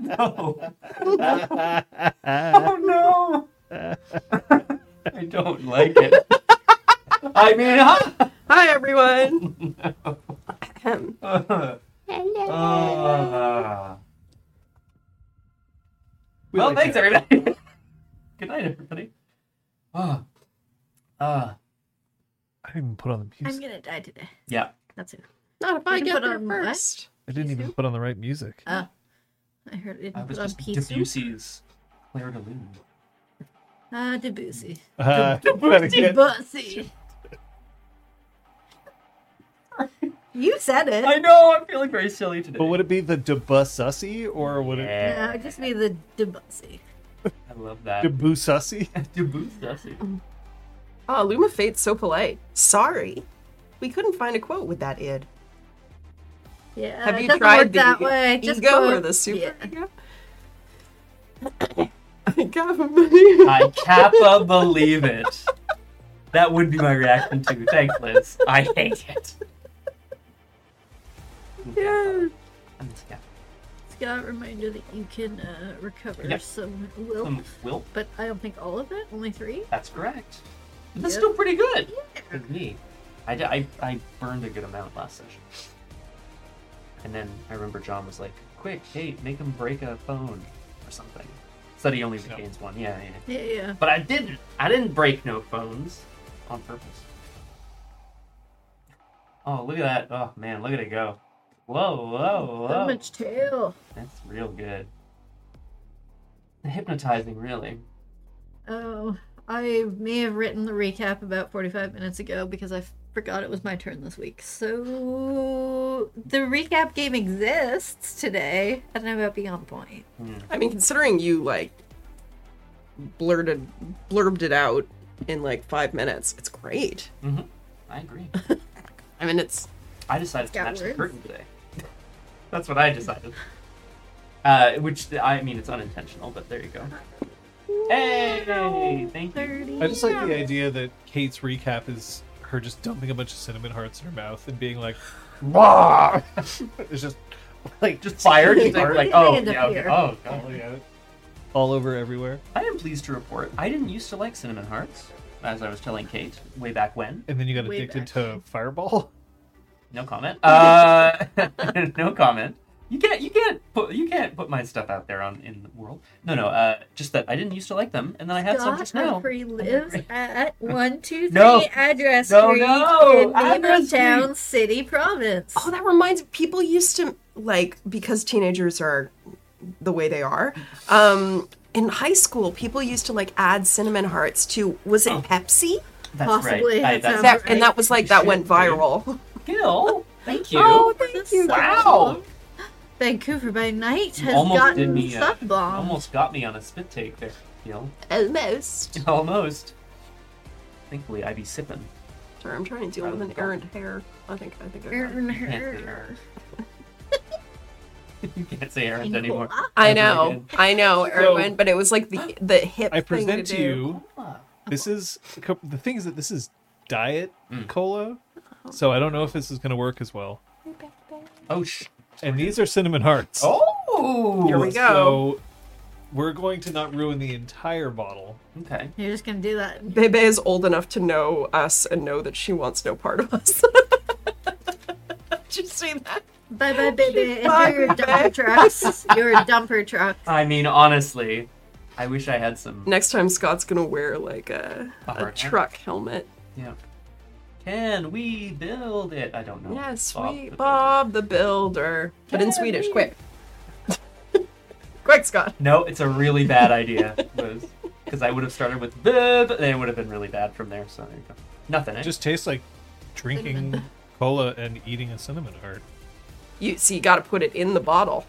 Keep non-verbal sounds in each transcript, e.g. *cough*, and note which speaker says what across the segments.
Speaker 1: No.
Speaker 2: Oh no!
Speaker 1: *laughs* I don't like it. I mean, huh?
Speaker 2: Hi
Speaker 3: *laughs*
Speaker 2: everyone. Ahem.
Speaker 3: Hello.
Speaker 1: Uh,
Speaker 2: We
Speaker 1: well,
Speaker 2: like
Speaker 1: thanks
Speaker 2: it.
Speaker 1: everybody. *laughs* Good night, everybody. Ah, ah,
Speaker 4: I didn't even put on the
Speaker 3: I'm
Speaker 4: music.
Speaker 3: gonna die today.
Speaker 1: Yeah.
Speaker 3: That's it.
Speaker 2: Not if I
Speaker 3: You
Speaker 2: get
Speaker 3: put
Speaker 2: there
Speaker 3: on what?
Speaker 2: first.
Speaker 4: I didn't even put on the right music.
Speaker 3: Uh, I heard it
Speaker 1: I was
Speaker 3: on
Speaker 1: just
Speaker 3: pizza.
Speaker 1: Debussy's Claire de Lune.
Speaker 3: Ah,
Speaker 2: *laughs*
Speaker 3: Debussy.
Speaker 4: *laughs* Uh,
Speaker 3: Debussy. you said it.
Speaker 1: I know. I'm feeling very silly today.
Speaker 4: but would it be the Debussy or would it
Speaker 3: No,
Speaker 1: Yeah,
Speaker 3: it'd just be the Debussy.
Speaker 1: I love that.
Speaker 4: Debussy?
Speaker 1: Debussy.
Speaker 2: Ah, Luma Fate's so polite. Sorry, we couldn't find a quote with that id.
Speaker 3: Yeah.
Speaker 2: Have
Speaker 3: Uh, it
Speaker 2: you
Speaker 3: doesn't
Speaker 2: tried
Speaker 3: work
Speaker 2: the
Speaker 3: that way? Just
Speaker 2: ego
Speaker 3: go
Speaker 2: or the super
Speaker 3: Yeah.
Speaker 2: ego? *coughs* I got money.
Speaker 1: I Kappa believe it. That would be my reaction too. Thanks, Liz. I hate it.
Speaker 2: Yeah.
Speaker 1: I'm just Kappa.
Speaker 3: Scott, reminder that you can uh, recover
Speaker 1: Yeah.
Speaker 3: some will,
Speaker 1: Um, Will,
Speaker 3: but I don't think all of it. Only three.
Speaker 1: that's correct. But that's
Speaker 3: Yep.
Speaker 1: still pretty good. With me. I, d- I, I burned a good amount last session. And then I remember John was like, quick, hey, make him break a phone or something. So that he only regains one. Yeah, yeah.
Speaker 3: Yeah, yeah.
Speaker 1: But I didn't. I didn't break no phones on purpose. Oh, look at that. Oh, man, look at it go. Whoa, whoa,
Speaker 3: So
Speaker 1: whoa.
Speaker 3: much tail.
Speaker 1: That's real good. Hypnotizing, really.
Speaker 3: Oh, I may have written the recap about 45 minutes ago because I forgot it was my turn this week. So the recap game exists today. I don't know about Beyond Point.
Speaker 2: I mean, considering you like blurted, blurbed it out in like five minutes, it's great.
Speaker 1: hmm I agree.
Speaker 2: I mean, it's
Speaker 1: I decided to
Speaker 3: Got
Speaker 1: match the
Speaker 3: words.
Speaker 1: curtain today. *laughs* That's what I decided. Uh, which I mean, it's unintentional, but there you go. *laughs* Hey, thank you.
Speaker 4: *laughs*
Speaker 3: 30.
Speaker 4: I just like the idea that Kate's recap is her just dumping a bunch of cinnamon hearts in her mouth and being like, "Rah!" *laughs* it's just like
Speaker 1: Just fired. Just
Speaker 3: Where
Speaker 1: like,
Speaker 3: did I
Speaker 1: oh,
Speaker 3: end up
Speaker 1: yeah, okay.
Speaker 3: here?
Speaker 1: oh,
Speaker 4: all,
Speaker 1: God.
Speaker 4: all over everywhere.
Speaker 1: I am pleased to report I didn't used to like cinnamon hearts, as I was telling Kate way back when.
Speaker 4: And then you got
Speaker 3: Way
Speaker 4: addicted
Speaker 3: back.
Speaker 4: to Fireball. *laughs*
Speaker 1: No
Speaker 2: *laughs*
Speaker 1: comment. Uh, *laughs* no comment. You can't. You can't put. You can't put my stuff out there on in the world. No, no. Uh, just that I didn't used to like them, and then I had some
Speaker 3: Scott
Speaker 1: just now.
Speaker 3: Humphrey lives at 123
Speaker 1: No.
Speaker 3: Address
Speaker 1: No,
Speaker 3: Street
Speaker 1: no,
Speaker 3: in
Speaker 1: Address
Speaker 3: Neighbor
Speaker 1: Street.
Speaker 3: Town City Province.
Speaker 2: oh, that reminds people used to like because teenagers are the way they are. Um, in high school, people used to like add cinnamon hearts to was it Pepsi?
Speaker 1: That's
Speaker 3: Possibly,
Speaker 1: right. I,
Speaker 3: that
Speaker 1: that's
Speaker 3: sounds
Speaker 2: That, and that was like that went viral.
Speaker 1: Gil. Thank you.
Speaker 2: Oh,
Speaker 3: This
Speaker 2: thank you.
Speaker 3: sucks.
Speaker 1: wow.
Speaker 3: Vancouver by night
Speaker 1: You
Speaker 3: has
Speaker 1: almost did
Speaker 3: gotten
Speaker 1: me. uh,
Speaker 3: sub
Speaker 1: you
Speaker 3: bomb.
Speaker 1: almost got me on a spit take there, Gil. *laughs*
Speaker 2: Almost.
Speaker 1: Almost. Thankfully, I be sipping.
Speaker 2: Sorry, I'm trying to deal with an errant hair. I think I think I got it.
Speaker 1: Can't *laughs* You can't say errands anymore.
Speaker 2: I
Speaker 1: Never
Speaker 2: know,
Speaker 1: again.
Speaker 2: I know,
Speaker 4: So-
Speaker 2: Erwin, but it was like the the hip.
Speaker 4: I
Speaker 2: thing
Speaker 4: present
Speaker 2: to,
Speaker 4: to
Speaker 2: do.
Speaker 4: you. This is the thing is that this is diet
Speaker 1: Mm.
Speaker 4: cola, so I don't know if this is going to work as well.
Speaker 1: Oh sh.
Speaker 4: And these are cinnamon hearts.
Speaker 1: Oh.
Speaker 2: Here we go.
Speaker 4: So we're going to not ruin the entire bottle.
Speaker 1: Okay.
Speaker 3: You're just gonna do that.
Speaker 2: Bebe is old enough to know us and know that she wants no part of us. *laughs* Did you see that?
Speaker 3: Bye bye, baby.
Speaker 2: Bye,
Speaker 3: Enjoy your
Speaker 2: baby.
Speaker 3: dumper trucks. Your dumper trucks.
Speaker 1: I mean, honestly, I wish I had some.
Speaker 2: Next time Scott's gonna wear like a,
Speaker 1: A
Speaker 2: a
Speaker 1: hard hat?
Speaker 2: truck helmet.
Speaker 1: Yeah. Can we build it? I don't know.
Speaker 2: Yes,
Speaker 1: Bob
Speaker 2: we
Speaker 1: could build
Speaker 2: Bob the Builder. But in
Speaker 1: Yeah,
Speaker 2: Swedish,
Speaker 1: we-
Speaker 2: quick. *laughs* quick, Scott.
Speaker 1: it. No, it's a really bad idea, Liz. Because I would have started with bib, and it would have been really bad from there. So there you go. Nothing. Eh?
Speaker 4: It just tastes like drinking *laughs* cola and eating a cinnamon heart.
Speaker 2: You see you gotta put it in the bottle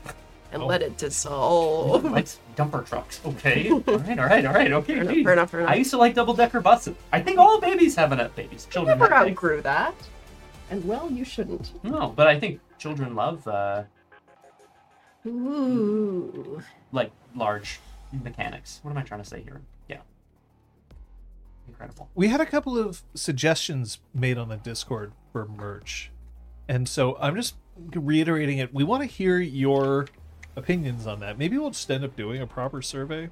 Speaker 2: and
Speaker 4: Oh.
Speaker 2: let it *laughs* dissolve.
Speaker 1: like Oh, dumper trucks.
Speaker 2: *laughs*
Speaker 1: Okay. all right. All right. All right. Okay.
Speaker 2: Fair enough,
Speaker 1: geez.
Speaker 2: fair enough, fair enough.
Speaker 1: I used to like double decker buses. I think all babies have an babies. Children
Speaker 2: never
Speaker 1: have. things.
Speaker 2: outgrew that. And well, you shouldn't.
Speaker 1: No, but I think children love uh,
Speaker 3: Ooh.
Speaker 1: like large mechanics. What am I trying to say here? Yeah. Incredible.
Speaker 4: We had a couple of suggestions made on the Discord for merch. And so I'm just reiterating it, we want to hear your opinions on that. Maybe we'll just end up doing a proper survey at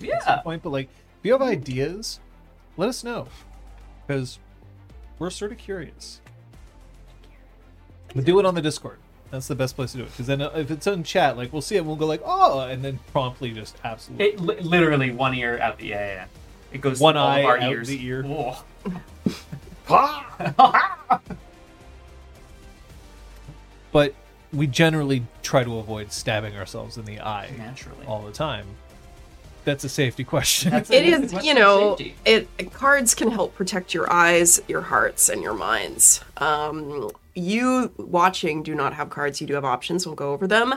Speaker 4: some
Speaker 1: Yeah.
Speaker 4: point. But like, if you have ideas, let us know because we're sort of curious. But do it on the Discord. That's the best place to do it because then uh, if it's on chat, like we'll see it, and we'll go like, oh, and then promptly just absolutely.
Speaker 1: It li- literally one ear out the yeah, yeah, yeah. It goes
Speaker 4: One
Speaker 1: all of
Speaker 4: eye
Speaker 1: our
Speaker 4: out
Speaker 1: ears.
Speaker 4: the ear.
Speaker 1: Oh.
Speaker 4: but we generally try to avoid stabbing ourselves in the eye
Speaker 1: Naturally.
Speaker 4: all the time. That's a safety question.
Speaker 1: That's
Speaker 2: It
Speaker 1: That's
Speaker 2: is,
Speaker 1: a question
Speaker 2: you
Speaker 1: of
Speaker 2: know,
Speaker 1: safety.
Speaker 2: it cards can help protect your eyes, your hearts, and your minds. Um, you watching do not have cards. You do have options. We'll go over them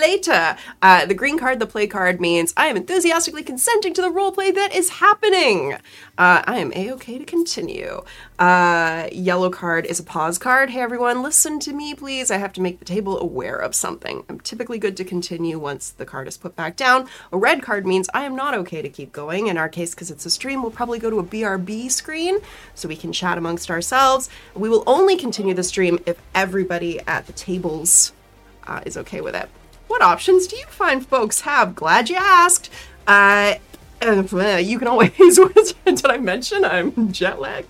Speaker 2: later. Uh, the green card, the play card, means I am enthusiastically consenting to the role play that is happening. Uh, I am a okay to continue. Uh, yellow card is a pause card. Hey everyone, listen to me, please. I have to make the table aware of something. I'm typically good to continue once the card is put back down. A red card means I am not okay to keep going. In our case, because it's a stream, we'll probably go to a BRB screen so we can chat amongst ourselves. We will only continue the stream if everybody at the tables uh, is okay with it. What options do you find folks have? Glad you asked. Uh, uh, you can always, *laughs* did I mention I'm jet lagged?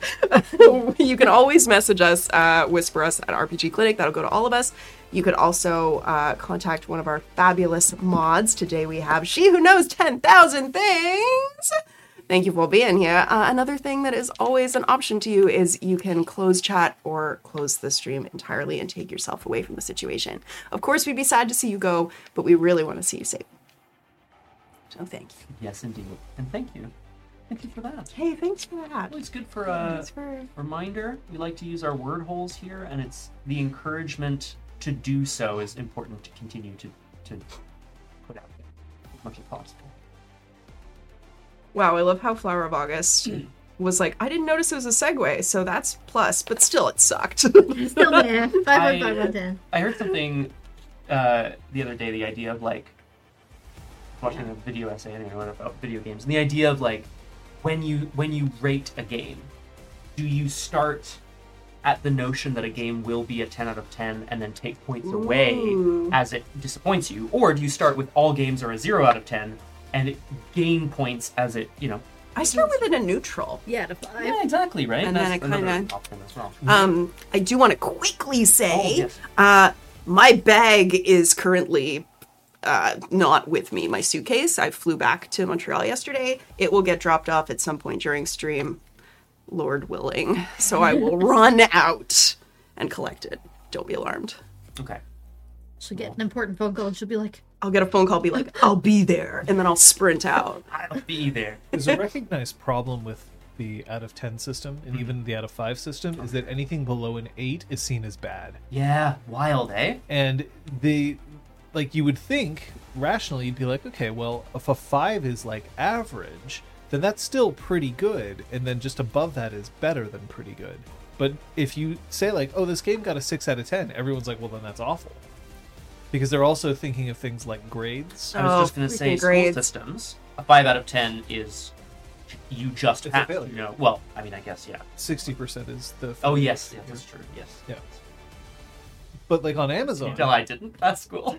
Speaker 2: *laughs* you can always message us, uh, whisper us at RPG Clinic. That'll go to all of us. You could also uh, contact one of our fabulous mods. Today we have She Who Knows 10,000 Things. Thank you for being here. Uh, another thing that is always an option to you is you can close chat or close the stream entirely and take yourself away from the situation. Of course, we'd be sad to see you go, but we really want to see you safe. So thank you.
Speaker 1: Yes, indeed. And thank you. Thank you for that.
Speaker 2: Hey, thanks for that.
Speaker 1: Always good for a
Speaker 2: Thanks for-
Speaker 1: reminder. We like to use our word holes here, and it's the encouragement to do so is important to continue to to put out there as much as possible.
Speaker 2: Wow, I love how Flower of August was like, I didn't notice it was a segue, so that's plus, but still it sucked. *laughs*
Speaker 3: Still there. Five
Speaker 1: I-
Speaker 3: one five one ten.
Speaker 1: I heard something uh, the other day. The idea of like watching a video essay anyway what about video games, and the idea of like when you when you rate a game, do you start at the notion that a game will be a 10 out of 10 and then take points
Speaker 2: Ooh.
Speaker 1: away as it disappoints you or do you start with all games are a 0 out of 10 and it gain points as it you know
Speaker 2: I start with it in a neutral.
Speaker 3: Yeah, to five.
Speaker 1: yeah exactly right
Speaker 2: And then it
Speaker 1: another
Speaker 2: kinda-
Speaker 1: option as well
Speaker 2: Um, I do want to quickly say,
Speaker 1: Oh, yes.
Speaker 2: uh, my bag is currently uh, not with me. My suitcase. I flew back to Montreal yesterday. It will get dropped off at some point during stream, Lord willing. So I will run out and collect it. Don't be alarmed.
Speaker 1: okay
Speaker 3: She'll get an important phone call and she'll be like,
Speaker 2: I'll get a phone call, be like, "I'll be there," and then I'll sprint out.
Speaker 1: i'll be there
Speaker 4: *laughs* There's a recognized problem with the out of 10 system
Speaker 1: Mm-hmm.
Speaker 4: and even the out of 5 system is that anything below an 8 is seen as bad.
Speaker 1: yeah wild eh
Speaker 4: And the like you would think rationally you'd be like, okay, well, if a 5 is like average, then that's still pretty good and then just above that is better than pretty good. But if you say like, oh, this game got a 6 out of 10, everyone's like, well, then that's awful. Because they're also thinking of things like grades.
Speaker 1: I was
Speaker 2: Oh,
Speaker 1: just going to
Speaker 2: freaking
Speaker 1: say
Speaker 2: grades.
Speaker 1: school systems. A five out of ten is you just
Speaker 4: It's a
Speaker 1: have.
Speaker 4: failure.
Speaker 1: You know, well, I mean, I guess yeah.
Speaker 4: 60% is the
Speaker 1: Oh yes, yes, that's true. *laughs* Yes.
Speaker 4: Yeah. But like on Amazon,
Speaker 1: Until I didn't pass school.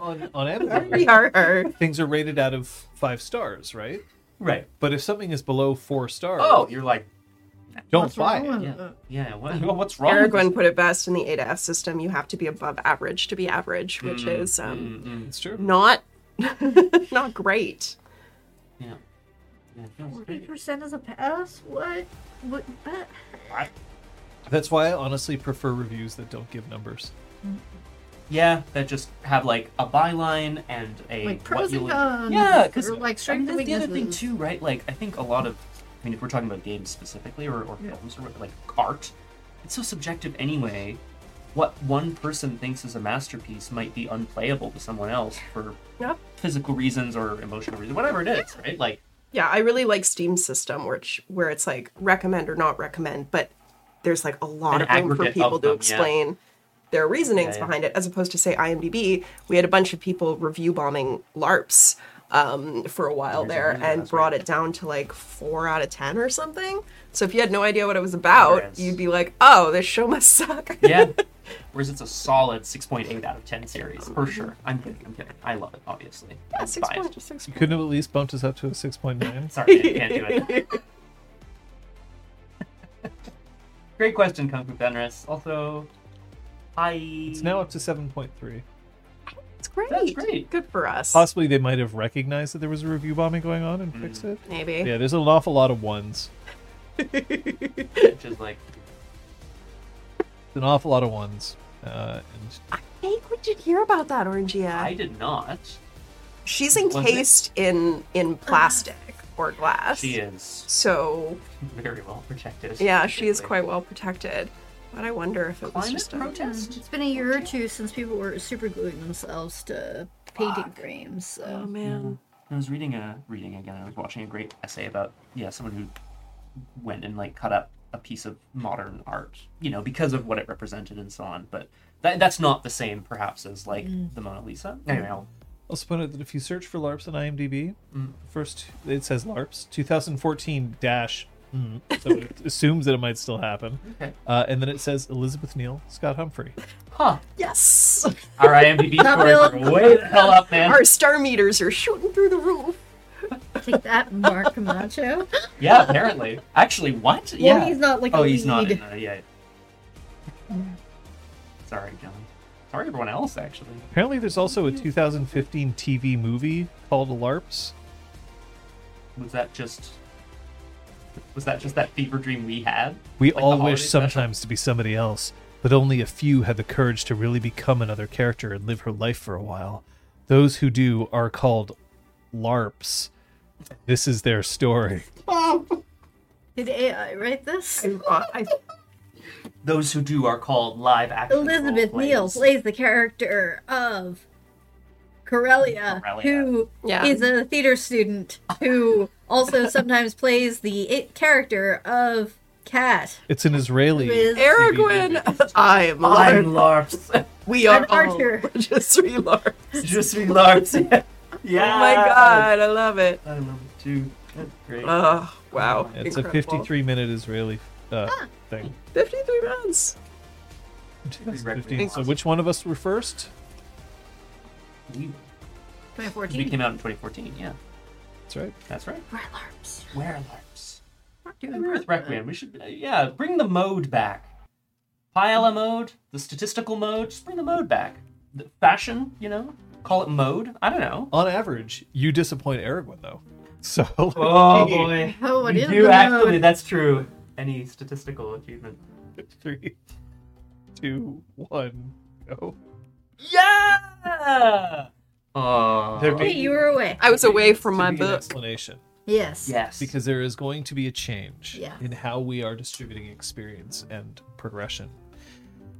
Speaker 4: on, on Amazon,
Speaker 2: We are her.
Speaker 4: things are rated out of five stars, right?
Speaker 1: *laughs* *laughs* right.
Speaker 4: But if something is below four stars,
Speaker 1: Oh, you're like
Speaker 4: don't
Speaker 3: "What's
Speaker 4: buy
Speaker 3: wrong
Speaker 4: it.
Speaker 3: with
Speaker 1: yeah,
Speaker 3: it?"
Speaker 1: yeah. *laughs* What, what's wrong? with
Speaker 2: Aragorn put it best in the 8F system. You have to be above average to be average, which is
Speaker 1: this?
Speaker 2: um,
Speaker 1: Mm, mm,
Speaker 4: It's true.
Speaker 2: not *laughs* not great.
Speaker 1: yeah. Yeah, no, it's
Speaker 3: Forty
Speaker 1: great.
Speaker 3: percent is a pass. What? What? But
Speaker 4: That's why I honestly prefer reviews that don't give numbers.
Speaker 1: yeah, that just have like a byline and a
Speaker 3: like
Speaker 1: what
Speaker 3: pros and
Speaker 1: you'll-
Speaker 3: cons.
Speaker 1: Yeah, because
Speaker 3: or, like strength
Speaker 1: I mean,
Speaker 3: and
Speaker 1: that's the other thing
Speaker 3: weaknesses.
Speaker 1: too, right? Like I think a lot of, I mean, if we're talking about games specifically or, or
Speaker 3: Yeah.
Speaker 1: films or what- like art, it's so subjective anyway. What one person thinks is a masterpiece might be unplayable to someone else for
Speaker 2: Yep.
Speaker 1: physical reasons or emotional reasons, whatever it is, right? Like
Speaker 2: Yeah, I really like Steam system, which where it's like recommend or not recommend, but there's like a lot
Speaker 1: An
Speaker 2: of room for
Speaker 1: aggregate
Speaker 2: people
Speaker 1: of
Speaker 2: to
Speaker 1: them, yeah.
Speaker 2: explain their reasonings
Speaker 1: Yeah, yeah.
Speaker 2: behind it, as opposed to say IMDb. We had a bunch of people review bombing LARPs um, for a
Speaker 1: There's
Speaker 2: while
Speaker 1: a
Speaker 2: there
Speaker 1: hundred,
Speaker 2: and
Speaker 1: that's
Speaker 2: brought
Speaker 1: right.
Speaker 2: it down to like four out of ten or something. So if you had no idea what it was about,
Speaker 1: Whereas- *laughs*
Speaker 2: you'd be like, "Oh, this show must suck."
Speaker 1: yeah, Whereas it's a solid 6.8 out of 10 series, for sure. I'm kidding, I'm kidding. I love it, obviously.
Speaker 2: Yeah,
Speaker 1: It's
Speaker 2: *laughs* six
Speaker 1: five.
Speaker 2: point six.
Speaker 4: You couldn't have at least bumped us up to a
Speaker 1: *laughs*
Speaker 4: 6.9?
Speaker 1: Sorry, I can't do
Speaker 2: *laughs*
Speaker 1: it. Great question, Kung Fu Fenris. Also, I.
Speaker 4: It's now up to 7.3.
Speaker 2: It's
Speaker 1: *laughs*
Speaker 2: great.
Speaker 1: That's great.
Speaker 2: Good for us.
Speaker 4: Possibly they might have recognized that there was a review bombing going on and fixed it.
Speaker 2: Maybe.
Speaker 4: Yeah, there's an awful lot of ones.
Speaker 2: *laughs*
Speaker 1: Which is like,
Speaker 4: An awful lot of ones. Uh, and
Speaker 2: I think we did hear about that, Orangia.
Speaker 1: I did not.
Speaker 2: She's
Speaker 1: Was it?
Speaker 2: encased in in plastic or glass.
Speaker 1: She is
Speaker 2: So
Speaker 1: very well protected.
Speaker 2: yeah, she is
Speaker 1: Like,
Speaker 2: quite well protected. But I wonder if it was
Speaker 1: Climate
Speaker 2: just a-
Speaker 1: protest?
Speaker 3: It's been a year or two since people were super gluing themselves to painting frames.
Speaker 2: Oh
Speaker 3: So.
Speaker 2: man.
Speaker 1: I was reading a reading again. I was watching a great essay about yeah someone who went and like cut up a piece of modern art, you know, because of what it represented and so on. But that, that's not the same, perhaps, as like
Speaker 3: Mm.
Speaker 1: the Mona Lisa. Anyway, I'll,
Speaker 4: Also, point out that if you search for LARPs on IMDb,
Speaker 1: Mm.
Speaker 4: first it says LARPs 2014 dash, mm, so it *laughs* assumes that it might still happen,
Speaker 1: okay,
Speaker 4: uh, and then it says Elizabeth Neal, Scott Humphrey.
Speaker 1: huh?
Speaker 2: Yes.
Speaker 1: Our
Speaker 3: *laughs*
Speaker 1: IMDb scores are way the hell up, man.
Speaker 2: Our star meters are shooting through the roof.
Speaker 3: Take that, Mark Camacho.
Speaker 1: Yeah, apparently. Actually, what?
Speaker 3: Yeah.
Speaker 1: yeah.
Speaker 3: he's not like a
Speaker 1: oh, he's not in
Speaker 3: lead.
Speaker 1: there yet. Sorry, John. Sorry, everyone else. Actually,
Speaker 4: Apparently, there's also a 2015 TV movie called LARPs.
Speaker 1: was that just was that just that fever dream we had?
Speaker 4: We
Speaker 1: Like the
Speaker 4: all
Speaker 1: holiday
Speaker 4: wish
Speaker 1: special?
Speaker 4: sometimes to be somebody else, but only a few have the courage to really become another character and live her life for a while. Those who do are called LARPs. This is their story.
Speaker 3: Did AI write this?
Speaker 2: I, uh, I,
Speaker 1: Those who do are called live action.
Speaker 3: Elizabeth
Speaker 1: role
Speaker 3: Neal
Speaker 1: plays.
Speaker 3: plays the character of Corellia,
Speaker 1: Corellia.
Speaker 3: who is
Speaker 2: Yeah.
Speaker 3: a theater student
Speaker 1: *laughs*
Speaker 3: who also sometimes plays the it character of Cat.
Speaker 4: It's an Israeli.
Speaker 3: Is
Speaker 2: Aragorn, *laughs* I am
Speaker 1: I'm
Speaker 2: Lord.
Speaker 1: LARPs. *laughs*
Speaker 2: We are
Speaker 3: I'm Archer.
Speaker 2: all *laughs* just three Lord.
Speaker 1: Just be LARPs. *laughs* yeah.
Speaker 2: Oh my god, I love it.
Speaker 1: I love it too. That's great.
Speaker 2: Oh wow.
Speaker 4: It's
Speaker 2: Incredible.
Speaker 4: a 53 minute Israeli uh, thing.
Speaker 2: 53 rounds.
Speaker 4: 2015. So, which one of us were first?
Speaker 1: We- we
Speaker 3: 2014.
Speaker 1: came out in 2014. Yeah,
Speaker 4: That's right.
Speaker 1: that's right.
Speaker 3: We're LARPs.
Speaker 1: Where LARPs?
Speaker 3: We're
Speaker 1: I
Speaker 3: doing
Speaker 1: agree with
Speaker 3: proper.
Speaker 1: Requiem. We should, uh, yeah, bring the mode back. Pile a mode, the statistical mode, just bring the mode back. The fashion, you know, call it mode. I don't know.
Speaker 4: On average, you disappoint Aragorn, though. *laughs* So,
Speaker 1: Oh boy,
Speaker 3: Oh, what
Speaker 1: you
Speaker 3: is
Speaker 1: do
Speaker 3: the
Speaker 1: actually.
Speaker 3: mode?
Speaker 1: That's true. Any statistical achievement.
Speaker 4: three, two, one, go.
Speaker 1: Yeah. Oh.
Speaker 4: There
Speaker 3: Hey, you were away.
Speaker 2: I was away from my
Speaker 4: To be an
Speaker 2: book.
Speaker 4: explanation.
Speaker 3: Yes.
Speaker 1: Yes.
Speaker 4: because there is going to be a change
Speaker 3: Yeah.
Speaker 4: in how we are distributing experience and progression.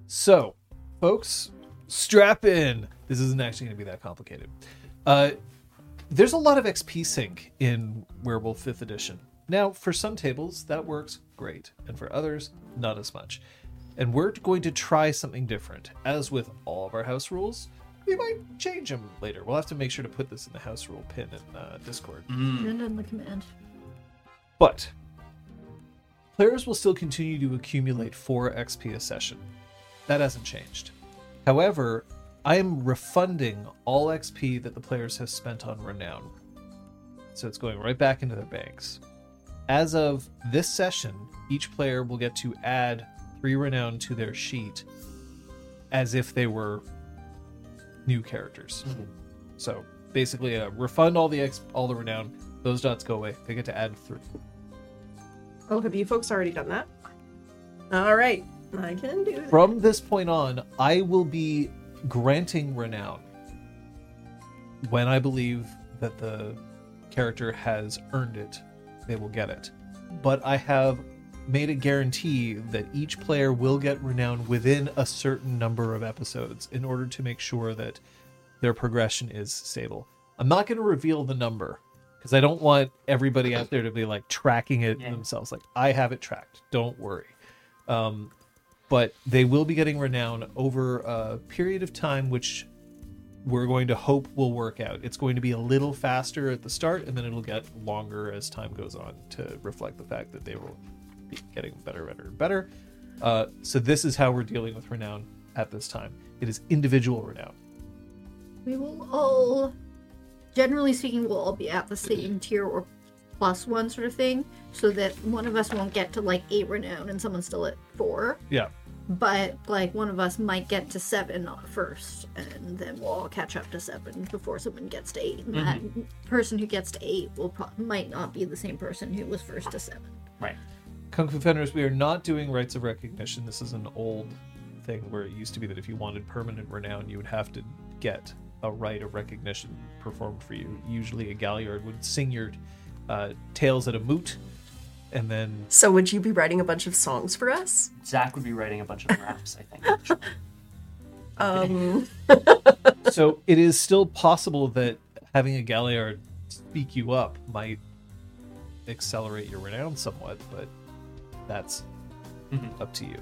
Speaker 4: So, folks, strap in. This isn't actually going to be that complicated. Uh, there's a lot of XP sync in Werewolf 5th Edition. Now, for some tables, that works great, and for others, not as much. And we're going to try something different. As with all of our house rules, we might change them later. We'll have to make sure to put this in the house rule pin in uh, Discord.
Speaker 3: And on the command.
Speaker 4: But players will still continue to accumulate 4 XP a session. That hasn't changed. However, I am refunding all XP that the players have spent on Renown. So it's going right back into their banks. As of this session, each player will get to add 3 Renown to their sheet as if they were new characters. So basically, uh, refund all the X, all the renown. Those dots go away. They get to add three.
Speaker 2: Oh, have you folks already done that? All right. I can do that.
Speaker 4: From this point on, I will be granting renown when I believe that the character has earned it. They will get it, but I have made a guarantee that each player will get renown within a certain number of episodes in order to make sure that their progression is stable. I'm not going to reveal the number because I don't want everybody out there to be like tracking it
Speaker 1: Yeah.
Speaker 4: themselves. Like I have it tracked. Don't worry. Um, but they will be getting renown over a period of time, which we're going to hope will work out. It's going to be a little faster at the start, and then it'll get longer as time goes on to reflect the fact that they will be getting better, better, and better. Uh, so this is how we're dealing with renown. at this time. It is individual renown.
Speaker 3: We will all, generally speaking, we'll all be at the same tier or plus one sort of thing, so that one of us won't get to like eight renown and someone's still at four.
Speaker 4: Yeah.
Speaker 3: But like one of us might get to seven first, and then we'll all catch up to seven before someone gets to eight. And that person who gets to eight will pro- might not be the same person who was first to seven.
Speaker 1: Right.
Speaker 4: Kung Fu Fenders, we are not doing rights of recognition. This is an old thing where it used to be that if you wanted permanent renown, you would have to get a rite of recognition performed for you. Usually, a galliard would sing your uh, tales at a moot, and then
Speaker 2: So would you be writing a bunch of songs for us?
Speaker 1: Zach would be writing a bunch of raps, I think. actually.
Speaker 2: Um,
Speaker 4: so it is still possible that having a galliard speak you up might accelerate your renown somewhat, but that's
Speaker 1: Mhm.
Speaker 4: up to you.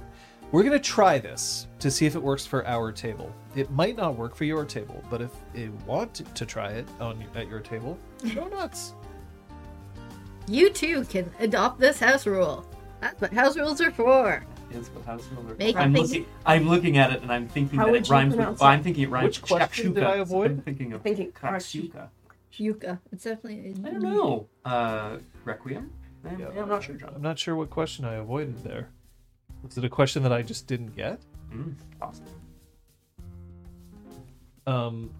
Speaker 4: We're gonna try this to see if it works for our table. It might not work for your table, but if you want to try it on at your table, go
Speaker 1: Mm-hmm.
Speaker 4: nuts.
Speaker 3: You too can adopt this house rule. That's what house rules are for.
Speaker 1: Is what house rules are-
Speaker 3: Make
Speaker 1: I'm
Speaker 3: things-
Speaker 1: looking. I'm looking at it and I'm thinking
Speaker 2: How
Speaker 1: that
Speaker 2: would
Speaker 1: it
Speaker 2: you
Speaker 1: rhymes with.
Speaker 2: pronounce
Speaker 1: well,
Speaker 2: it?
Speaker 1: I'm thinking it rhymes
Speaker 4: Which
Speaker 1: with
Speaker 4: question did I
Speaker 1: shakshuka, so I'm
Speaker 4: avoid?
Speaker 1: thinking of
Speaker 2: thinking
Speaker 1: shakshuka.
Speaker 3: Yuka. It's definitely.
Speaker 1: I don't know. Uh, Requiem? I'm,
Speaker 4: Yeah.
Speaker 1: I'm not sure,
Speaker 4: I'm
Speaker 1: John.
Speaker 4: not sure what question I avoided there. Was it a question that I just didn't get?
Speaker 1: Mm, awesome.
Speaker 4: Um,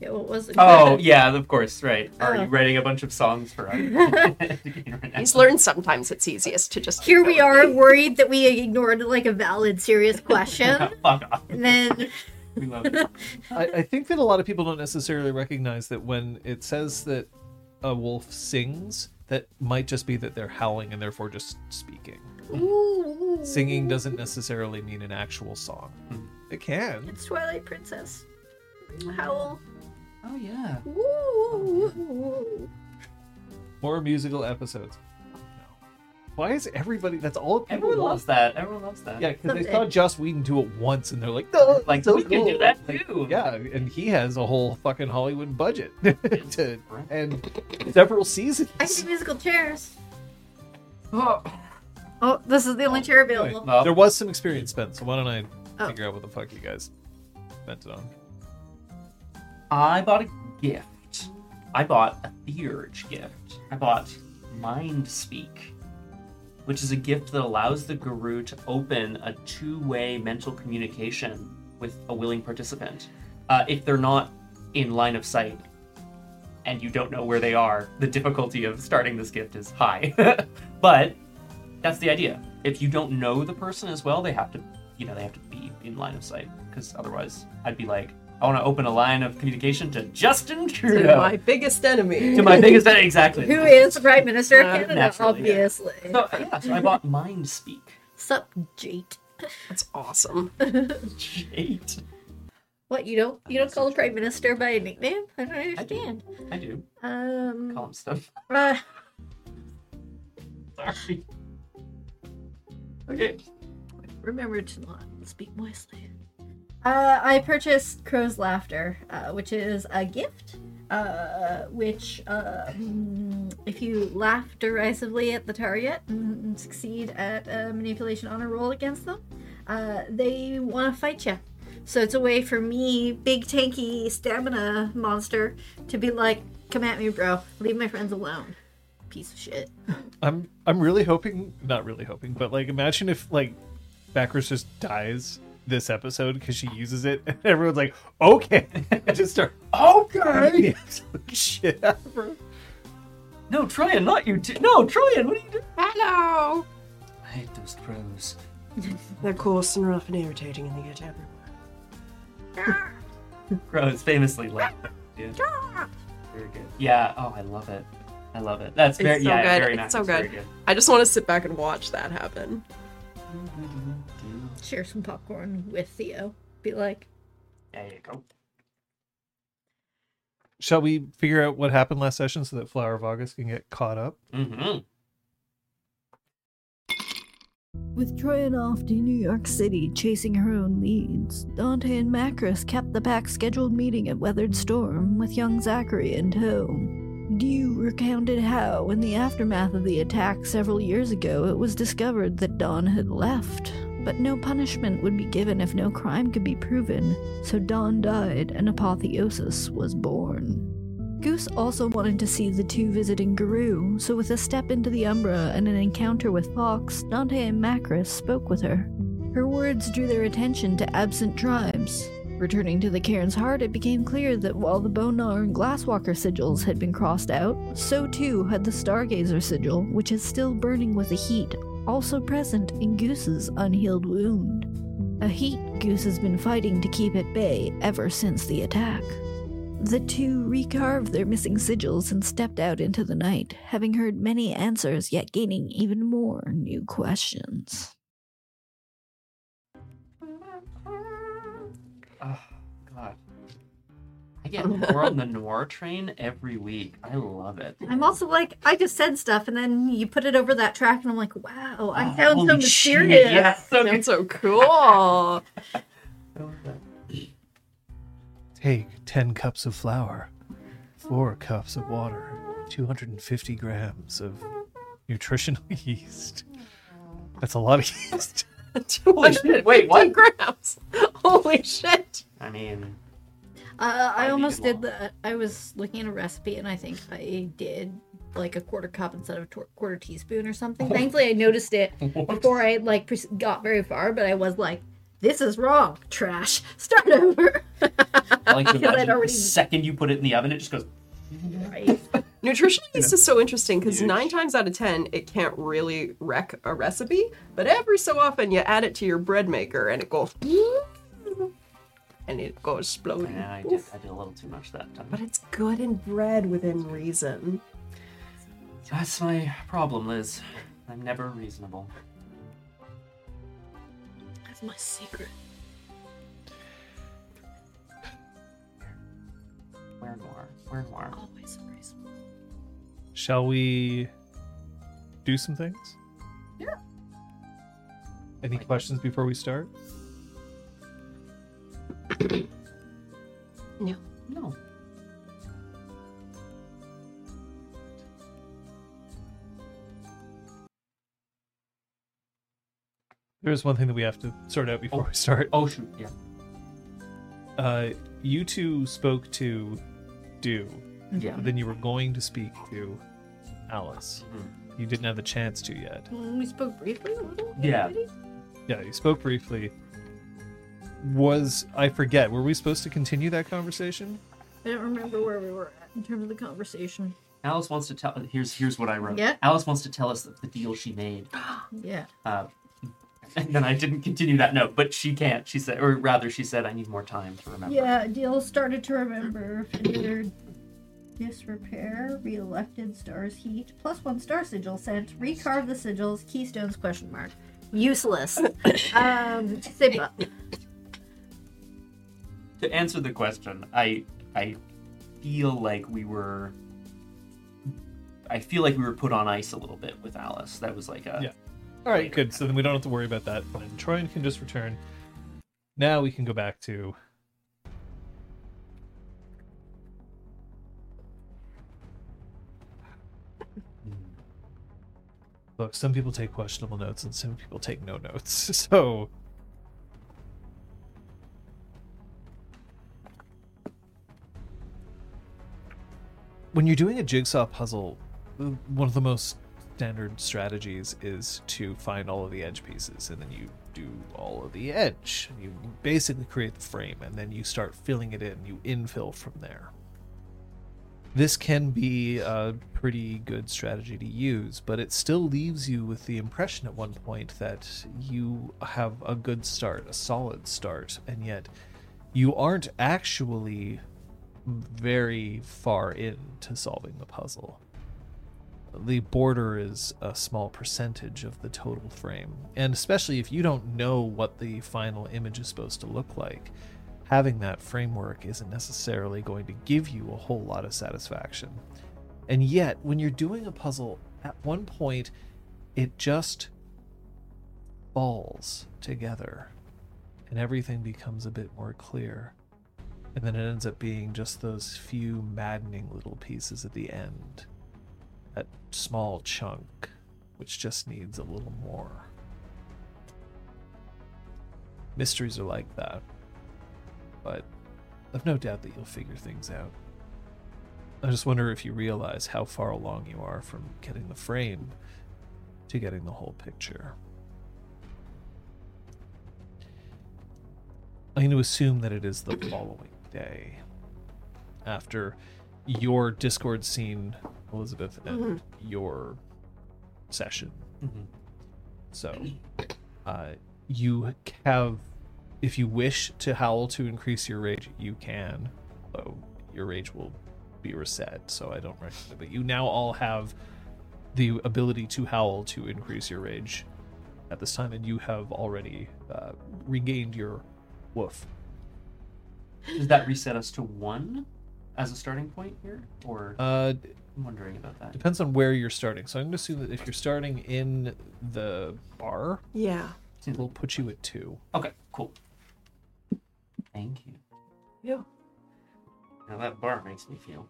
Speaker 3: Yeah, what was it?
Speaker 1: Oh, yeah, of course, right. Are
Speaker 3: Oh.
Speaker 1: you writing a bunch of songs *laughs* for us? Right
Speaker 2: he's learned sometimes it's easiest to just.
Speaker 3: *laughs* Here we are, worried that we ignored like a valid, serious question.
Speaker 1: *laughs* now. Fuck off.
Speaker 3: and then,
Speaker 4: *laughs*
Speaker 1: We love it.
Speaker 4: I, I think that a lot of people don't necessarily recognize that when it says that a wolf sings, that might just be that they're howling and therefore just speaking. Singing doesn't necessarily mean an actual song.
Speaker 1: Hmm.
Speaker 4: It can.
Speaker 3: it's Twilight Princess. Howl.
Speaker 1: Oh, yeah.
Speaker 3: Ooh.
Speaker 4: More musical episodes. Why is everybody? That's all people
Speaker 1: Everyone
Speaker 4: want.
Speaker 1: loves that. Everyone loves that.
Speaker 4: Yeah, because they
Speaker 3: Someday.
Speaker 4: saw Joss Whedon do it once, and they're like, "Oh,
Speaker 1: Like,
Speaker 4: so
Speaker 1: we can do
Speaker 4: cool."
Speaker 1: that
Speaker 4: Like,
Speaker 1: too.
Speaker 4: yeah, and he has a whole fucking Hollywood budget *laughs* to,
Speaker 1: Right.
Speaker 4: and several seasons.
Speaker 3: I can do musical chairs.
Speaker 1: Oh,
Speaker 3: Oh, this is the only chair available.
Speaker 1: well,
Speaker 4: There was some experience spent, so why don't I
Speaker 3: Oh.
Speaker 4: figure out what the fuck you guys spent it on?
Speaker 1: I bought a gift. I bought a Theurge gift. I bought Mind Speak, which is a gift that allows the guru to open a two way mental communication with a willing participant. Uh, if they're not in line of sight and you don't know where they are, the difficulty of starting this gift is high. *laughs* but that's the idea. If you don't know the person as well, they have to, you know, they have to be in line of sight because otherwise, I'd be like, I want to open a line of communication to Justin Trudeau,
Speaker 2: To my biggest enemy.
Speaker 1: to my biggest exactly.
Speaker 3: Who is the Prime Minister of
Speaker 2: Uh,
Speaker 3: Canada?
Speaker 1: naturally, yeah.
Speaker 3: obviously.
Speaker 1: So, yeah, so I bought Mind Speak.
Speaker 3: Sup, Jake.
Speaker 2: That's awesome.
Speaker 1: Eight.
Speaker 3: What you don't you don't call the Prime Minister by a nickname? I don't
Speaker 1: I do.
Speaker 3: understand.
Speaker 1: I do.
Speaker 3: Um.
Speaker 1: Call him stuff.
Speaker 3: uh,
Speaker 1: Sorry. Okay.
Speaker 3: Remember to not speak moistly. Uh, I purchased Crow's Laughter, uh, which is a gift. Uh, which, uh, mm, if you laugh derisively at the target and succeed at a manipulation honor roll against them, uh, they want to fight you. So it's a way for me, big tanky stamina monster, to be like, "Come at me, bro. Leave my friends alone. Piece of *laughs* shit."
Speaker 4: I'm I'm really hoping, not really hoping, but like imagine if like Backers just dies this episode because she uses it, and *laughs* everyone's like, okay, *laughs* just start okay, *laughs* shit out of her.
Speaker 1: No, Tryon, not you. T- no, Tryon, what are you doing?
Speaker 2: Hello.
Speaker 1: I hate those crows.
Speaker 2: They're coarse and rough and irritating, and they get everywhere.
Speaker 1: Crows famously like that. Yeah. Very good. Yeah. Oh, I love it. I love it. That's
Speaker 2: It's
Speaker 1: very
Speaker 2: so
Speaker 1: yeah,
Speaker 2: good.
Speaker 1: very
Speaker 2: It's
Speaker 1: nice.
Speaker 2: so
Speaker 1: very
Speaker 2: good. I just want to sit back and watch that happen.
Speaker 3: Share some popcorn with Theo. Be like,
Speaker 1: There you go.
Speaker 4: Shall we figure out what happened last session so that Flower of August can get caught up?
Speaker 1: Mm-hmm.
Speaker 3: With Troyan off to New York City chasing her own leads, Dante and Macris kept the pack's scheduled meeting at Weathered Storm with young Zachary in tow. Dew recounted how, in the aftermath of the attack several years ago, it was discovered that Dawn had left,
Speaker 5: But no punishment would be given if no crime could be proven, so Dawn died and Apotheosis was born. Goose also wanted to see the two visiting Guru, so with a step into the Umbra and an encounter with Fox, Dante and Macris spoke with her. Her words drew their attention to absent tribes. Returning to the Cairn's Heart, it became clear that while the Bonar and Glasswalker sigils had been crossed out, so too had the Stargazer sigil, which is still burning with a heat, also present in Goose's unhealed wound. A heat Goose has been fighting to keep at bay ever since the attack. The two recarved their missing sigils and stepped out into the night, having heard many answers yet gaining even more new questions.
Speaker 1: Oh, God. I get more on the noir train every week. I love it.
Speaker 3: I'm also like, I just said stuff, and then you put it over that track, and I'm like, wow, I
Speaker 1: Oh,
Speaker 3: sound so
Speaker 1: holy shit,
Speaker 3: mysterious.
Speaker 1: Yeah, so
Speaker 2: Sounds so cool.
Speaker 1: good. I love that.
Speaker 4: Take 10 cups of flour, 4 cups of water, 250 grams of nutritional *laughs* yeast. That's a lot of yeast.
Speaker 1: *laughs* Holy shit, wait, what?
Speaker 2: 250 grams. *laughs* Holy shit.
Speaker 1: I mean,
Speaker 3: Uh, I
Speaker 1: I'd
Speaker 3: almost
Speaker 1: eat them
Speaker 3: did that. I was looking at a recipe, and I think I did like a quarter cup instead of a tor- quarter teaspoon
Speaker 1: *laughs*
Speaker 3: or something. Thankfully, I noticed it before I like pres- got very far, but I was like, "This is wrong, trash. *laughs* Start
Speaker 1: *laughs*
Speaker 3: over."
Speaker 1: like you
Speaker 3: Because I'd
Speaker 1: imagine the
Speaker 3: already-
Speaker 1: second you put it in the oven, it just goes.
Speaker 3: right?
Speaker 2: Nutritional yeast is so interesting because
Speaker 1: Huge.
Speaker 2: nine times out of ten, it can't really wreck a recipe. But every so often, you add it to your bread maker and it goes. And it goes exploding.
Speaker 1: Yeah, I did, I did a little too much that time.
Speaker 2: But it's good in bread within reason.
Speaker 1: That's my problem, Liz. I'm never reasonable.
Speaker 2: That's my secret.
Speaker 1: Wear noir. Wear noir.
Speaker 2: Always reason.
Speaker 4: Shall we do some things?
Speaker 2: Yeah.
Speaker 4: Any questions before we start?
Speaker 1: No.
Speaker 4: There is one thing that we have to sort out before we start.
Speaker 1: Oh shoot. Yeah.
Speaker 4: Uh, you two spoke to Do,
Speaker 1: Yeah.
Speaker 4: then you were going to speak to Alice. You didn't have the chance to yet.
Speaker 3: we spoke briefly. A little,
Speaker 1: Yeah.
Speaker 3: already?
Speaker 4: Yeah, you spoke briefly. Was I forget? Were we supposed to continue that conversation?
Speaker 3: I don't remember where we were at in terms of the conversation.
Speaker 1: Alice wants to tell. Here's here's what I wrote.
Speaker 3: Yeah.
Speaker 1: Alice wants to tell us the deal she made.
Speaker 3: Yeah.
Speaker 1: Uh, *laughs* and then I didn't continue that note, but she can't. She said, or rather, she said, I need more time to remember.
Speaker 3: Yeah, Deal started to remember feared disrepair, reelected stars heat, plus one star sigil sent, recarve the sigils, keystones question mark. *coughs* Useless. um Sibba.
Speaker 1: to answer the question, I I feel like we were I feel like we were put on ice a little bit with Alice. That was like a
Speaker 4: Yeah. All right, good. So then we don't have to worry about that. And Troyan can just return. Now we can go back to. Look, some people take questionable notes and some people take no notes. *laughs* So when you're doing a jigsaw puzzle, uh, one of the most standard strategies is to find all of the edge pieces and then you do all of the edge. You basically create the frame and then you start filling it in. You infill from there. This can be a pretty good strategy to use, but it still leaves you with the impression at one point that you have a good start, a solid start, and yet you aren't actually very far into solving the puzzle. The border is a small percentage of the total frame, and especially if you don't know what the final image is supposed to look like, having that framework isn't necessarily going to give you a whole lot of satisfaction. And yet, when you're doing a puzzle, at one point, it just falls together and everything becomes a bit more clear. And then it ends up being just those few maddening little pieces at the end. That small chunk, which just needs a little more. Mysteries are like that. But I've no doubt that you'll figure things out. I just wonder if you realize how far along you are from getting the frame to getting the whole picture. I'm going to assume that it is the following day after your Discord scene, Elizabeth, and your session.
Speaker 1: Mhm.
Speaker 4: So, uh, you have, if you wish to howl to increase your rage, you can, though your rage will be reset. So I don't recommend it. But you now all have the ability to howl to increase your rage at this time, and you have already uh, regained your woof.
Speaker 1: Does that reset us to one as a starting point here? Or
Speaker 4: Uh,
Speaker 1: I'm wondering about that.
Speaker 4: Depends on where you're starting. So I'm going to assume that if you're starting in the bar,
Speaker 2: Yeah.
Speaker 4: we'll put you at two.
Speaker 1: Okay, cool. Thank you.
Speaker 2: Yeah.
Speaker 1: Now that bar makes me feel.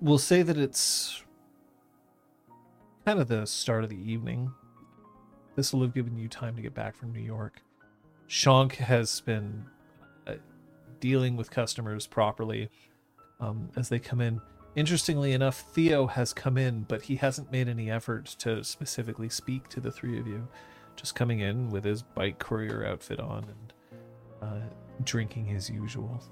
Speaker 4: We'll say that it's kind of the start of the evening. This will have given you time to get back from New York. Shank has been uh, dealing with customers properly um, as they come in. Interestingly enough, Theo has come in, but he hasn't made any effort to specifically speak to the three of you. Just coming in with his bike courier outfit on and uh, drinking his usual.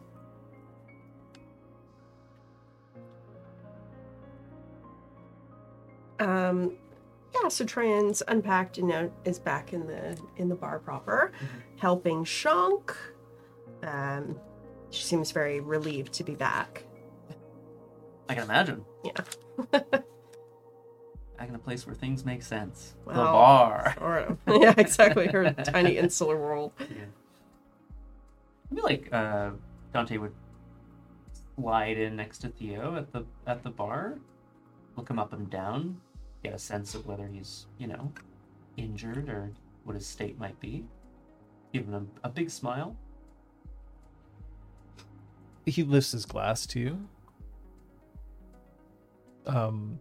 Speaker 2: Um, yeah, so Tran's unpacked and now is back in the in the bar proper,
Speaker 1: Mm-hmm.
Speaker 2: helping Shonk. Um, she seems very relieved to be back.
Speaker 1: I can imagine. *laughs*
Speaker 2: Yeah.
Speaker 1: Back in a place where things make sense. the
Speaker 2: Well,
Speaker 1: bar.
Speaker 2: Sort of. *laughs* yeah, exactly. Her tiny insular world.
Speaker 1: I feel like uh, Dante would slide in next to Theo at the at the bar, look him up and down, get a sense of whether he's you know injured or what his state might be. Give him a, a big smile.
Speaker 4: he lifts his glass to you. Um,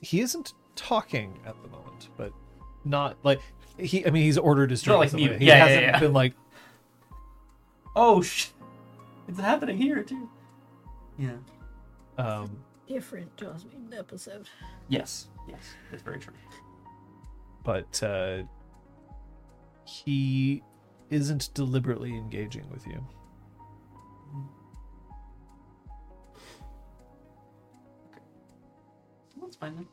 Speaker 4: he isn't talking at the moment, but not like he. I mean, he's ordered his
Speaker 1: Not
Speaker 4: drink.
Speaker 1: like
Speaker 4: somewhere.
Speaker 1: me.
Speaker 4: He
Speaker 1: Yeah, yeah,
Speaker 4: hasn't
Speaker 1: yeah.
Speaker 4: been like
Speaker 1: Oh sh! It's happening here too. Yeah.
Speaker 4: um,
Speaker 3: Different Joss Whedon episode.
Speaker 1: Yes. Yes. That's very true.
Speaker 4: but uh, he isn't deliberately engaging with you.
Speaker 1: That's fine then.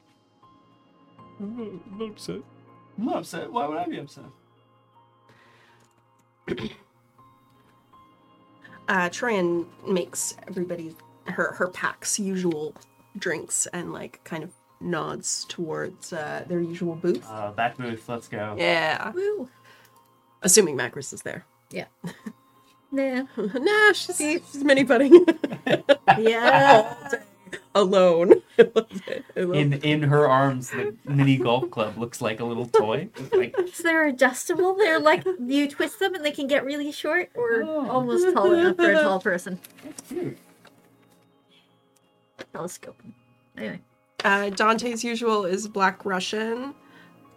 Speaker 4: I'm not upset.
Speaker 1: I'm not upset. Why would I be upset?
Speaker 2: Uh, Tran makes everybody her her pack's usual drinks and like kind of nods towards uh, their usual booth.
Speaker 1: Uh, back booth. Let's go.
Speaker 2: yeah,
Speaker 3: Woo.
Speaker 2: assuming Macris is there. *laughs*
Speaker 3: Nah.
Speaker 2: nah, she's, she's mini putting
Speaker 3: Yeah.
Speaker 2: *laughs* alone. *laughs* I love it. I love
Speaker 1: In
Speaker 2: it.
Speaker 1: in her arms, the mini golf club looks like a little toy. It's like *laughs*
Speaker 3: So *laughs* they're adjustable. They're like you twist them and they can get really short or
Speaker 1: Oh.
Speaker 3: almost tall enough for a *laughs* tall person.
Speaker 1: that's cute.
Speaker 3: Telescope. 'em. Anyway,
Speaker 2: Uh, Dante's usual is Black Russian.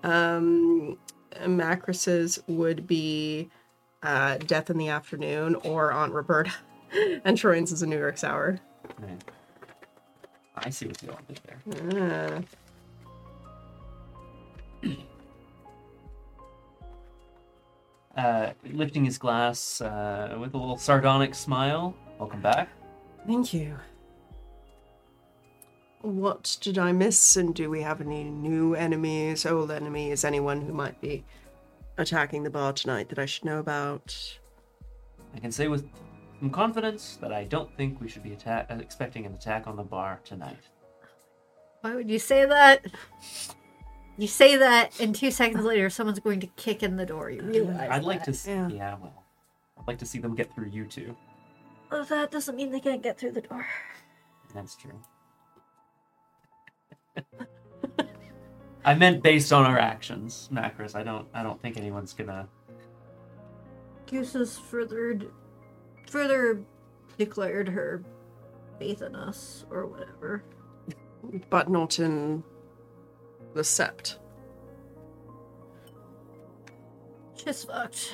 Speaker 2: Um, Macris's would be uh, Death in the Afternoon or Aunt Roberta. *laughs* and Troyan's is a New York Sour.
Speaker 1: Man. I see what you all did there.
Speaker 2: Uh,
Speaker 1: *clears throat* Uh, lifting his glass uh, with a little sardonic smile. Welcome back.
Speaker 2: thank you. What did I miss? And do we have any new enemies, old enemies, anyone who might be attacking the bar tonight that I should know about?
Speaker 1: I can say with some confidence that I don't think we should be atta- uh, expecting an attack on the bar tonight.
Speaker 3: why would you say that? You say that, and two seconds later, someone's going to kick in the door. You realize.
Speaker 1: I'd like to.
Speaker 3: that.
Speaker 1: s
Speaker 2: yeah.
Speaker 1: yeah, well, I'd like to see them get through you two.
Speaker 3: Oh, that doesn't mean they can't get through the door.
Speaker 1: That's true. I meant based on our actions, Macris. I don't. I don't think anyone's gonna.
Speaker 3: Goose's further, further declared her faith in us or whatever.
Speaker 2: But not in the sept.
Speaker 3: Just fucked.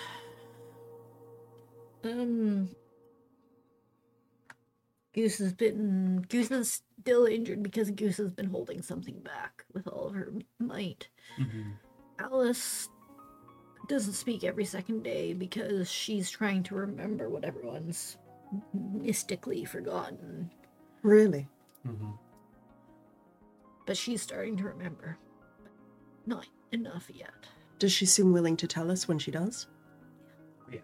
Speaker 3: Um. Goose has been. Goose is still injured because Goose has been holding something back with all of her might. Alice doesn't speak every second day because she's trying to remember what everyone's mystically forgotten,
Speaker 2: Really?
Speaker 1: hmm
Speaker 3: but she's starting to remember. Not enough yet.
Speaker 2: Does she seem willing to tell us when she does?
Speaker 1: Yeah.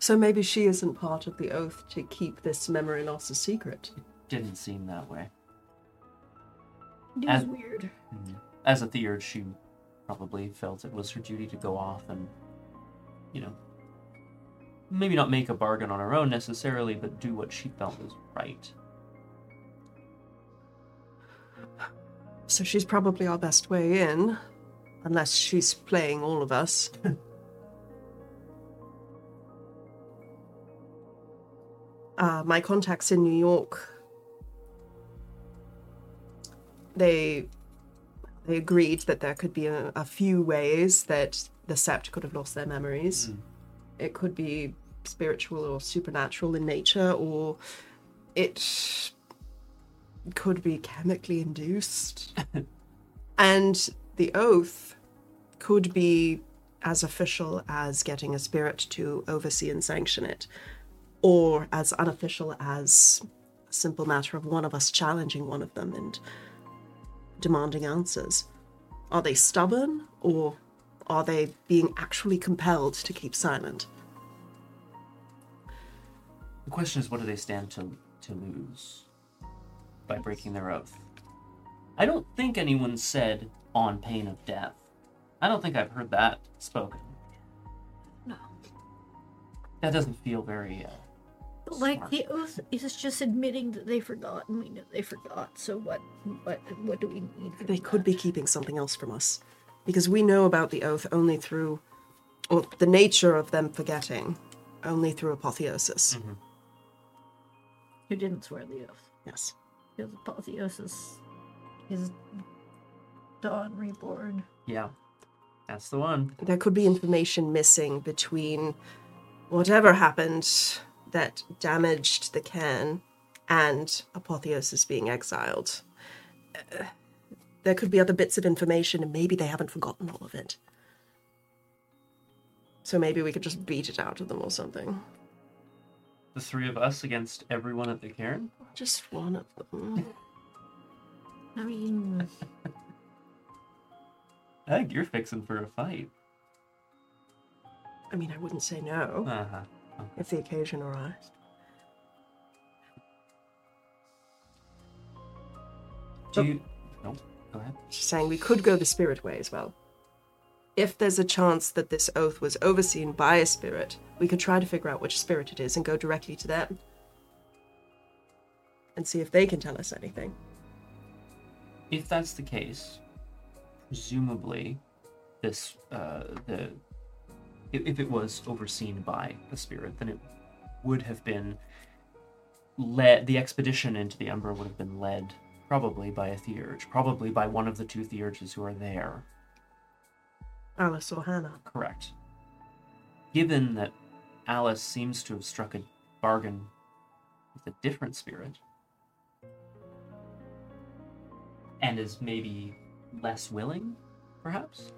Speaker 2: So maybe she isn't part of the oath to keep this memory loss a secret.
Speaker 1: Didn't seem that way.
Speaker 3: It was
Speaker 1: As-
Speaker 3: weird.
Speaker 1: As a theurge, she probably felt it was her duty to go off and, you know, maybe not make a bargain on her own necessarily, but do what she felt was right.
Speaker 2: So she's probably our best way in, unless she's playing all of us. *laughs* uh, my contacts in New York, they they agreed that there could be a, a few ways that the Sept could have lost their memories. It could be spiritual or supernatural in nature, or it could be chemically induced. and the oath could be as official as getting a spirit to oversee and sanction it, or as unofficial as a simple matter of one of us challenging one of them and demanding answers. Are they stubborn, or are they being actually compelled to keep silent?
Speaker 1: The question is, what do they stand to to lose by breaking their oath? I don't think anyone said on pain of death. I don't think I've heard that spoken.
Speaker 3: No.
Speaker 1: That doesn't feel very. Uh,
Speaker 3: But like
Speaker 1: smart.
Speaker 3: the oath is just admitting that they forgot, and we know they forgot. So what? What? What do we need? from
Speaker 2: They could be
Speaker 3: that?
Speaker 2: keeping something else from us. Because we know about the oath only through, or the nature of them forgetting, only through apotheosis.
Speaker 3: Who didn't swear the oath?
Speaker 2: Yes.
Speaker 3: Because apotheosis is dawn reborn.
Speaker 1: Yeah, that's the one.
Speaker 2: There could be information missing between whatever happened that damaged the cairn and apotheosis being exiled. Uh, There could be other bits of information, and maybe they haven't forgotten all of it. So maybe we could just beat it out of them or something.
Speaker 1: The three of us against everyone at the cairn.
Speaker 2: Just one of them.
Speaker 3: I mean,
Speaker 1: I think you're fixing for a fight.
Speaker 2: I mean, I wouldn't say no
Speaker 1: Uh huh.
Speaker 2: if the occasion arrived.
Speaker 1: Do
Speaker 2: Oh.
Speaker 1: you? No. Go ahead.
Speaker 2: She's saying we could go the spirit way as well. If there's a chance that this oath was overseen by a spirit, we could try to figure out which spirit it is and go directly to them and see if they can tell us anything.
Speaker 1: If that's the case, presumably, this uh, the if, if it was overseen by a spirit, then it would have been led. The expedition into the Ember would have been led probably by a theurge, probably by one of the two theurges who are there.
Speaker 2: Alice or Hannah.
Speaker 1: Correct. Given that Alice seems to have struck a bargain with a different spirit, and is maybe less willing, perhaps,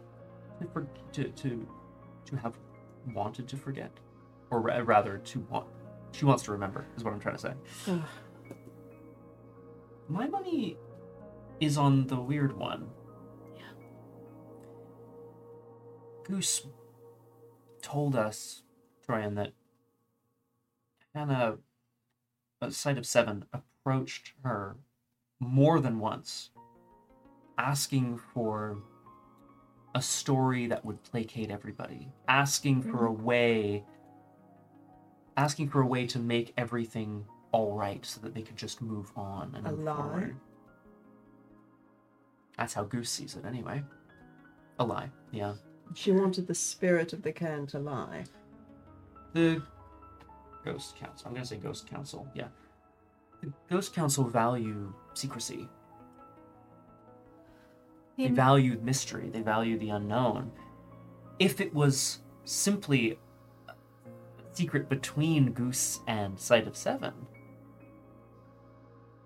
Speaker 1: to for- to to, to have wanted to forget, or ra- rather to want. She wants to remember, is what I'm trying to say.
Speaker 2: Ugh.
Speaker 1: My money is on the weird one. Goose told us, Troyan, that Hannah, a sight of seven, approached her more than once, asking for a story that would placate everybody, asking for a way, asking for a way to make everything all right, so that they could just move on and
Speaker 2: A
Speaker 1: move
Speaker 2: lie?
Speaker 1: forward. That's how Goose sees it, anyway. A lie, yeah.
Speaker 2: She wanted the spirit of the cairn to lie.
Speaker 1: the ghost council i'm going to say ghost council yeah the ghost council value secrecy They valued mystery. They valued the unknown. If it was simply a secret between Goose and Site of Seven,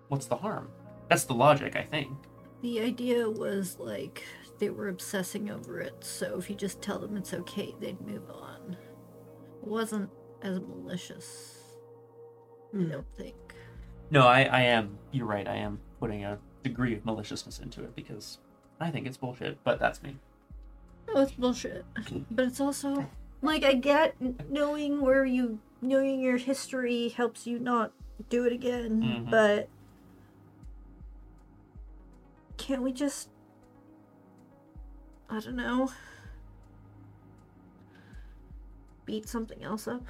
Speaker 1: what's the harm? That's the logic, I think.
Speaker 3: The idea was like they were obsessing over it, so if you just tell them it's okay, they'd move on. It wasn't as malicious,
Speaker 2: Hmm.
Speaker 3: I don't think.
Speaker 1: No, I, I am. You're right. I am putting a degree of maliciousness into it because I think it's bullshit. But that's me.
Speaker 3: No, it's bullshit. But it's also like I get n- knowing where you knowing your history helps you not do it again,
Speaker 1: Mhm.
Speaker 3: but can't we just I don't know beat something else up?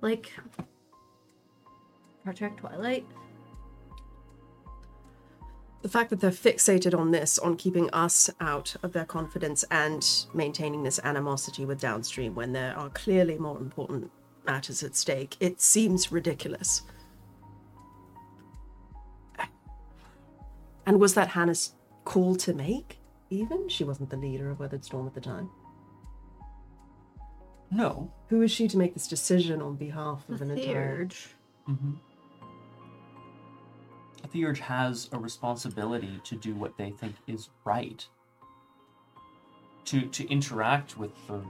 Speaker 3: Like Project Twilight?
Speaker 2: The fact that they're fixated on this, on keeping us out of their confidence and maintaining this animosity with downstream when there are clearly more important matters at stake, it seems ridiculous. And was that Hannah's call to make? Even she wasn't the leader of Weathered Storm at the time.
Speaker 1: No.
Speaker 2: Who is she to make this decision on behalf
Speaker 3: The
Speaker 2: of an entire?
Speaker 3: Theurge.
Speaker 1: Mm-hmm. The urge has a responsibility to do what they think is right. To to interact with the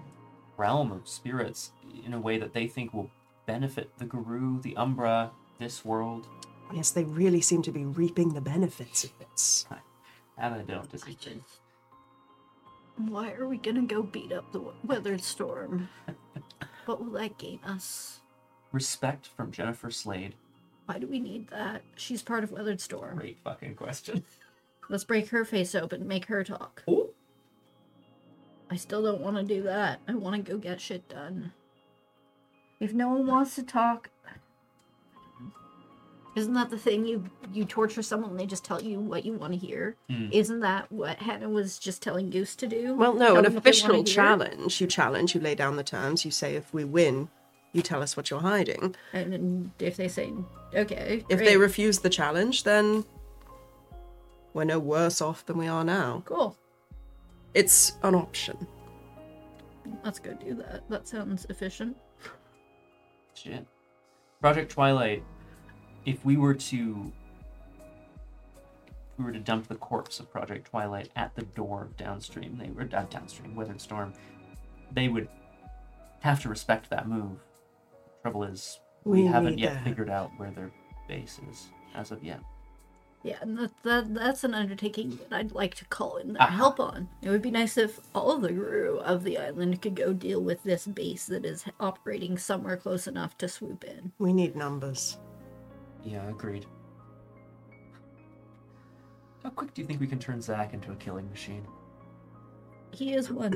Speaker 1: realm of spirits in a way that they think will benefit the guru, the umbra, this world.
Speaker 2: Yes, they really seem to be reaping the benefits of this.
Speaker 1: And I don't
Speaker 3: I
Speaker 1: disagree.
Speaker 3: just. Why are we gonna go beat up the we- weathered storm? what will that gain us?
Speaker 1: Respect from Jennifer Slade.
Speaker 3: Why do we need that? She's part of weathered storm.
Speaker 1: Great fucking question.
Speaker 3: Let's break her face open, make her talk.
Speaker 1: Oh.
Speaker 3: I still don't want to do that. I want to go get shit done. If no one wants to talk, isn't that the thing? You you torture someone, they just tell you what you want to hear.
Speaker 1: Mm.
Speaker 3: Isn't that what Hannah was just telling Goose to do?
Speaker 2: Well, no,
Speaker 3: Tell
Speaker 2: an
Speaker 3: them what they wanna
Speaker 2: official
Speaker 3: hear?
Speaker 2: challenge. You challenge, you lay down the terms, you say, if we win, you tell us what you're hiding.
Speaker 3: And then if they say okay,
Speaker 2: If
Speaker 3: great.
Speaker 2: they refuse the challenge, then we're no worse off than we are now.
Speaker 3: Cool.
Speaker 2: It's an option.
Speaker 3: Let's go do that. That sounds efficient.
Speaker 1: Shit. Project Twilight. If we were to, if we were to dump the corpse of Project Twilight at the door of Downstream, they were uh, Downstream Weathered Storm. They would have to respect that move. Trouble is, we,
Speaker 2: We
Speaker 1: haven't
Speaker 2: need
Speaker 1: yet
Speaker 2: that.
Speaker 1: figured out where their base is as of yet.
Speaker 3: Yeah, and that, that that's an undertaking that I'd like to call in their
Speaker 2: Ah.
Speaker 1: Uh-huh.
Speaker 3: help on. It would be nice if all of the guru of the island could go deal with this base that is operating somewhere close enough to swoop in.
Speaker 2: We need numbers.
Speaker 1: Yeah, agreed. How quick do you think we can turn Zack into a killing machine?
Speaker 3: He is one.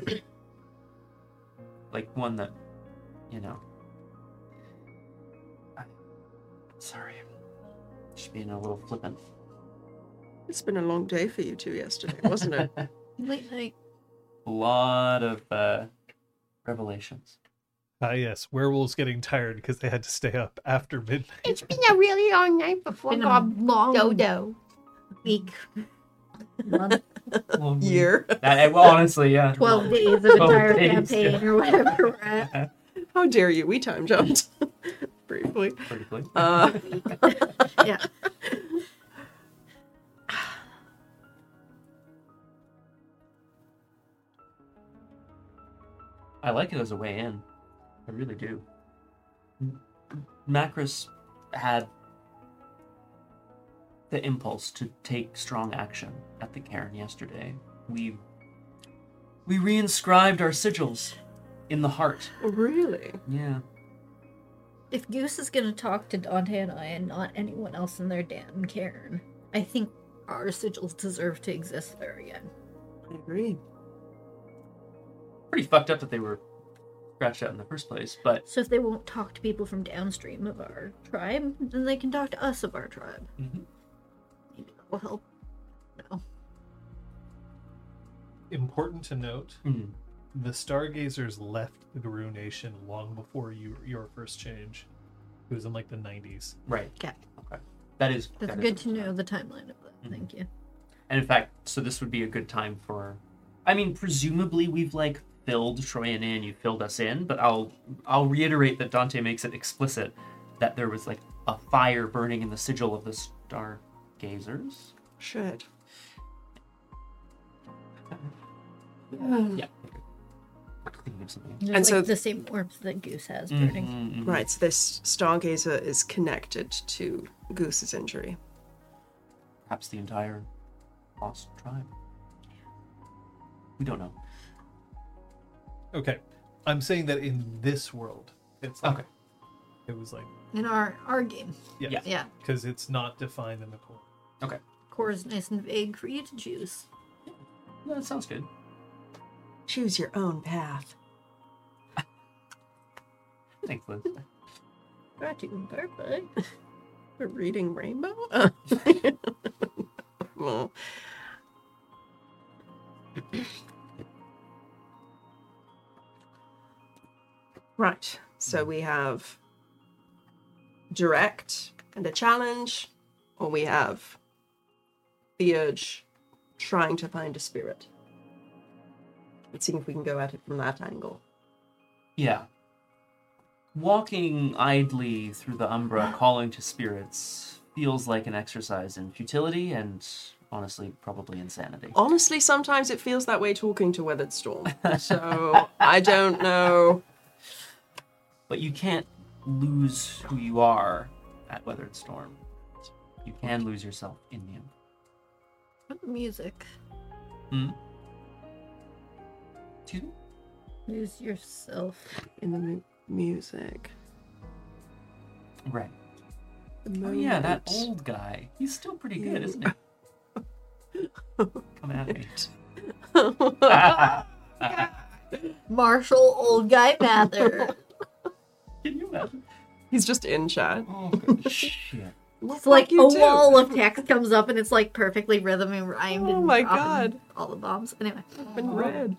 Speaker 1: like one that you know I, sorry just being a little flippant
Speaker 2: It's been a long day for you two yesterday,
Speaker 1: *laughs*
Speaker 2: wasn't it?
Speaker 3: Late night.
Speaker 1: a lot of uh revelations
Speaker 4: Ah, yes, werewolves getting tired because they had to stay up after midnight.
Speaker 6: It's been a really long night before
Speaker 3: Been a
Speaker 6: Gob
Speaker 3: long
Speaker 6: Dodo.
Speaker 3: week. Month,
Speaker 2: Year. *laughs*
Speaker 1: that, well honestly yeah
Speaker 3: *laughs* 12 days of entire
Speaker 1: days,
Speaker 3: campaign
Speaker 1: yeah.
Speaker 3: or whatever we're at.
Speaker 2: How dare you? We time jumped *laughs* briefly.
Speaker 1: pretty quick.
Speaker 2: Uh,
Speaker 3: Yeah.
Speaker 1: i like it as a way in i really do M- macris had the impulse to take strong action at the cairn yesterday we we reinscribed our sigils in the heart
Speaker 2: really?
Speaker 1: yeah
Speaker 3: If Goose is going to talk to Dante and I and not anyone else in their damn cairn, I think our sigils deserve to exist there again.
Speaker 2: I agree.
Speaker 1: pretty fucked up that they were scratched out in the first place. But
Speaker 3: So if they won't talk to people from downstream of our tribe, then they can talk to us of our tribe. Maybe that will help.
Speaker 4: Important to note
Speaker 1: Mm,
Speaker 4: the Stargazers left the Guru Nation long before you, your first change. It was in like the 90s.
Speaker 1: right.
Speaker 3: Yeah.
Speaker 1: Okay. That is
Speaker 3: That's
Speaker 1: that is
Speaker 3: good to
Speaker 1: important.
Speaker 3: know the timeline of that. Thank you.
Speaker 1: And in fact, so this would be a good time for. I mean, presumably we've like filled Troyan in, you filled us in, but I'll I'll reiterate that Dante makes it explicit that there was like a fire burning in the sigil of the stargazers.
Speaker 2: Should.
Speaker 1: Yeah. Thinking of something.
Speaker 3: There's,
Speaker 2: And so-
Speaker 3: like, the same warmth that Goose has burning.
Speaker 1: Mhm, mhm.
Speaker 2: Right, so this Stargazer is connected to Goose's injury.
Speaker 1: Perhaps the entire lost tribe. We don't know.
Speaker 4: Okay. I'm saying that in this world, it's not.
Speaker 1: Okay.
Speaker 4: It was like
Speaker 3: In our our game,
Speaker 4: yeah,
Speaker 1: Yeah.
Speaker 3: yeah,
Speaker 4: because it's not defined in the core.
Speaker 3: core is nice and vague for you to choose.
Speaker 1: No, that sounds good.
Speaker 2: Choose your own path.
Speaker 1: Thanks, Liz.
Speaker 3: Brought to you perfect.
Speaker 2: We're reading Rainbow? *laughs* well, right, so we have direct and a challenge, or we have the urge trying to find a spirit. Let's see if we can go at it from that angle.
Speaker 1: Yeah. Walking idly through the umbra, calling to spirits, feels like an exercise in futility and honestly, probably insanity.
Speaker 2: honestly sometimes it feels that way talking to weathered storm so i don't know
Speaker 1: But you can't lose who you are at Weathered Storm. You can lose yourself in the umbra.
Speaker 3: *laughs* Music.
Speaker 1: Hmm? Excuse me?
Speaker 3: Lose yourself.
Speaker 2: in the mu- music
Speaker 1: Right.
Speaker 2: the
Speaker 1: Oh, yeah, that
Speaker 2: moment.
Speaker 1: old guy. He's still pretty good, isn't he? Come at me. *laughs*
Speaker 3: Marshall Old Guy
Speaker 2: *laughs*
Speaker 3: Mather.
Speaker 1: Can you imagine?
Speaker 2: he's just in chat
Speaker 1: Oh, good shit.
Speaker 3: it's like
Speaker 2: you
Speaker 3: a
Speaker 2: do.
Speaker 3: wall of text comes up and it's like perfectly rhythm and rhymed.
Speaker 2: Oh
Speaker 3: and
Speaker 2: my
Speaker 3: dropping All the bombs. Anyway.
Speaker 2: in red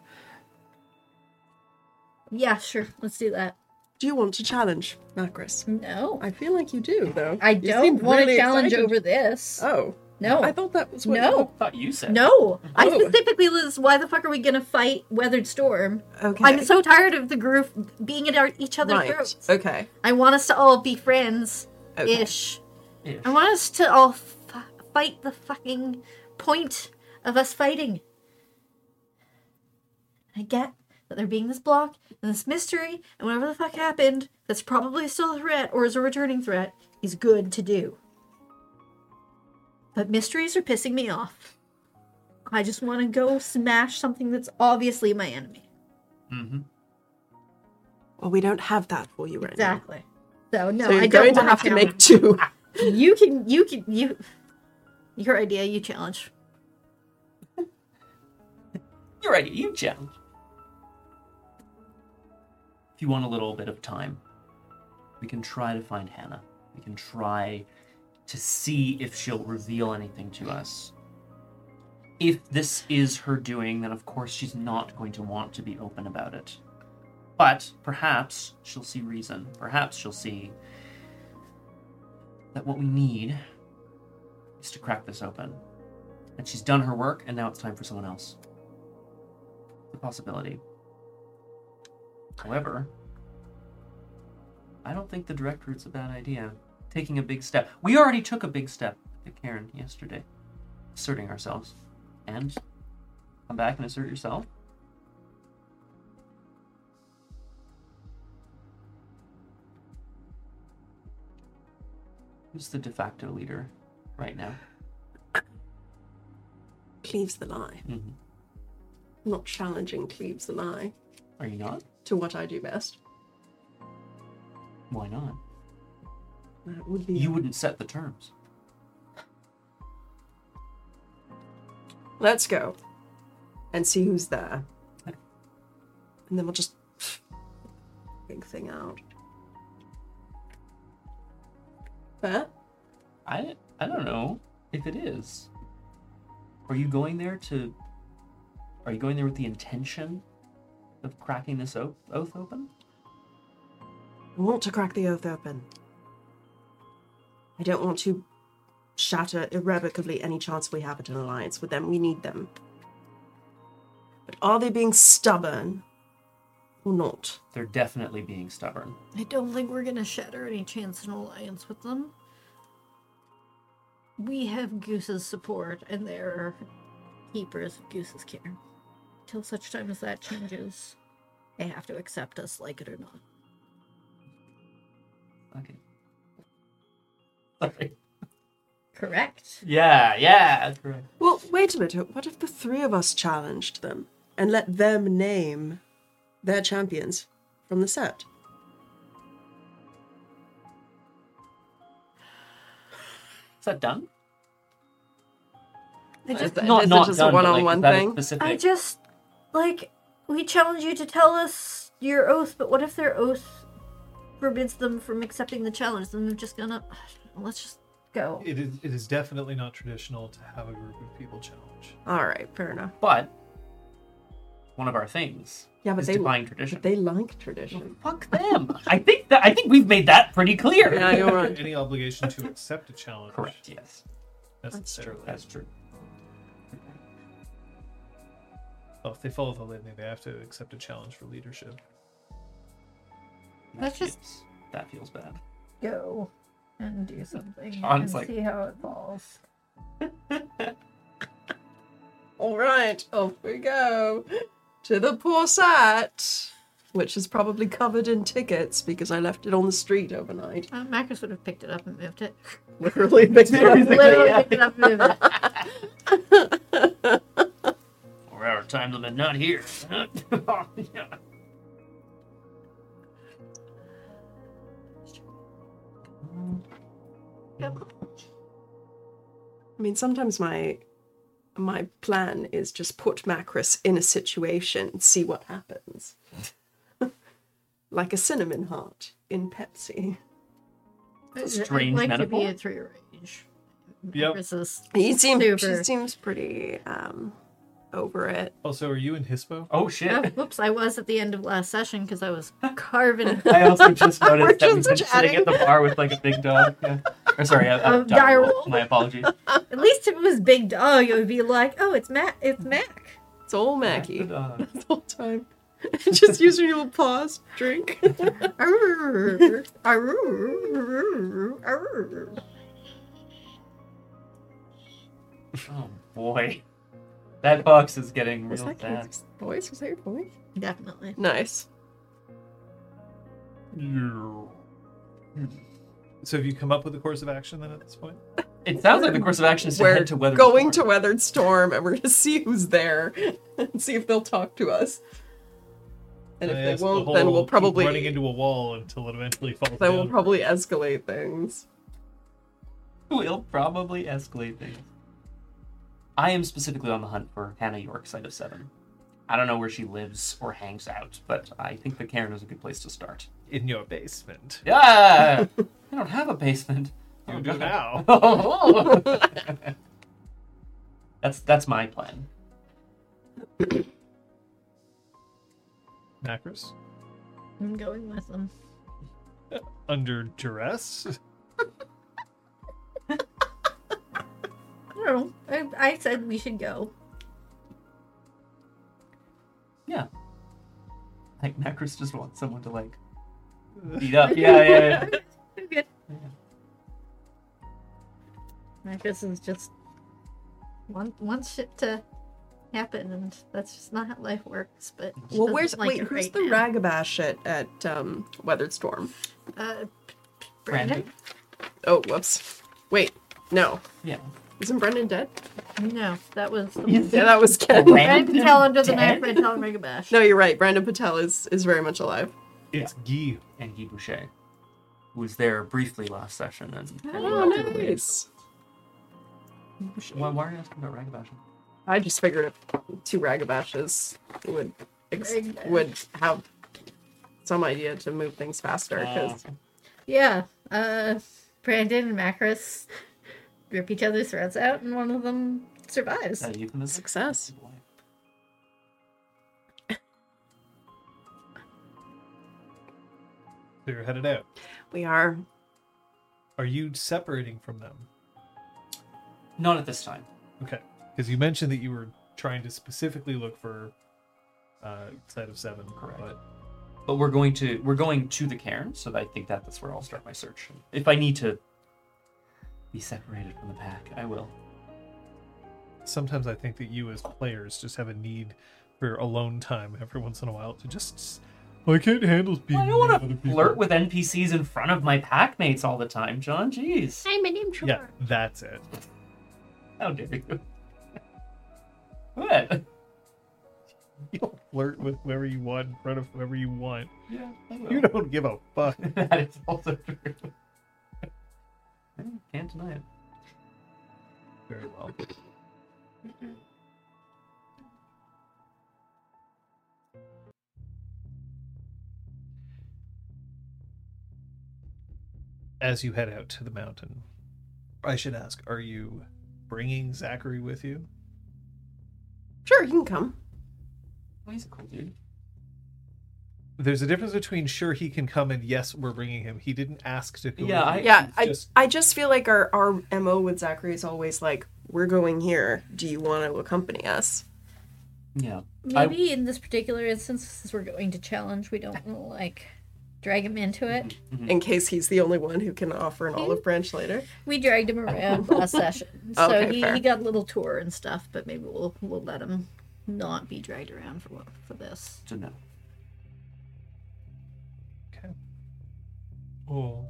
Speaker 3: Yeah, sure. Let's do that.
Speaker 2: do you want to challenge macris
Speaker 3: No.
Speaker 2: i feel like you do though
Speaker 3: I
Speaker 2: You
Speaker 3: don't
Speaker 2: seemed
Speaker 3: want to
Speaker 2: really
Speaker 3: challenge
Speaker 2: excited.
Speaker 3: over this.
Speaker 2: oh
Speaker 3: no.
Speaker 2: i thought that was what
Speaker 3: No.
Speaker 1: thought you said.
Speaker 3: no. I
Speaker 2: Oh.
Speaker 3: specifically was why the fuck are we gonna fight Weathered Storm?
Speaker 2: okay
Speaker 3: I'm so tired of the group being at our, each other's
Speaker 2: right
Speaker 3: throats.
Speaker 2: okay
Speaker 3: I want us to all be friends
Speaker 2: okay
Speaker 3: ish.
Speaker 1: Ish.
Speaker 3: I want us to all f- fight the fucking point of us fighting. I get that there being this block and this mystery and whatever the fuck happened that's probably still a threat or is a returning threat is good to do. But mysteries are pissing me off. I just want to go smash something that's obviously my enemy.
Speaker 1: Mm-hmm.
Speaker 2: well we don't have that for you right
Speaker 3: Exactly. So
Speaker 2: now
Speaker 3: no,
Speaker 2: so you're
Speaker 3: I don't
Speaker 2: going to
Speaker 3: wanna
Speaker 2: have to make
Speaker 3: challenge.
Speaker 2: two
Speaker 3: You can. You can. You. Your idea. You challenge.
Speaker 1: You're right, you challenge. If you want a little bit of time, we can try to find Hannah. We can try to see if she'll reveal anything to us. If this is her doing, then of course she's not going to want to be open about it. But perhaps she'll see reason. Perhaps she'll see that what we need is to crack this open. And she's done her work, and now it's time for someone else the possibility. However, I don't think the direct route's a bad idea. Taking a big step. We already took a big step with Karen yesterday, asserting ourselves. And come back and assert yourself. Who's the de facto leader right now?
Speaker 2: cleaves the lie not challenging cleaves the lie
Speaker 1: Are you not?
Speaker 2: to what i do best
Speaker 1: Why not?
Speaker 2: that would be
Speaker 1: You wouldn't set the terms.
Speaker 2: Let's go and see who's there. And then we'll just big thing out. Fair?
Speaker 1: I I don't know if it is. Are you going there to? Are you going there with the intention of cracking this oath, oath open?
Speaker 2: I want to crack the oath open. I don't want to shatter irrevocably any chance we have at an alliance with them. We need them. But are they being stubborn or not?
Speaker 1: They're definitely being stubborn.
Speaker 3: I don't think we're gonna shatter any chance in alliance with them. We have Goose's support, and they're keepers of Goose's care. Till such time as that changes, they have to accept us, like it or not.
Speaker 1: Okay. Sorry.
Speaker 3: Correct.
Speaker 1: Yeah, yeah, that's correct.
Speaker 2: Well, wait a minute. What if the three of us challenged them and let them name their champions from the set?
Speaker 1: Is that done?
Speaker 3: I just,
Speaker 2: Is it just a
Speaker 1: done, but, like,
Speaker 2: one-on-one
Speaker 1: is that a
Speaker 2: thing?
Speaker 1: Specific...
Speaker 3: I just like we challenge you to tell us your oath, but what if their oath forbids them from accepting the challenge? Then they're just gonna let's just go.
Speaker 4: It is, it is definitely not traditional to have a group of people challenge.
Speaker 2: All right, fair enough.
Speaker 1: But one of our things
Speaker 2: Yeah, but
Speaker 1: is
Speaker 2: they-
Speaker 1: defying tradition.
Speaker 2: But they like tradition.
Speaker 1: Fuck them. I think that I think we've made that pretty clear. *laughs*
Speaker 2: *laughs* yeah, you're right.
Speaker 4: Any obligation to accept a challenge
Speaker 1: Correct. Yes,
Speaker 4: necessarily.
Speaker 1: that's true.
Speaker 4: Oh, if they follow the litany, they have to accept a challenge for leadership.
Speaker 1: That
Speaker 3: That's just-
Speaker 1: feels- that feels bad.
Speaker 3: go and do something
Speaker 1: Sean's like-
Speaker 3: how it falls.
Speaker 2: All right, off we go to the poor set, which is probably covered in tickets because I left it on the street overnight.
Speaker 3: Uh, Marcus would have picked it up and
Speaker 1: *laughs*
Speaker 3: moved it.
Speaker 2: Literally, *laughs*
Speaker 1: Seriously.
Speaker 3: Literally
Speaker 1: yeah.
Speaker 3: picked it up and moved it.
Speaker 1: Four hour time limit not here. *laughs*
Speaker 3: Yep.
Speaker 2: I mean, sometimes my my plan is just put Macris in a situation and see what happens, *laughs* like a cinnamon heart in Pepsi.
Speaker 1: It's a *laughs* strange
Speaker 3: I'd like to
Speaker 1: metaphor.
Speaker 3: be a three range.
Speaker 4: Yep.
Speaker 3: Marcus is-
Speaker 2: He seems she
Speaker 3: Super.
Speaker 2: seems pretty um over it.
Speaker 4: Also, are you in Hispo?
Speaker 1: oh
Speaker 3: Oh,
Speaker 1: shit!
Speaker 3: whoops, I was at the end of last session because I
Speaker 1: *laughs*
Speaker 3: was carving
Speaker 1: I
Speaker 2: *laughs*
Speaker 1: also just
Speaker 2: We're
Speaker 1: noticed that we've
Speaker 2: just
Speaker 1: been sitting at
Speaker 2: chatting.
Speaker 1: the bar with like a big
Speaker 2: *laughs*
Speaker 1: dog. Yeah. Or sorry, a, a
Speaker 2: Um,
Speaker 3: A
Speaker 1: dire
Speaker 3: direwolf.
Speaker 1: wolf. My apologies.
Speaker 3: At least if it was Big Dog, it would be like, oh, it's Mac. It's Mac.
Speaker 2: It's all
Speaker 1: The
Speaker 2: *laughs* Maggie
Speaker 1: dog.
Speaker 2: the whole time. *laughs* just use your little pause drink. *laughs*
Speaker 3: Arr, arr, arr, arr.
Speaker 1: Oh boy, that box is getting
Speaker 2: Was
Speaker 1: real
Speaker 2: that
Speaker 1: bad.
Speaker 2: Kate's voice? Was that your voice?
Speaker 3: Definitely.
Speaker 2: Nice.
Speaker 4: So, have you come up with a course of action then at this point?
Speaker 1: It sounds like the course of action is to
Speaker 2: We're
Speaker 1: head to weather.
Speaker 2: going to Weathered Storm and we're gonna *laughs* see who's there and see if they'll talk to us. And if
Speaker 4: I asked
Speaker 2: they
Speaker 4: Oh, the
Speaker 2: won't,
Speaker 4: whole
Speaker 2: then we'll
Speaker 4: keep
Speaker 2: probably
Speaker 4: running into a wall until it eventually falls
Speaker 2: then
Speaker 4: down.
Speaker 2: we'll probably escalate things.
Speaker 1: will probably escalate things. I am specifically on the hunt for Hannah York, site of seven. I don't know where she lives or hangs out, but I think the Cairn is a good place to start.
Speaker 4: in your basement.
Speaker 2: *laughs*
Speaker 1: Yeah, I don't have a basement.
Speaker 4: You
Speaker 1: Oh,
Speaker 4: do
Speaker 1: God. *laughs*
Speaker 4: now.
Speaker 1: that's that's my plan.
Speaker 4: Macros
Speaker 3: I'm going with them.
Speaker 4: under duress.
Speaker 3: I don't know. I, I said we should go.
Speaker 1: Yeah, like Macris just wants someone to like beat up. Yeah, yeah,
Speaker 2: *laughs*
Speaker 1: yeah.
Speaker 3: We're good. Marcus is just want wants shit to happen, and that's just not how life works. But she
Speaker 2: Well,
Speaker 3: doesn't
Speaker 2: where's
Speaker 3: like
Speaker 2: wait?
Speaker 3: it
Speaker 2: Who's
Speaker 3: right
Speaker 2: the
Speaker 3: now.
Speaker 2: ragabash at at um, Weathered Storm?
Speaker 3: Uh, P- P- Brandon?
Speaker 2: Oh, whoops. Wait, no,
Speaker 1: Yeah.
Speaker 2: isn't Brendan dead?
Speaker 3: No, that was the
Speaker 1: You
Speaker 2: Yeah, that was Ken.
Speaker 3: Brandon Patel under the knife.
Speaker 1: Dead?
Speaker 3: Brandon Patel and Rigabash.
Speaker 2: No, you're right. Brandon Patel is is very much alive.
Speaker 4: It's Guy.
Speaker 1: and Guy Boucher, who was there briefly last session. And, and
Speaker 2: Oh,
Speaker 1: left it away.
Speaker 2: nice.
Speaker 1: Why, why are you asking about Ragabash?
Speaker 2: I just figured if two ragabashes would ex-
Speaker 3: Ragabash.
Speaker 2: would have some idea to move things faster
Speaker 4: Oh.
Speaker 2: because
Speaker 3: Yeah. Uh Brandon and Macris rip each other's throats out and one of them
Speaker 1: Is
Speaker 3: survives.
Speaker 1: that a euphemism?
Speaker 2: success.
Speaker 4: So you're headed out.
Speaker 2: We are
Speaker 4: Are you separating from them?
Speaker 1: Not at this time.
Speaker 4: Okay. Because you mentioned that you were trying to specifically look for uh, side of seven.
Speaker 1: Correct.
Speaker 4: But
Speaker 1: But we're going to we're going to the cairn, so I think that that's where I'll start my search. If I need to be separated from the pack, I will.
Speaker 4: sometimes I think that you, as players, just have a need for alone time every once in a while to just. I can't handle being.
Speaker 1: I don't want
Speaker 4: other
Speaker 1: to
Speaker 4: people."
Speaker 1: flirt with NPCs in front of my pack mates all the time, John. Jeez,
Speaker 6: I'm an introvert.
Speaker 4: Yeah, that's it. *laughs*
Speaker 1: how dare you? *laughs* What?
Speaker 4: You'll flirt with whoever you want in front of whoever you want.
Speaker 1: Yeah, I will.
Speaker 4: You don't give a fuck.
Speaker 1: *laughs* that is also true. *laughs* I can't deny it.
Speaker 4: Very well. As you head out to the mountain, I should ask: Are you bringing Zachary with you?
Speaker 2: Sure, you can come.
Speaker 1: Oh, he's a cool dude.
Speaker 4: There's a difference between sure he can come and yes we're bringing him. He didn't ask to go.
Speaker 1: Yeah,
Speaker 4: with
Speaker 1: I-
Speaker 4: you.
Speaker 2: Yeah,
Speaker 4: He's
Speaker 2: I
Speaker 4: just-
Speaker 2: I just feel like our our mo with Zachary is always like, we're going here. Do you want to accompany us?
Speaker 1: Yeah. I-
Speaker 3: Maybe in this particular instance, since we're going to challenge, we don't wanna, like drag him into it.
Speaker 1: Mm-hmm.
Speaker 2: In case he's the only one who can offer an olive branch later.
Speaker 3: We dragged
Speaker 6: Oh.
Speaker 3: him
Speaker 6: *laughs*
Speaker 3: around last session, so
Speaker 2: Okay,
Speaker 3: he,
Speaker 2: fair.
Speaker 3: he got a little tour and stuff. But maybe we'll we'll let him not be dragged around for what for this.
Speaker 1: To know.
Speaker 4: Oh,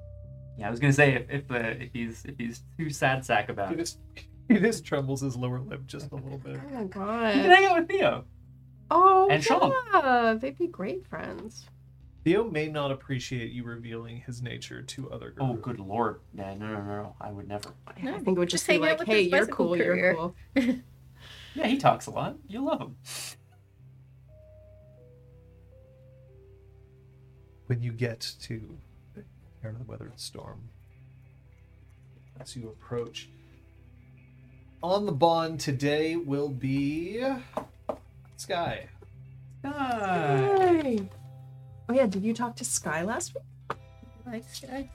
Speaker 1: Yeah, I was gonna say if if, uh, if he's if he's too sad sack about
Speaker 4: he
Speaker 1: it,
Speaker 4: just *laughs* he just trembles his lower lip just a little bit.
Speaker 6: Oh my
Speaker 1: you can
Speaker 6: god.
Speaker 1: hang out with Theo.
Speaker 6: Oh,
Speaker 1: And Sean.
Speaker 6: yeah. They'd be great friends.
Speaker 4: Theo may not appreciate you revealing his nature to other girls.
Speaker 1: Oh, good lord! Yeah, no, no, no, no, I would never.
Speaker 3: No,
Speaker 6: I think it would
Speaker 3: just
Speaker 6: just, be
Speaker 3: hang out
Speaker 6: like,
Speaker 3: with
Speaker 6: hey,
Speaker 3: his
Speaker 6: you're
Speaker 3: bicycle
Speaker 6: cool,
Speaker 3: courier."
Speaker 6: you're cool.
Speaker 1: Yeah, he talks a lot. You love him.
Speaker 4: when you get to the Cairn of the Weathered Storm, as you approach, on the bond today will be Sky.
Speaker 1: Ah,
Speaker 2: Yay. Oh yeah, did you talk to Sky last week?
Speaker 3: Like, I,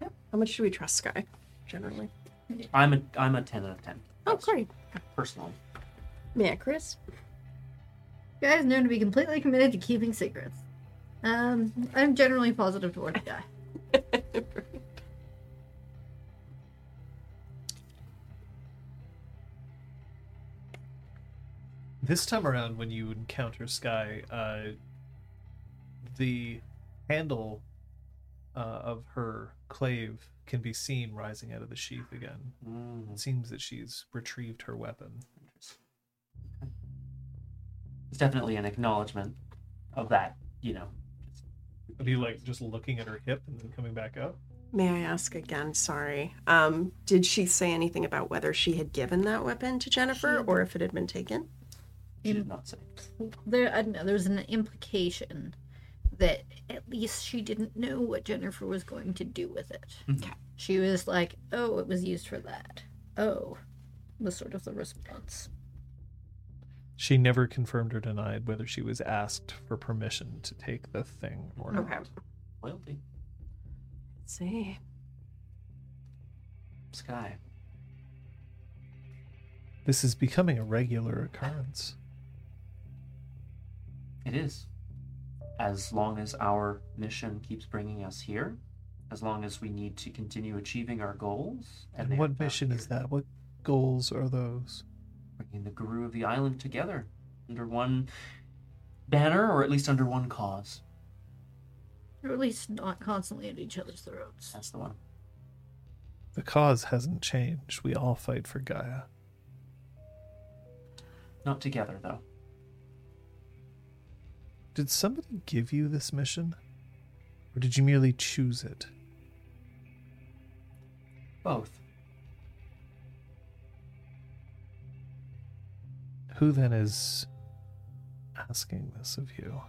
Speaker 2: How much do we trust Sky, generally?
Speaker 1: I'm a I'm a ten out of ten
Speaker 2: Oh, great.
Speaker 1: personally.
Speaker 6: Yeah, Chris.
Speaker 3: guy is known to be completely committed to keeping secrets. Um, I'm generally positive toward the guy.
Speaker 4: This time around, when you encounter Sky, uh, the handle uh, of her clave can be seen rising out of the sheath again.
Speaker 1: Mm,
Speaker 4: It seems that she's retrieved her weapon.
Speaker 1: interesting. Okay. It's definitely an acknowledgement of that. You know,
Speaker 4: Are you like just looking at her hip and then coming back up?
Speaker 2: May I ask again? Sorry. Um, did she say anything about whether she had given that weapon to Jennifer or if it had been taken?
Speaker 1: she did not say.
Speaker 3: there I don't know, there was an implication that at least she didn't know what Jennifer was going to do with it.
Speaker 1: Mhm.
Speaker 3: She was like, "Oh, it was used for that." Oh, was sort of the response.
Speaker 4: She never confirmed or denied whether she was asked for permission to take the thing or not.
Speaker 2: Okay.
Speaker 1: Loyalty,
Speaker 2: See.
Speaker 1: Sky.
Speaker 4: This is becoming a regular occurrence.
Speaker 1: It is. As long as our mission keeps bringing us here, as long as we need to continue achieving our goals.
Speaker 4: And,
Speaker 1: they are
Speaker 4: what
Speaker 1: found
Speaker 4: mission is
Speaker 1: here,
Speaker 4: that? What goals are those?
Speaker 1: Bringing the guru of the island together under one banner, or at least under one cause.
Speaker 3: Or at least not constantly at each other's throats.
Speaker 1: That's the one.
Speaker 4: The cause hasn't changed. We all fight for Gaia.
Speaker 1: Not together, though.
Speaker 4: Did somebody give you this mission? Or did you merely choose it?
Speaker 1: Both.
Speaker 4: Who then is asking this of you?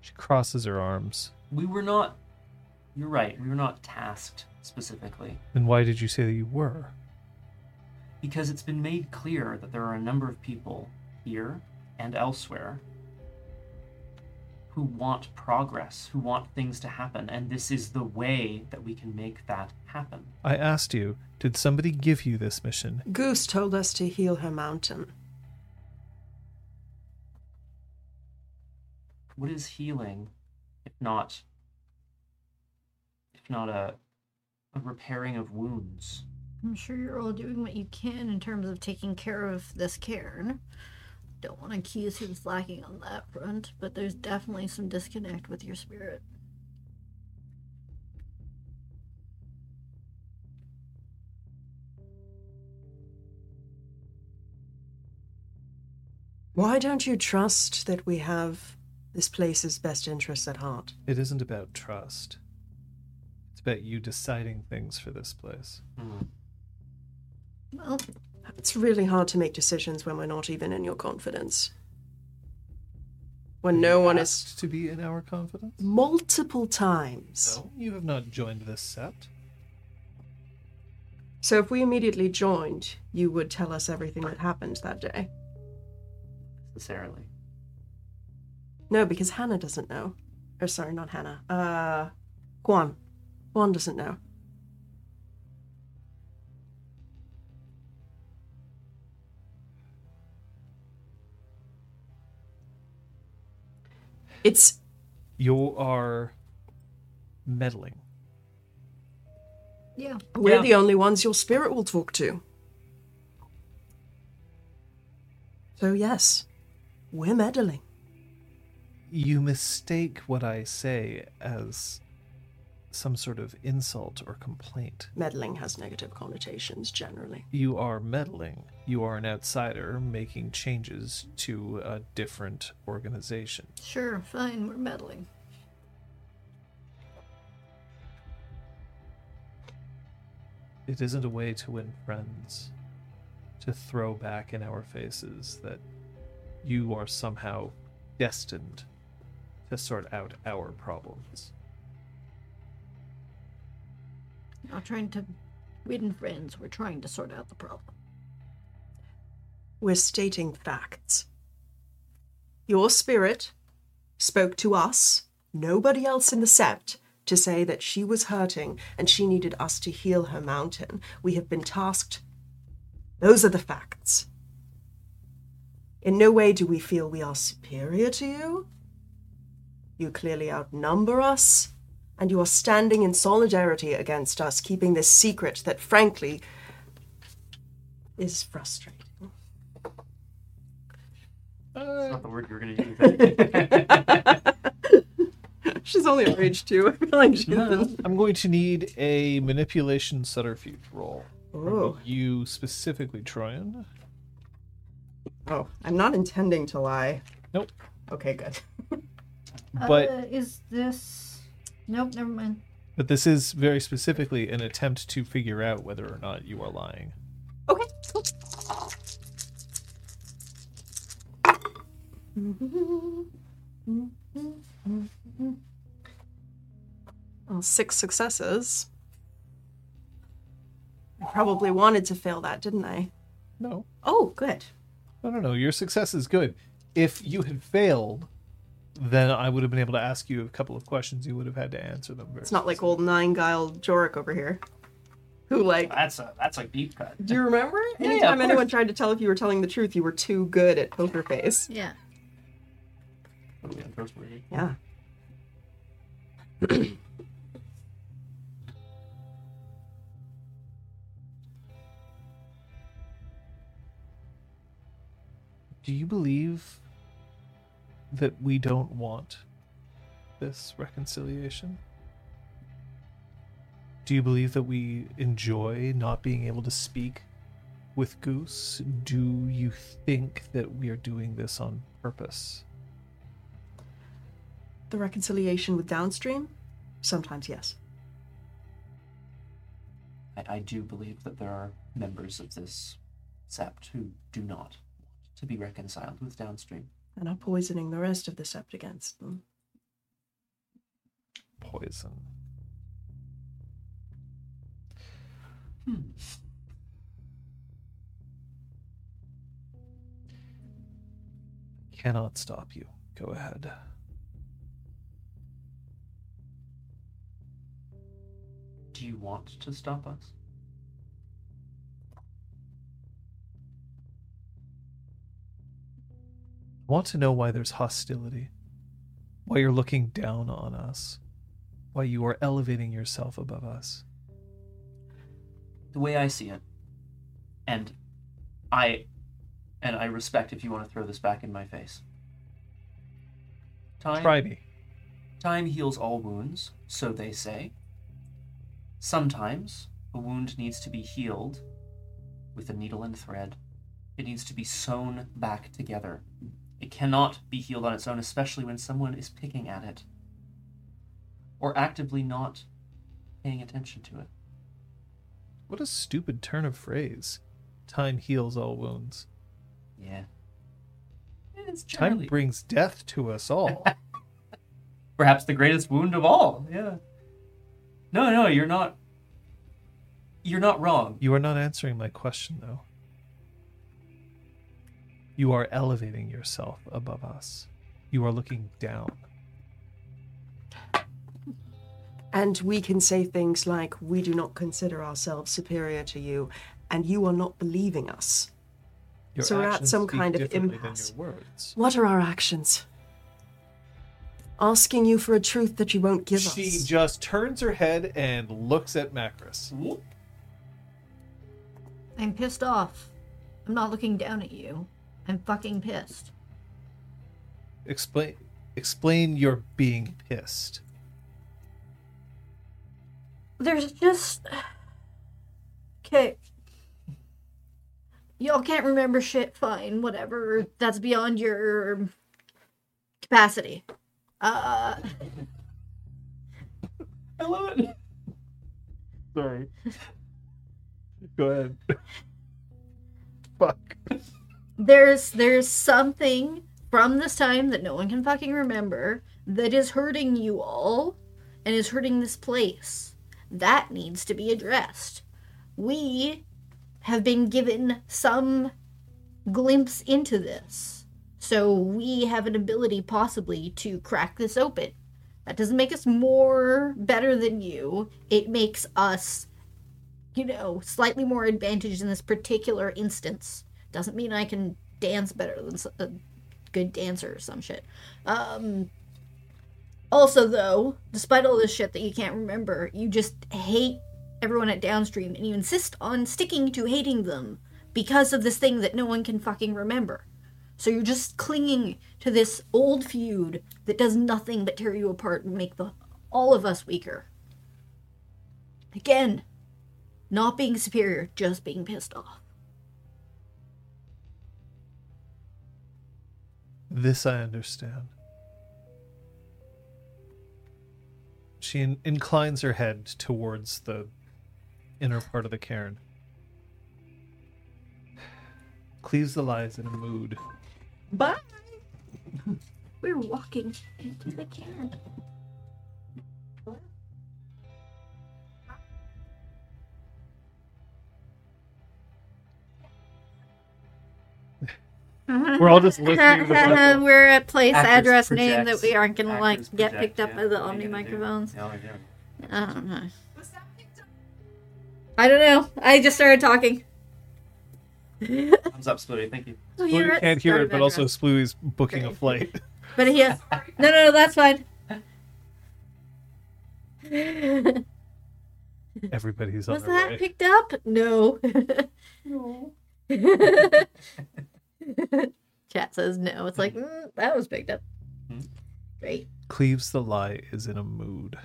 Speaker 4: She crosses her arms.
Speaker 1: We were not. You're right. We were not tasked specifically.
Speaker 4: Then why did you say that you were?
Speaker 1: because it's been made clear that there are a number of people here and elsewhere who want progress, who want things to happen, and this is the way that we can make that happen.
Speaker 4: I asked you, did somebody give you this mission?
Speaker 2: Goose told us to heal her mountain.
Speaker 1: What is healing if not if not a a repairing of wounds?
Speaker 3: I'm sure you're all doing what you can in terms of taking care of this cairn. Don't want to accuse you of slacking on that front, but there's definitely some disconnect with your spirit.
Speaker 2: Why don't you trust that we have this place's best interests at heart?
Speaker 4: It isn't about trust. It's about you deciding things for this place.
Speaker 1: Hmm.
Speaker 3: Well,
Speaker 2: It's really hard to make decisions when we're not even in your confidence. When no
Speaker 4: You
Speaker 2: one is.
Speaker 4: asked to be in our confidence.
Speaker 2: Multiple times.
Speaker 4: No, you have not joined this sect.
Speaker 2: So if we immediately joined, you would tell us everything that happened that day.
Speaker 1: Necessarily.
Speaker 2: No, because Hannah doesn't know. Oh, sorry, not Hannah. Uh, Guan. Guan doesn't know. It's
Speaker 4: You are meddling.
Speaker 3: yeah.
Speaker 2: we're
Speaker 1: Yeah.
Speaker 2: the only ones your spirit will talk to. So yes, we're meddling.
Speaker 4: You mistake what I say as some sort of insult or complaint.
Speaker 2: Meddling has negative connotations generally.
Speaker 4: You are meddling. You are an outsider making changes to a different organization.
Speaker 3: Sure, fine, we're meddling.
Speaker 4: It isn't a way to win friends, to throw back in our faces that you are somehow destined to sort out our problems.
Speaker 3: Not trying to win friends, we're trying to sort out the problem.
Speaker 2: We're stating facts. Your spirit spoke to us, nobody else in the sept, to say that she was hurting and she needed us to heal her mountain. We have been tasked. Those are the facts. In no way do we feel we are superior to you. You clearly outnumber us, and you are standing in solidarity against us, keeping this secret that, frankly, is frustrating.
Speaker 1: That's
Speaker 4: Uh,
Speaker 1: not the word you were gonna use. I
Speaker 2: She's only a rage two. *laughs* I feel like she's.
Speaker 4: I'm going to need a manipulation subterfuge roll. from
Speaker 2: Oh,
Speaker 4: You specifically, Troyan.
Speaker 2: oh, I'm not intending to lie.
Speaker 4: Nope.
Speaker 2: Okay, good.
Speaker 4: But
Speaker 3: uh, is this? Nope, never mind.
Speaker 4: but this is very specifically an attempt to figure out whether or not you are lying.
Speaker 2: Okay. Well, six successes. I probably wanted to fail that, didn't I?
Speaker 4: No,
Speaker 2: Oh, good.
Speaker 4: no, no, no. Your success is good. If you had failed, then I would have been able to ask you a couple of questions. You would have had to answer them. Very
Speaker 2: It's not like old nine guile Jorik over here, who like
Speaker 1: that's a that's a deep cut.
Speaker 2: Do you remember?
Speaker 1: Yeah,
Speaker 2: Anytime
Speaker 1: of course.
Speaker 2: anyone tried to tell if you were telling the truth, you were too good at poker face.
Speaker 3: Yeah.
Speaker 1: Totally untrustworthy.
Speaker 2: Yeah.
Speaker 4: Do you believe that we don't want this reconciliation? Do you believe that we enjoy not being able to speak with Goose? Do you think that we are doing this on purpose?
Speaker 2: The reconciliation with downstream? Sometimes, yes.
Speaker 1: I, I do believe that there are members of this sept who do not want to be reconciled with downstream.
Speaker 2: And are poisoning the rest of the sept against them.
Speaker 4: Poison.
Speaker 1: Hmm.
Speaker 4: Cannot stop you. Go ahead.
Speaker 1: Do you want to stop us?
Speaker 4: want to know why there's hostility, why you're looking down on us, why you are elevating yourself above us.
Speaker 1: the way I see it, and I and I respect if you want to throw this back in my face. Time
Speaker 4: Try me.
Speaker 1: time heals all wounds, so they say. Sometimes a wound needs to be healed with a needle and thread. It needs to be sewn back together. It cannot be healed on its own, especially when someone is picking at it or actively not paying attention to it.
Speaker 4: What a stupid turn of phrase. Time heals all wounds.
Speaker 1: Yeah. It's
Speaker 4: Time
Speaker 1: generally
Speaker 4: brings death to us all.
Speaker 1: perhaps the greatest wound of all. Yeah. No, no, you're not. You're not wrong.
Speaker 4: you are not answering my question, though. You are elevating yourself above us. You are looking down.
Speaker 2: And we can say things like, we do not consider ourselves superior to you, and you are not believing us.
Speaker 4: Your
Speaker 2: So we're at
Speaker 4: actions
Speaker 2: some
Speaker 4: speak
Speaker 2: kind of
Speaker 4: differently
Speaker 2: impasse.
Speaker 4: Than your words.
Speaker 2: What are our actions? Asking you for a truth that you won't give
Speaker 4: She
Speaker 2: us.
Speaker 4: just turns her head and looks at Macris.
Speaker 3: I'm pissed off. I'm not looking down at you. I'm fucking pissed.
Speaker 4: Explain explain your being pissed.
Speaker 3: There's just. Okay. Y'all can't remember shit, fine, whatever. That's beyond your capacity. Uh.
Speaker 1: I love it.
Speaker 4: Sorry. Go ahead. Fuck.
Speaker 3: there's there's something from this time that no one can fucking remember that is hurting you all and is hurting this place that needs to be addressed we have been given some glimpse into this so we have an ability possibly to crack this open that doesn't make us more better than you it makes us you know slightly more advantaged in this particular instance doesn't mean I can dance better than s- a good dancer or some shit. Um, also, though, despite all this shit that you can't remember, you just hate everyone at Downstream and you insist on sticking to hating them because of this thing that no one can fucking remember. So you're just clinging to this old feud that does nothing but tear you apart and make the all of us weaker. Again, not being superior, just being pissed off.
Speaker 4: This I understand. She in- inclines her head towards the inner part of the cairn. Cleaves the lies in a mood.
Speaker 6: Bye.
Speaker 3: We're walking into the cairn.
Speaker 4: We're all just listening
Speaker 3: *laughs*
Speaker 4: to the phone.
Speaker 3: *laughs* We're at place
Speaker 1: Actors
Speaker 3: address name that
Speaker 1: projects.
Speaker 3: we aren't gonna like
Speaker 1: Actors
Speaker 3: get
Speaker 1: project,
Speaker 3: picked up
Speaker 1: yeah.
Speaker 3: by the
Speaker 1: What are
Speaker 3: Omni
Speaker 1: you gonna do?
Speaker 3: microphones.
Speaker 1: No, I don't.
Speaker 3: I don't know. I don't know. I just started talking. oh,
Speaker 1: Thumbs up, Splitty. Thank you.
Speaker 3: you're
Speaker 4: Splooey
Speaker 3: Oh, at
Speaker 4: can't hear
Speaker 3: start
Speaker 4: it,
Speaker 3: of
Speaker 4: but also
Speaker 3: address.
Speaker 4: Splooey's booking a
Speaker 3: Okay. *laughs*
Speaker 4: flight.
Speaker 3: But he has. No, no, no. That's *laughs* fine.
Speaker 4: Everybody's on
Speaker 3: Was
Speaker 4: their
Speaker 3: that
Speaker 4: way.
Speaker 3: picked up? No.
Speaker 6: No.
Speaker 3: *laughs* Chat says no. It's like mm, that was picked up.
Speaker 1: Hmm.
Speaker 3: Great.
Speaker 4: Cleaves the lie is in a mood.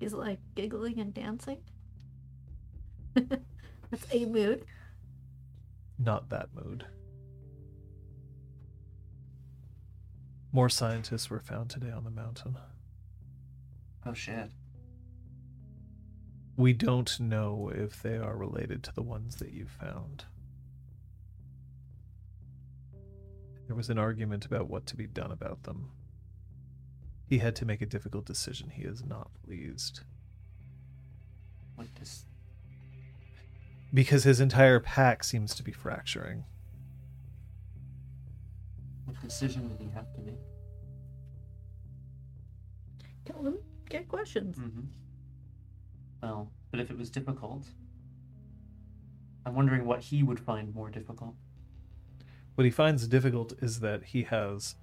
Speaker 3: He's like giggling and dancing. *laughs* That's a mood.
Speaker 4: Not that mood. More scientists were found today on the mountain.
Speaker 1: Oh shit.
Speaker 4: We don't know if they are related to the ones that you found. There was an argument about what to be done about them. He had to make a difficult decision. He is not pleased.
Speaker 1: What does?
Speaker 4: Because his entire pack seems to be fracturing.
Speaker 1: What decision did he have to make?
Speaker 3: tell them get questions.
Speaker 1: hmm Well, but if it was difficult, I'm wondering what he would find more difficult.
Speaker 4: What he finds difficult is that he has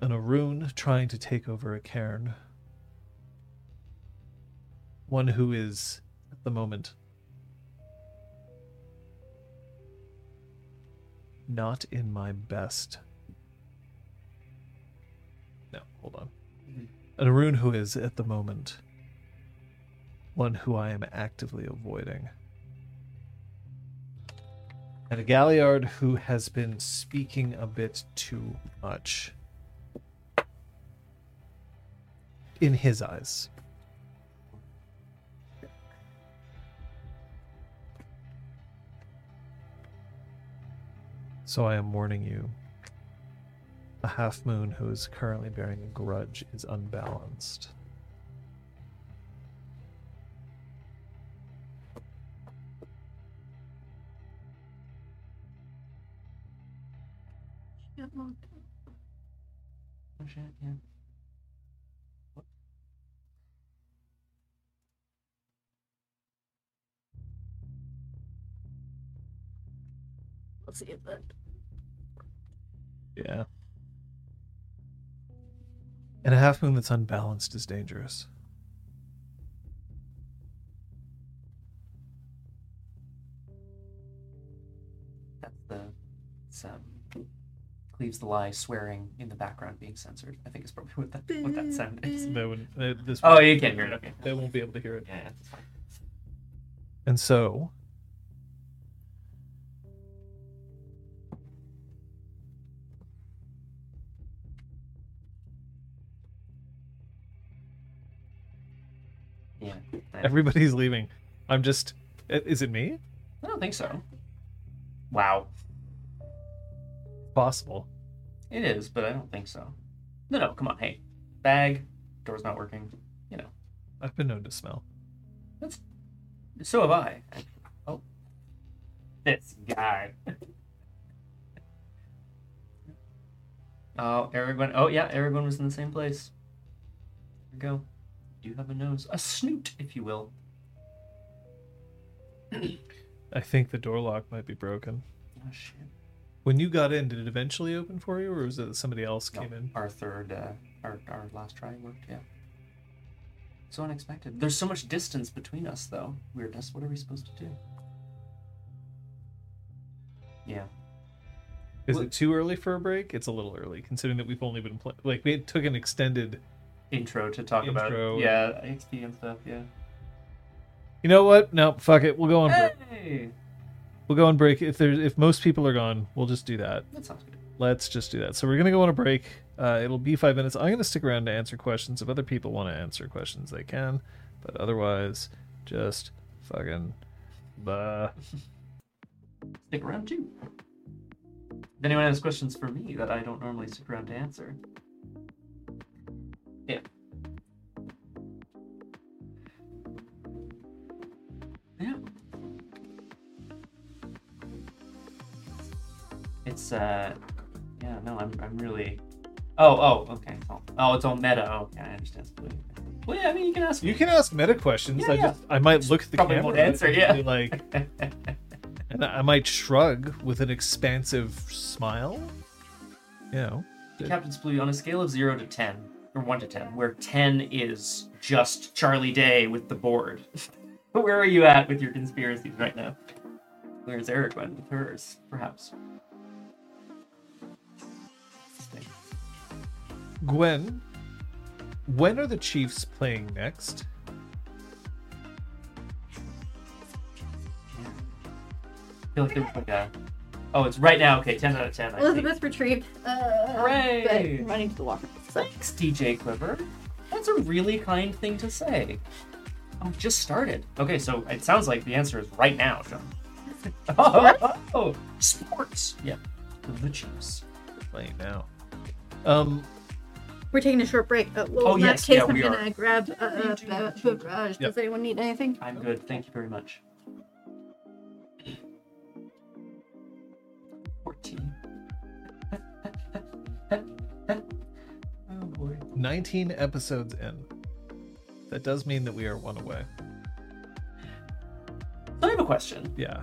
Speaker 4: an Arun trying to take over a cairn. One who is, at the moment, not in my best. No, hold on.
Speaker 1: Mhm.
Speaker 4: An Arun who is, at the moment, one who I am actively avoiding and a Galliard who has been speaking a bit too much in his eyes. So I am warning you. A half moon who is currently bearing a grudge is unbalanced.
Speaker 3: Yeah, well,
Speaker 1: Oh shit, yeah. What?
Speaker 3: Let's see *laughs* if that.
Speaker 4: Yeah. And a half moon that's unbalanced is dangerous.
Speaker 1: That's the. It's, um, Cleaves the lie swearing in the background being censored. I think is probably what that, what
Speaker 3: *laughs*
Speaker 1: that sound is.
Speaker 4: That would, that- this
Speaker 1: Oh, you can't hear it, okay.
Speaker 4: They won't be able to hear it.
Speaker 1: Yeah, yeah, that's fine.
Speaker 4: And so,
Speaker 1: Yeah. I-
Speaker 4: Everybody's leaving. I'm just. i- Is it me?
Speaker 1: I don't think so. Wow.
Speaker 4: Possible.
Speaker 1: It is, but I don't think so. No, no, come on. Hey, bag, door's not working. You know,
Speaker 4: I've been known to smell.
Speaker 1: so have I. Oh, this guy. *laughs* oh, everyone. Oh, yeah, everyone was in the same place. There we go. You have a nose, a snoot, if you will.
Speaker 4: I think the door lock might be broken.
Speaker 1: Oh shit.
Speaker 4: When you got in, did it eventually open for you, or was it that somebody else
Speaker 1: No,
Speaker 4: came in?
Speaker 1: Our third, uh, our our last try worked. Yeah. So unexpected. There's so much distance between us, though. Weirdness. What are we supposed to do? Yeah.
Speaker 4: Is
Speaker 1: Well-
Speaker 4: it too early for a break? It's a little early, considering that we've only been pla like we took an extended.
Speaker 1: Intro to talk
Speaker 4: Intro.
Speaker 1: about. Yeah, XP and stuff. Yeah.
Speaker 4: You know what? No, fuck it. We'll go
Speaker 1: Eh.
Speaker 4: on. Break.
Speaker 1: Hey,
Speaker 4: We'll go on break. If there's if most people are gone, we'll just do that.
Speaker 1: that sounds good.
Speaker 4: Let's just do that. So we're gonna go on a break. Uh, it'll be five minutes. I'm gonna stick around to answer questions. If other people want to answer questions, they can. But otherwise, just fucking bye.
Speaker 1: Stick around too. If anyone has questions for me that I don't normally stick around to answer, yeah. Yeah. It's uh, yeah. No, I'm I'm really. Oh oh okay. Oh, oh it's all meta. Oh, okay, I understand. Well, yeah. I mean, you can ask.
Speaker 4: You can ask meta questions.
Speaker 1: Yeah,
Speaker 4: I
Speaker 1: yeah.
Speaker 4: just I might look at the
Speaker 1: Probably
Speaker 4: camera
Speaker 1: won't answer,
Speaker 4: and
Speaker 1: yeah. *laughs*
Speaker 4: be like,
Speaker 1: can.
Speaker 4: and I might shrug with an expansive smile. You know,
Speaker 1: The Captain's Blue, on a scale of 0 to 10, or 1 to 10, where 10 is just Charlie Day with the board, *laughs* where are you at with your conspiracies right now? Where's Eric went with hers, perhaps? Interesting.
Speaker 4: Gwen. When are the Chiefs playing next?
Speaker 1: Yeah. I feel like there was like a. Oh, it's right now. Okay, 10 out of 10. I think.
Speaker 3: Elizabeth retrieved. Uh,
Speaker 1: Hooray!
Speaker 3: but Running to the locker.
Speaker 1: Thanks, DJ Clipper. That's a really kind thing to say. Oh, it just started. Okay, so it sounds like the answer is right now, John. *laughs* Oh, sports. Yeah, the Chiefs.
Speaker 4: Playing now. Um,
Speaker 3: We're taking a short break. Uh, well,
Speaker 1: Oh,
Speaker 3: in
Speaker 1: yes,
Speaker 3: that case,
Speaker 1: yeah,
Speaker 3: I'm
Speaker 1: we
Speaker 3: gonna
Speaker 1: are.
Speaker 3: grab uh,
Speaker 1: you
Speaker 3: uh,
Speaker 1: do
Speaker 3: ba-
Speaker 1: that,
Speaker 3: beverage.
Speaker 4: Yep.
Speaker 3: Does anyone need anything?
Speaker 1: I'm good. Thank you very much. *laughs* Fourteen. oh boy.
Speaker 4: 19 episodes in. That does mean that we are one away.
Speaker 1: So I have a question.
Speaker 4: Yeah.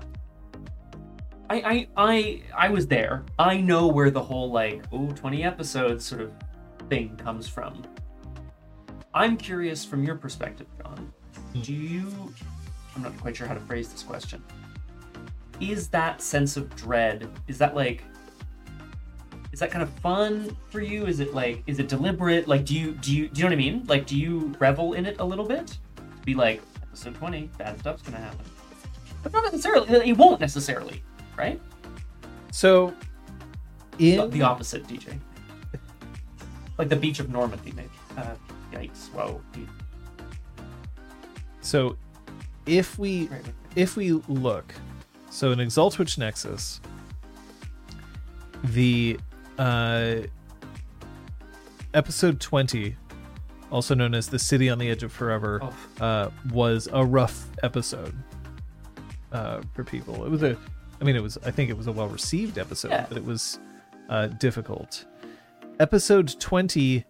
Speaker 1: I, I, I, I was there. I know where the whole like, oh, 20 episodes sort of thing comes from. I'm curious from your perspective, John. Do you? I'm not quite sure how to phrase this question. Is that sense of dread? Is that like? Is that kind of fun for you? Is it like? Is it deliberate? Like, do you do you do you know what I mean? Like, do you revel in it a little bit? To be like episode 20, bad stuff's gonna happen, but not necessarily. It won't necessarily, right?
Speaker 4: So, in
Speaker 1: The, the opposite, DJ. *laughs* like the beach of Normandy, maybe. Uh, yikes! Whoa.
Speaker 4: So if we
Speaker 1: Right.
Speaker 4: if we look, so in Exaltwitch Nexus, the uh, episode twenty, also known as the City on the Edge of Forever,
Speaker 1: Oh.
Speaker 4: uh, was a rough episode uh, for people. It was a, I mean, it was I think it was a well received episode,
Speaker 1: Yeah.
Speaker 4: but it was uh, difficult. Episode twenty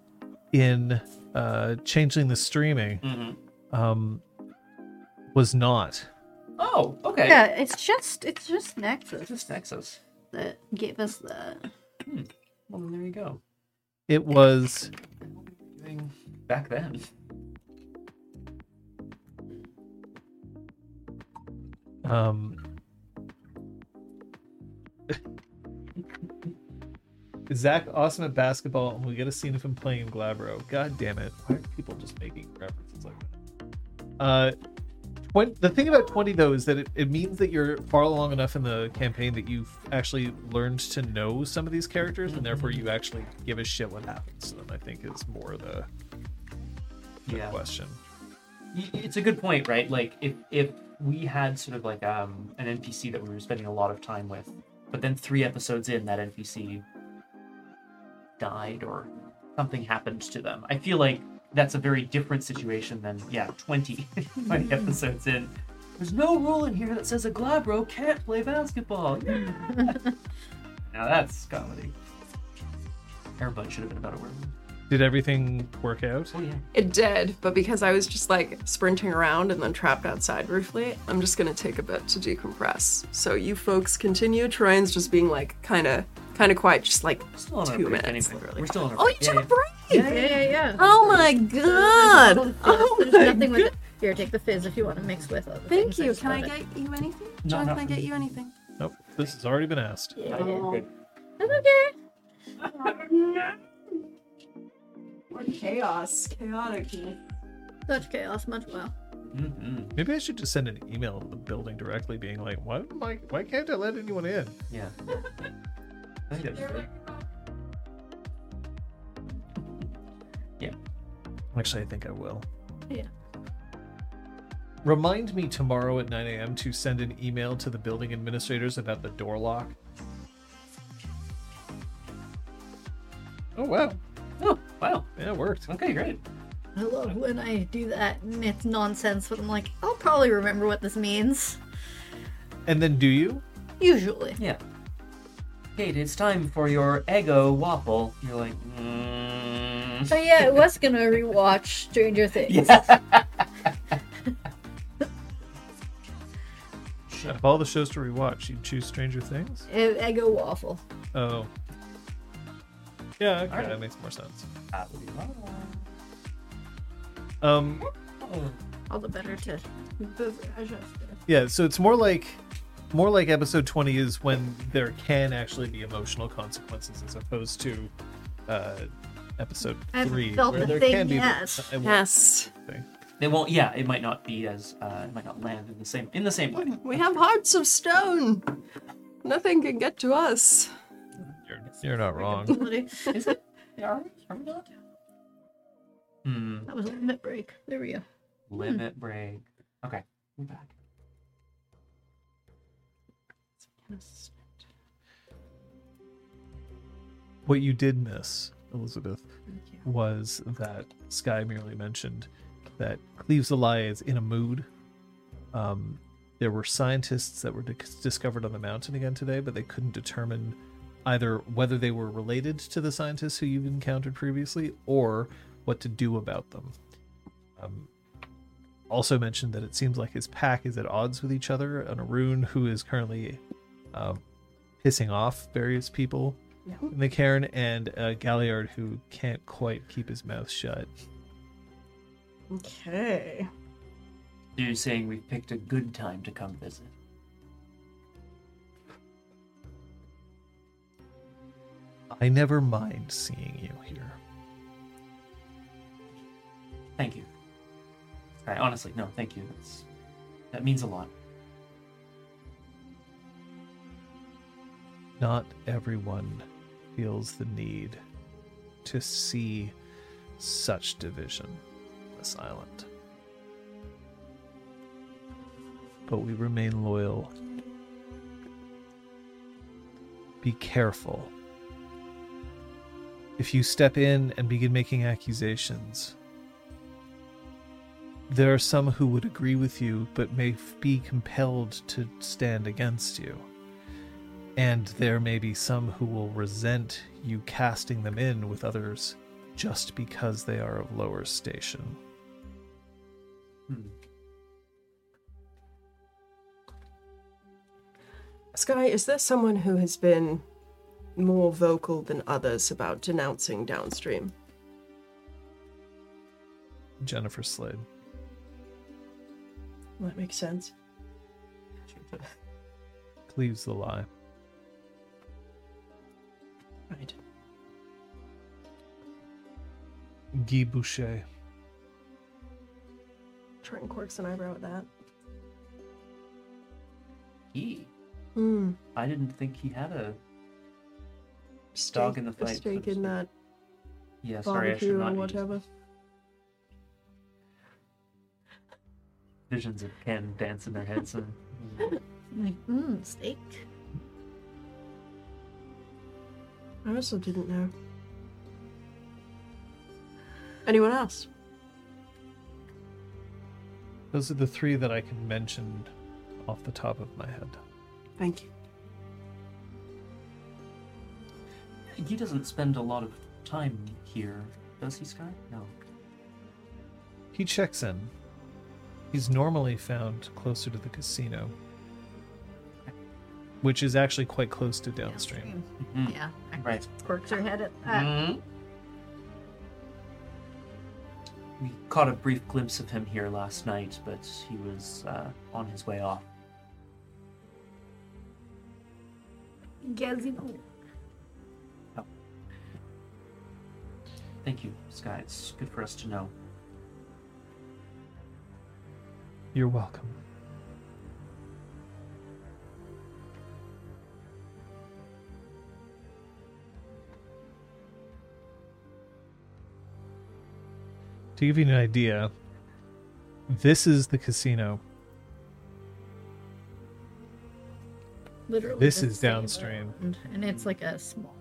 Speaker 4: in uh, Changing the Streaming
Speaker 1: hmm
Speaker 4: um, was not.
Speaker 1: Oh, okay.
Speaker 3: Yeah, it's just it's just
Speaker 1: This
Speaker 3: Nexus
Speaker 1: is Texas.
Speaker 3: that gave us that.
Speaker 1: Well, then there you go.
Speaker 4: It was
Speaker 1: Doing Back then.
Speaker 4: um, Zach awesome at basketball, and we get a scene of him playing in Glabro. God damn it! Why are people just making references like that? Uh, when, the thing about twenty though is that it, it means that you're far along enough in the campaign that you've actually learned to know some of these characters, and therefore you actually give a shit what happens to them. I think is more the, the
Speaker 1: Yeah.
Speaker 4: question.
Speaker 1: Y- It's a good point, right? Like if if we had sort of like um an NPC that we were spending a lot of time with, but then three episodes in, that NPC died or something happened to them. I feel like that's a very different situation than yeah, *laughs* 20,
Speaker 2: *laughs*
Speaker 1: 20 episodes in. There's no rule in here that says a glabro can't play
Speaker 2: *laughs*
Speaker 1: basketball. *laughs* Yeah. now that's comedy. Airbud should have been about a werewolf.
Speaker 4: Did everything work out?
Speaker 1: Oh yeah.
Speaker 2: It did, but because I was just like sprinting around and then trapped outside briefly, I'm just gonna take a bit to decompress. So you folks continue. Troyan's just being like kind of, kind of quiet, just like
Speaker 1: We're still on our
Speaker 2: two
Speaker 1: break
Speaker 2: minutes.
Speaker 1: anyway.
Speaker 2: literally.
Speaker 1: We're still on our
Speaker 2: oh, you
Speaker 1: break.
Speaker 2: took
Speaker 1: Yeah,
Speaker 2: a break.
Speaker 1: yeah. Yeah,
Speaker 3: Yeah, yeah, yeah.
Speaker 2: Oh my god. Oh
Speaker 3: There's
Speaker 2: my
Speaker 3: nothing
Speaker 2: god.
Speaker 3: with it. Here, take the fizz if you want to mix with other
Speaker 2: Thank
Speaker 3: things. I
Speaker 2: you.
Speaker 3: just
Speaker 2: Can I
Speaker 3: love it.
Speaker 2: get you anything?
Speaker 1: No,
Speaker 2: John,
Speaker 1: no.
Speaker 2: can I get you anything?
Speaker 4: Nope. This has already been asked.
Speaker 1: yeah. Yeah, you're good.
Speaker 3: That's okay.
Speaker 2: Or chaos. Chaotic.
Speaker 3: Such chaos, much well.
Speaker 1: Mm-mm.
Speaker 4: Maybe I should just send an email to the building directly, being like, "Why, why, why can't I let anyone in?"
Speaker 1: *laughs* Yeah. I think that'd be good.
Speaker 4: Actually, I think I will.
Speaker 3: Yeah.
Speaker 4: Remind me tomorrow at 9 a.m. to send an email to the building administrators about the door lock. Oh wow!
Speaker 1: Oh, wow.
Speaker 4: Yeah, it worked.
Speaker 1: Okay, great.
Speaker 3: I love when I do that and it's nonsense, but I'm like, I'll probably remember what this means.
Speaker 4: And then, do you?
Speaker 3: Usually.
Speaker 1: Yeah. Kate, it's time for your Ego Waffle. You're like, mm.
Speaker 3: But yeah, I was gonna rewatch Stranger Things.
Speaker 1: *laughs* yeah.
Speaker 4: Out of all the shows to rewatch, you choose Stranger Things.
Speaker 3: And Eggo E, Waffle.
Speaker 4: Oh. Yeah. Okay,
Speaker 1: Alright.
Speaker 4: that makes more sense.
Speaker 1: That would be wrong.
Speaker 4: Um.
Speaker 1: Oh,
Speaker 3: All the better to
Speaker 4: Yeah, so it's more like more like episode 20 is when there can actually be emotional consequences as opposed to uh episode
Speaker 3: I haven't
Speaker 4: 3
Speaker 3: felt
Speaker 4: where
Speaker 3: a
Speaker 4: there
Speaker 3: thing
Speaker 4: can be
Speaker 3: yet.
Speaker 4: I won't
Speaker 2: Yes.
Speaker 4: say.
Speaker 1: They won't. Yeah, it might not be as. Uh, it might not land in the same in the same way.
Speaker 2: We have hearts of stone. Nothing can get to us.
Speaker 4: You're, you're not wrong.
Speaker 1: *laughs* Is *laughs* it? Are we, are we not? Hmm.
Speaker 3: That was a limit break. There we go.
Speaker 1: Limit break. Okay, we're back.
Speaker 4: what you did miss, Elizabeth, was that Sky merely mentioned that Cleves Lie is in a mood. Um, there were scientists that were dis- discovered on the mountain again today, but they couldn't determine either whether they were related to the scientists who you've encountered previously or what to do about them. Um, also mentioned that it seems like his pack is at odds with each other, and Arun, who is currently um, pissing off various people in the cairn, and uh, Galliard, who can't quite keep his mouth shut.
Speaker 6: Okay.
Speaker 1: You're saying we picked a good time to come visit.
Speaker 4: I never mind seeing you here.
Speaker 1: Thank you. I honestly, no, thank you. That's that means a lot.
Speaker 4: not everyone feels the need to see such division on this island. But we remain loyal. Be careful. If you step in and begin making accusations, there are some who would agree with you but may f- be compelled to stand against you. And there may be some who will resent you casting them in with others just because they are of lower station.
Speaker 1: Hmm.
Speaker 2: Sky, is there someone who has been more vocal than others about denouncing downstream?
Speaker 4: Jennifer Slade.
Speaker 6: That makes sense.
Speaker 4: Cleaves the lie.
Speaker 6: Right.
Speaker 4: Guy Boucher.
Speaker 6: Trenton quirks an eyebrow at that.
Speaker 1: He,
Speaker 6: Hmm.
Speaker 1: I didn't think he had a.
Speaker 6: Steak,
Speaker 1: Dog in the
Speaker 6: a
Speaker 1: fight, so
Speaker 6: steak
Speaker 1: to
Speaker 6: in
Speaker 1: speak.
Speaker 6: that
Speaker 1: Yeah, sorry, I
Speaker 6: barbecue
Speaker 1: should not.
Speaker 6: or
Speaker 1: use
Speaker 6: whatever.
Speaker 1: Visions of Ken dancing their heads and.
Speaker 3: Like, mmm, steak.
Speaker 6: I also didn't know. Anyone else?
Speaker 4: Those are the three that I can mention off the top of my head.
Speaker 2: Thank you.
Speaker 1: He doesn't spend a lot of time here, does he, Sky? No.
Speaker 4: He checks in. He's normally found closer to the casino, which is actually quite close to downstream.
Speaker 1: Mhm.
Speaker 3: Yeah.
Speaker 1: Right.
Speaker 3: Quirks her head at that.
Speaker 1: Mhm. We caught a brief glimpse of him here last night, but he was uh, on his way off. Mm-hmm.
Speaker 3: Gazino.
Speaker 1: Thank you, Sky. It's good for us to know.
Speaker 4: You're welcome. To give you an idea, this is the casino.
Speaker 3: Literally.
Speaker 4: This
Speaker 3: the
Speaker 4: is
Speaker 3: same
Speaker 4: downstream.
Speaker 3: round, And it's like a small.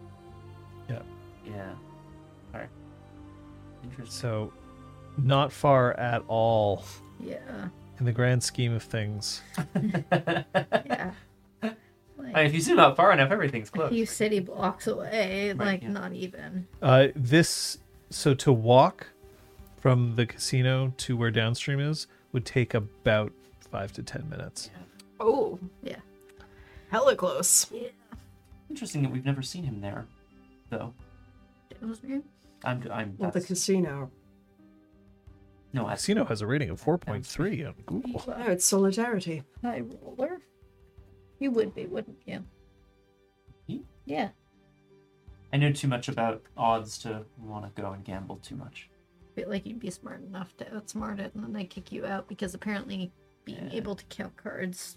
Speaker 1: Yeah. All right. Interesting.
Speaker 4: So, not far at all
Speaker 3: Yeah.
Speaker 4: in the grand scheme of things.
Speaker 3: Yeah.
Speaker 1: *laughs* I mean,
Speaker 3: Like,
Speaker 1: if you zoom out far enough, everything's
Speaker 3: a
Speaker 1: close.
Speaker 3: few city blocks away.
Speaker 1: Right,
Speaker 3: like,
Speaker 1: yeah.
Speaker 3: not even.
Speaker 4: Uh, this so to walk from the casino to where downstream is would take about five to ten minutes.
Speaker 2: Oh.
Speaker 3: Yeah.
Speaker 2: Hella close.
Speaker 1: Interesting that we've never seen him there, though.
Speaker 3: Downstream?
Speaker 1: I'm. I'm.
Speaker 6: Well, the
Speaker 1: that's-
Speaker 6: casino.
Speaker 1: no, I,
Speaker 4: Casino has a rating of four point three on Google.
Speaker 6: Oh, it's solidarity.
Speaker 3: High roller? You would be, wouldn't you?
Speaker 1: Me?
Speaker 3: Yeah.
Speaker 1: I know too much about odds to want to go and gamble too much.
Speaker 3: feel like you'd be smart enough to outsmart it and then they kick you out because apparently being
Speaker 1: Yeah.
Speaker 3: able to count cards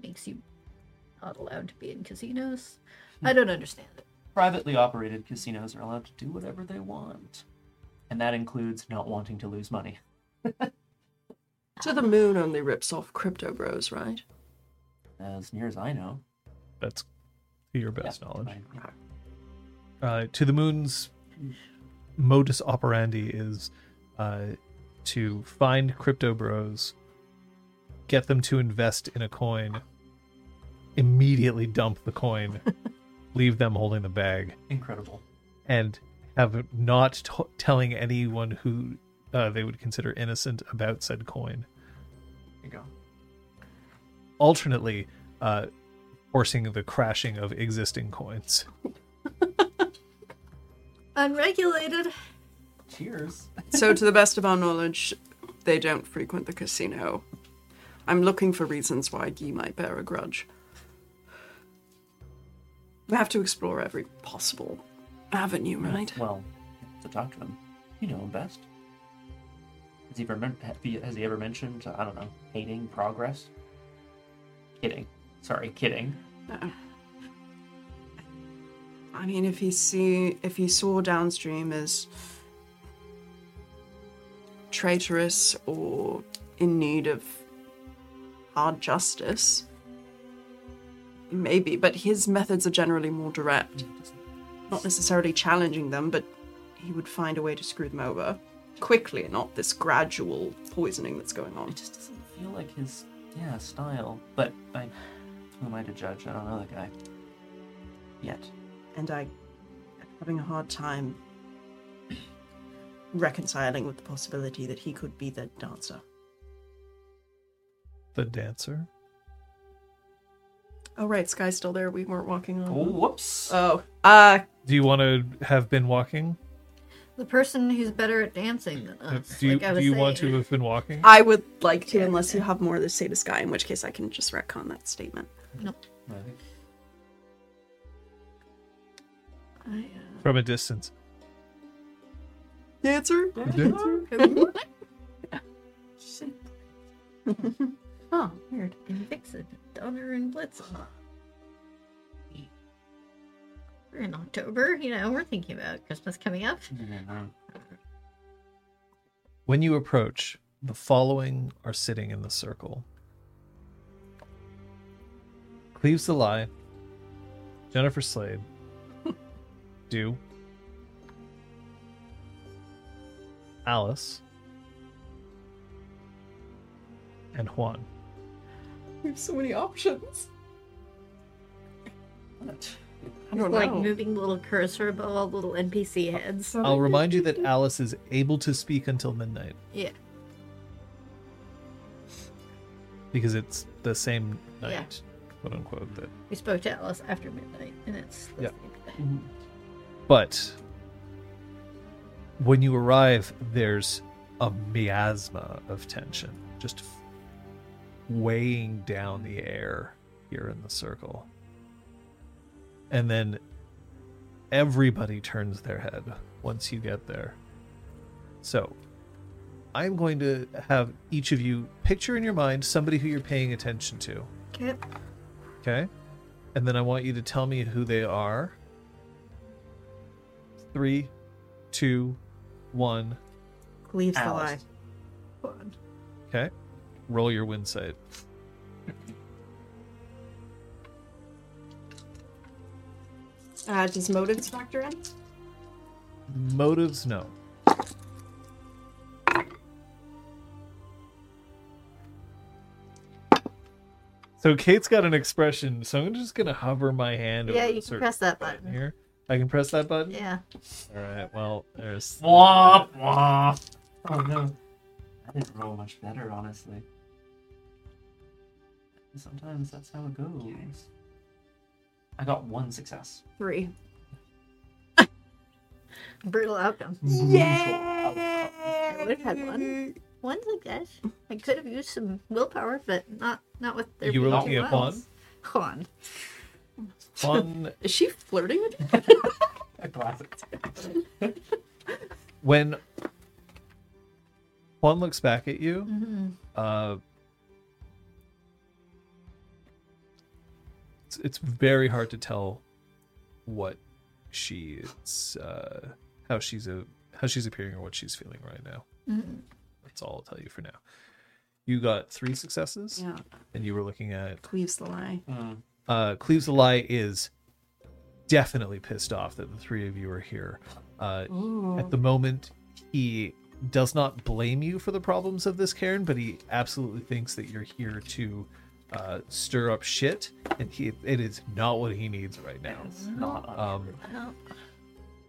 Speaker 3: makes you not allowed to be in casinos.
Speaker 4: Hmm.
Speaker 3: I don't understand it.
Speaker 1: Privately operated casinos are allowed to do whatever they want, and that includes not wanting to lose money.
Speaker 2: To the moon only rips off crypto bros, right?
Speaker 1: As near as I know.
Speaker 4: That's to your
Speaker 1: Yeah,
Speaker 4: best knowledge.
Speaker 1: fine, yeah.
Speaker 4: Uh, to the moon's modus operandi is uh, to find crypto bros, get them to invest in a coin, immediately dump the coin, leave them holding the bag,
Speaker 1: Incredible.
Speaker 4: and have not t- telling anyone who uh, they would consider innocent about said coin.
Speaker 1: There you go.
Speaker 4: Alternately, uh, forcing the crashing of existing coins.
Speaker 3: Unregulated.
Speaker 1: Cheers.
Speaker 2: so, to the best of our knowledge, they don't frequent the casino. I'm looking for reasons why Guy might bear a grudge. We have to explore every possible avenue, right?
Speaker 1: Well, so talk to him. You know him best. Has he ever, men- have he- has he ever mentioned, I don't know, hating progress? Kidding. Sorry, kidding.
Speaker 2: No. Uh-uh. I mean, if he see if he saw downstream as traitorous or in need of hard justice, maybe. But his methods are generally more direct, not necessarily challenging them, but he would find a way to screw them over quickly, not this gradual poisoning that's going on.
Speaker 1: It just doesn't feel like his, yeah, style. But I, who am I to judge? I don't know the guy. Yet.
Speaker 2: and I am having a hard time reconciling with the possibility that he could be the dancer.
Speaker 4: The dancer.
Speaker 2: Oh right, Sky's still there. We weren't walking on.
Speaker 1: Oh, whoops.
Speaker 2: Oh, uh,
Speaker 4: Do you want to have been walking?
Speaker 3: The person who's better at dancing than
Speaker 4: Uh,
Speaker 3: us.
Speaker 4: do you,
Speaker 3: like I
Speaker 4: do
Speaker 3: was
Speaker 4: you want
Speaker 3: saying.
Speaker 4: to have been walking?
Speaker 2: I would like to, unless you have more to say to Sky, in which case I can just retcon that statement.
Speaker 1: I think-
Speaker 3: I, uh,
Speaker 4: From a distance.
Speaker 2: *laughs* Dancer.
Speaker 3: uh,
Speaker 2: Huh.
Speaker 3: weird. And Vixen, Donner, and Blitzen. We're in October, you know, we're thinking about Christmas coming up.
Speaker 1: Yeah.
Speaker 4: When you approach, the following are sitting in the circle Cleaves the Lie, Jennifer Slade, Dew, Alice, and Juan.
Speaker 2: We have so many options.
Speaker 1: What?
Speaker 2: I don't
Speaker 3: like
Speaker 2: know. Uh,
Speaker 3: moving little cursor above all little NPC heads.
Speaker 4: I'll remind you that Alice is able to speak until midnight
Speaker 3: Yeah,
Speaker 4: because it's the same
Speaker 3: Yeah.
Speaker 4: night, quote unquote, that
Speaker 3: we spoke to Alice after midnight, and it's the
Speaker 4: Yeah.
Speaker 3: same thing.
Speaker 1: Mhm.
Speaker 4: But when you arrive, there's a miasma of tension just f- weighing down the air here in the circle. And then everybody turns their head once you get there. So I'm going to have each of you picture in your mind somebody who you're paying attention to.
Speaker 3: Okay.
Speaker 4: Okay. And then I want you to tell me who they are. Three, two, one.
Speaker 2: Leaves the lie.
Speaker 1: Alice.
Speaker 4: Okay. Roll your win save.
Speaker 2: Uh, does motives factor in?
Speaker 4: Motives, no. So Kate's got an expression, so I'm just gonna hover my hand over
Speaker 3: Yeah, you
Speaker 4: a
Speaker 3: can
Speaker 4: certain
Speaker 3: press that
Speaker 4: button
Speaker 3: button.
Speaker 4: here. I can press that button?
Speaker 3: Yeah.
Speaker 4: Alright, well there's
Speaker 1: Womp womp. Oh no. I didn't roll much better, honestly. Sometimes that's how it goes. I got one success.
Speaker 2: Three.
Speaker 3: *laughs* Brutal outcome.
Speaker 1: Yeah.
Speaker 3: I would have had one. One success. I could have used some willpower, but not not with there
Speaker 4: You were
Speaker 3: being
Speaker 4: looking
Speaker 3: two
Speaker 4: at
Speaker 3: wills. Juan.
Speaker 4: one
Speaker 2: Is she flirting with you?
Speaker 1: A classic.
Speaker 4: when Juan looks back at you, uh, it's, it's very hard to tell what she is, uh, how she's a, how she's appearing or what she's feeling right now. That's all I'll tell you for now. You got three successes,
Speaker 2: Yeah.
Speaker 4: and you were looking at
Speaker 2: Cleaves the lie.
Speaker 1: Mm.
Speaker 4: uh, Cleaves the Lie is definitely pissed off that the three of you are here. Uh,
Speaker 3: Oh.
Speaker 4: at the moment, he does not blame you for the problems of this Karen, but he absolutely thinks that you're here to uh, stir up shit,
Speaker 6: Mm-hmm.
Speaker 4: and he it is not what he needs right now.
Speaker 1: It's not.
Speaker 4: Um,
Speaker 1: untrue.
Speaker 3: Well,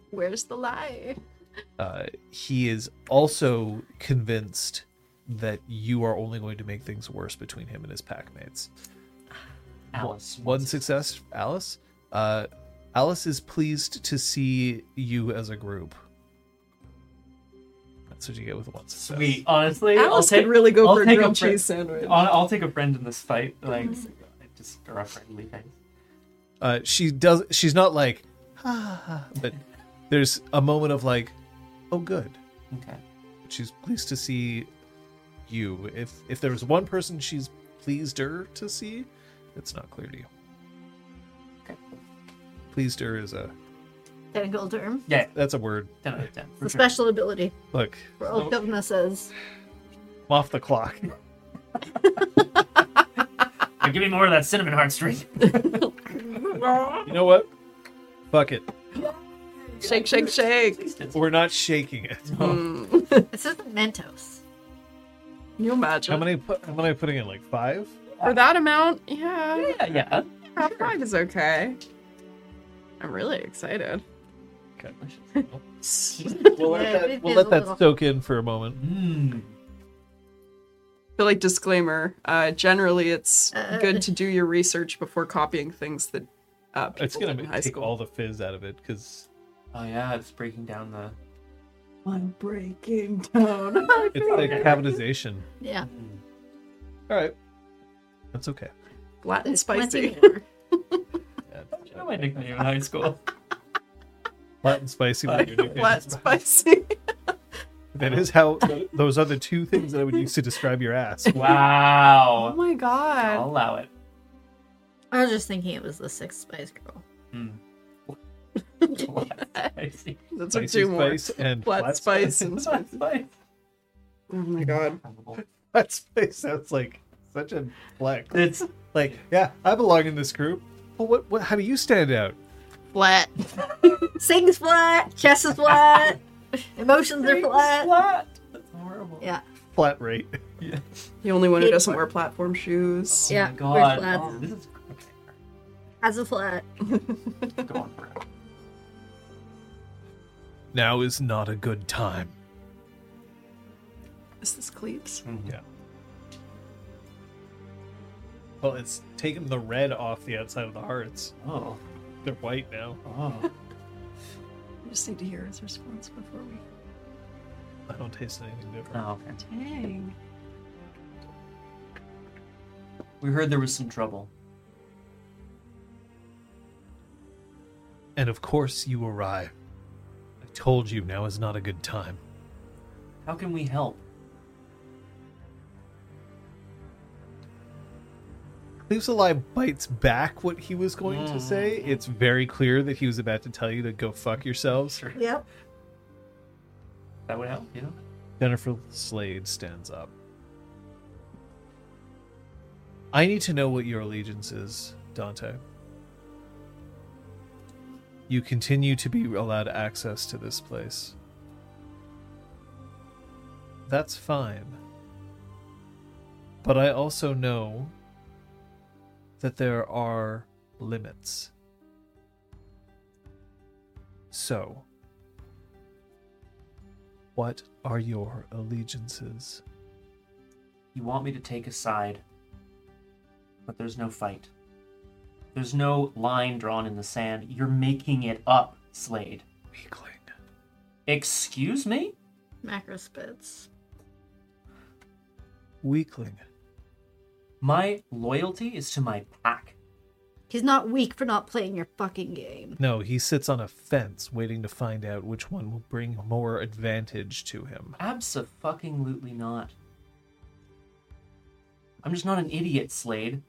Speaker 3: Where's the lie?
Speaker 4: Uh, he is also convinced that you are only going to make things worse between him and his pack mates.
Speaker 1: Alice.
Speaker 4: One success, Alice. Uh, Alice is pleased to see you as a group. That's what you get with one success.
Speaker 1: Sweet. Honestly, I'll
Speaker 6: Alice
Speaker 1: take,
Speaker 6: could really go
Speaker 1: I'll
Speaker 6: for a
Speaker 1: take a
Speaker 6: grilled
Speaker 1: fri-
Speaker 6: cheese sandwich.
Speaker 1: I'll, I'll take a friend in this fight.
Speaker 6: Mm-hmm.
Speaker 1: Like, I just or a friendly face.
Speaker 4: Uh, she does. She's not like, ah, but there's a moment of like, oh, good.
Speaker 1: Okay.
Speaker 4: She's pleased to see you. If if there was one person she's pleased her to see, it's not clear to you.
Speaker 1: Okay.
Speaker 4: Pleased her is a
Speaker 3: Technical term.
Speaker 1: Yeah,
Speaker 4: that's a word.
Speaker 1: ten out of ten.
Speaker 3: It's
Speaker 1: For
Speaker 6: *laughs*
Speaker 3: a
Speaker 1: sure.
Speaker 3: special ability
Speaker 4: Look,
Speaker 3: for all
Speaker 1: Oh.
Speaker 3: illnesses.
Speaker 4: I'm off the clock.
Speaker 1: Now Give me more of that cinnamon heartstring.
Speaker 4: *laughs* You know what? Fuck it.
Speaker 6: Shake, shake, shake.
Speaker 4: We're not shaking *laughs* it.
Speaker 6: *laughs*
Speaker 3: This isn't Mentos.
Speaker 6: Can Hmm. you imagine?
Speaker 4: How many? Pu- how many am I putting in? Like five?
Speaker 6: For that amount, yeah,
Speaker 1: yeah, yeah.
Speaker 6: half five is okay. I'm really excited.
Speaker 4: Okay.
Speaker 1: We'll let
Speaker 3: Yeah,
Speaker 1: that-
Speaker 3: it
Speaker 4: We'll
Speaker 3: is
Speaker 4: let
Speaker 3: a
Speaker 4: that
Speaker 3: little-
Speaker 4: soak in for a moment.
Speaker 1: Mm.
Speaker 6: *laughs* But like disclaimer, uh, generally it's
Speaker 3: Uh,
Speaker 6: good to do your research before copying things that uh, people
Speaker 4: It's gonna
Speaker 6: did in high
Speaker 4: take
Speaker 6: school.
Speaker 4: all the fizz out of it because
Speaker 1: Oh yeah, it's breaking down the.
Speaker 6: I'm breaking down.
Speaker 4: *laughs*
Speaker 6: *laughs*
Speaker 4: it's like cavernization.
Speaker 3: Yeah.
Speaker 1: Mm.
Speaker 4: All right, that's okay.
Speaker 6: Flat and spicy.
Speaker 1: You know my nickname in high school.
Speaker 4: Flat and spicy.
Speaker 6: *laughs*
Speaker 4: with your nickname.
Speaker 6: Flat and
Speaker 4: *laughs*
Speaker 6: spicy.
Speaker 4: That is how. Those are the two things that I would use to describe your
Speaker 6: *laughs*
Speaker 4: ass.
Speaker 6: Oh
Speaker 1: Wow.
Speaker 6: my
Speaker 1: I'll
Speaker 6: god.
Speaker 1: allow it.
Speaker 3: I was just thinking it was the sixth Spice Girl. *laughs*
Speaker 1: Mm. I see.
Speaker 6: That's our
Speaker 4: Spicy
Speaker 6: two more.
Speaker 4: spice and
Speaker 6: Flat, spice and
Speaker 1: It's not
Speaker 6: spicy.
Speaker 1: spice.
Speaker 6: Oh my god.
Speaker 4: Flat spice sounds like such a flex.
Speaker 1: It's
Speaker 4: Like, yeah, I belong in this group. Well, what? what how do you stand out?
Speaker 6: Flat.
Speaker 3: Sings flat, chest is flat, emotions are flat.
Speaker 1: flat. That's horrible. Oh
Speaker 3: Yeah,
Speaker 4: Flat rate.
Speaker 6: The only one who
Speaker 3: Kid
Speaker 6: doesn't
Speaker 3: flat.
Speaker 6: wear platform shoes.
Speaker 1: Oh
Speaker 3: Yeah,
Speaker 1: my
Speaker 3: we're
Speaker 1: god.
Speaker 3: flat.
Speaker 1: Oh, this is okay.
Speaker 3: as a flat.
Speaker 1: Go on forever.
Speaker 4: Now is not a good time.
Speaker 6: Is this Cleves?
Speaker 4: Yeah. Well, it's taken the red off the outside of the hearts.
Speaker 1: Oh.
Speaker 4: They're white now.
Speaker 1: Oh.
Speaker 6: We just need to hear his response before we.
Speaker 4: I don't taste anything different.
Speaker 1: oh okay.
Speaker 6: Dang.
Speaker 1: We heard there was some trouble.
Speaker 4: And of course, you arrive. I told you now is not a good time.
Speaker 1: How can we help?
Speaker 4: Leaves Alive bites back what he was going to say. It's very clear that he was about to tell you to go fuck yourselves.
Speaker 1: Sure.
Speaker 3: Yep.
Speaker 1: That would help, you know?
Speaker 4: Jennifer Slade stands up. I need to know what your allegiance is, Dante. You continue to be allowed access to this place. That's fine. But I also know that there are limits. So, what are your allegiances?
Speaker 1: You want me to take a side, but there's no fight. There's no line drawn in the sand. You're making it up, Slade.
Speaker 4: Weakling.
Speaker 1: Excuse me?
Speaker 3: Macro spits.
Speaker 4: Weakling.
Speaker 1: My loyalty is to my pack.
Speaker 3: He's not weak for not playing your fucking game.
Speaker 4: No, he sits on a fence waiting to find out which one will bring more advantage to him.
Speaker 1: Absolutely not. I'm just not an idiot, Slade.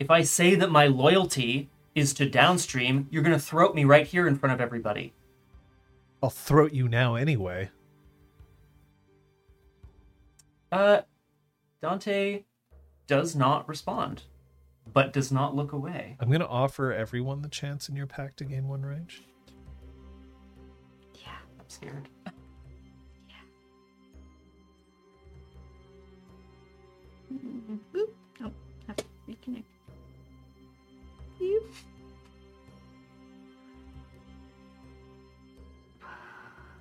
Speaker 1: If I say that my loyalty is to downstream, you're gonna throat me right here in front of everybody.
Speaker 4: I'll throat you now anyway.
Speaker 1: Uh, Dante does not respond, but does not look away.
Speaker 4: I'm going to offer everyone the chance in your pack to gain one range.
Speaker 1: I'm scared.
Speaker 3: Boop. Nope. Have to reconnect. Boop.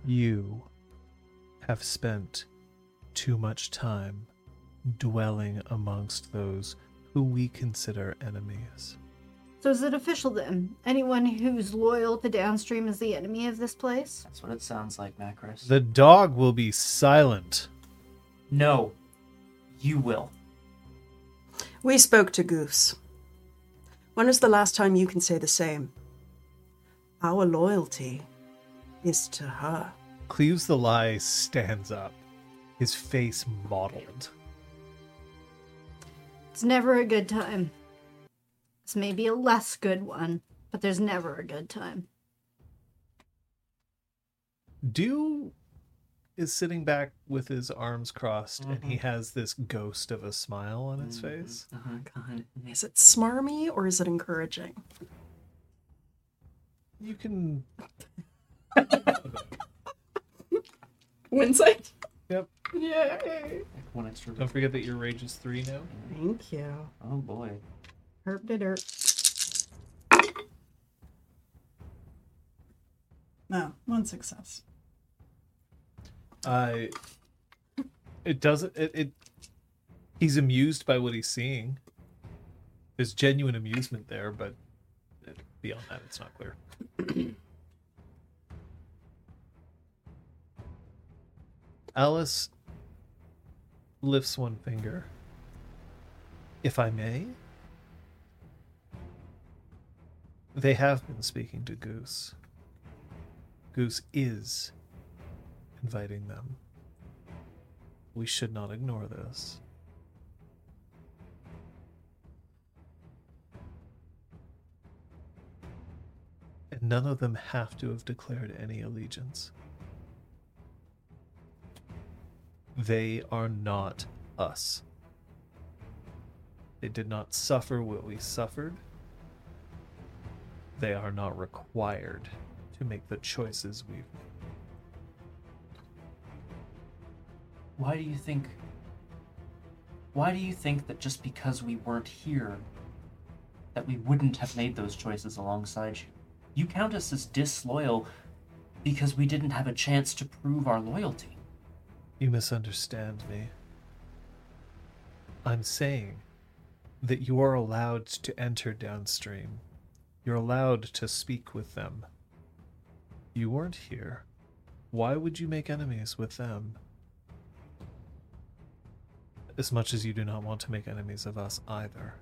Speaker 4: You have spent too much time dwelling amongst those who we consider enemies.
Speaker 3: So is it official then? Anyone who's loyal to downstream is the enemy of this place?
Speaker 1: That's what it sounds like, Macros.
Speaker 4: The dog will be silent.
Speaker 1: No, you will.
Speaker 6: We spoke to Goose. When was the last time you can say the same? Our loyalty is to her.
Speaker 4: Cleves the Lie stands up, his face mottled.
Speaker 3: It's never a good time. It's maybe a less good one, but there's never a good time.
Speaker 4: Dew is sitting back with his arms crossed, and he has this ghost of a smile on his face.
Speaker 1: Oh god.
Speaker 6: Is it smarmy or is it encouraging?
Speaker 4: You can.
Speaker 6: Insight.
Speaker 4: Yep.
Speaker 6: *laughs* Yay.
Speaker 1: One extra.
Speaker 4: Don't forget that your rage is three now.
Speaker 6: Thank you.
Speaker 1: Oh boy.
Speaker 6: Herb to dirt. No, one success.
Speaker 4: I. Uh, It doesn't. It, it. He's amused by what he's seeing. There's genuine amusement there, but beyond that, it's not clear. *clears throat* Alice lifts one finger. If I may, they have been speaking to Goose. Goose is inviting them. We should not ignore this. And none of them have to have declared any allegiance. They are not us. They did not suffer what we suffered. They are not required to make the choices we've made.
Speaker 1: Why do you think. Why do you think that just because we weren't here, that we wouldn't have made those choices alongside you? You count us as disloyal because we didn't have a chance to prove our loyalty.
Speaker 4: You misunderstand me. I'm saying that you are allowed to enter downstream. You're allowed to speak with them. You weren't here. Why would you make enemies with them? As much as you do not want to make enemies of us either.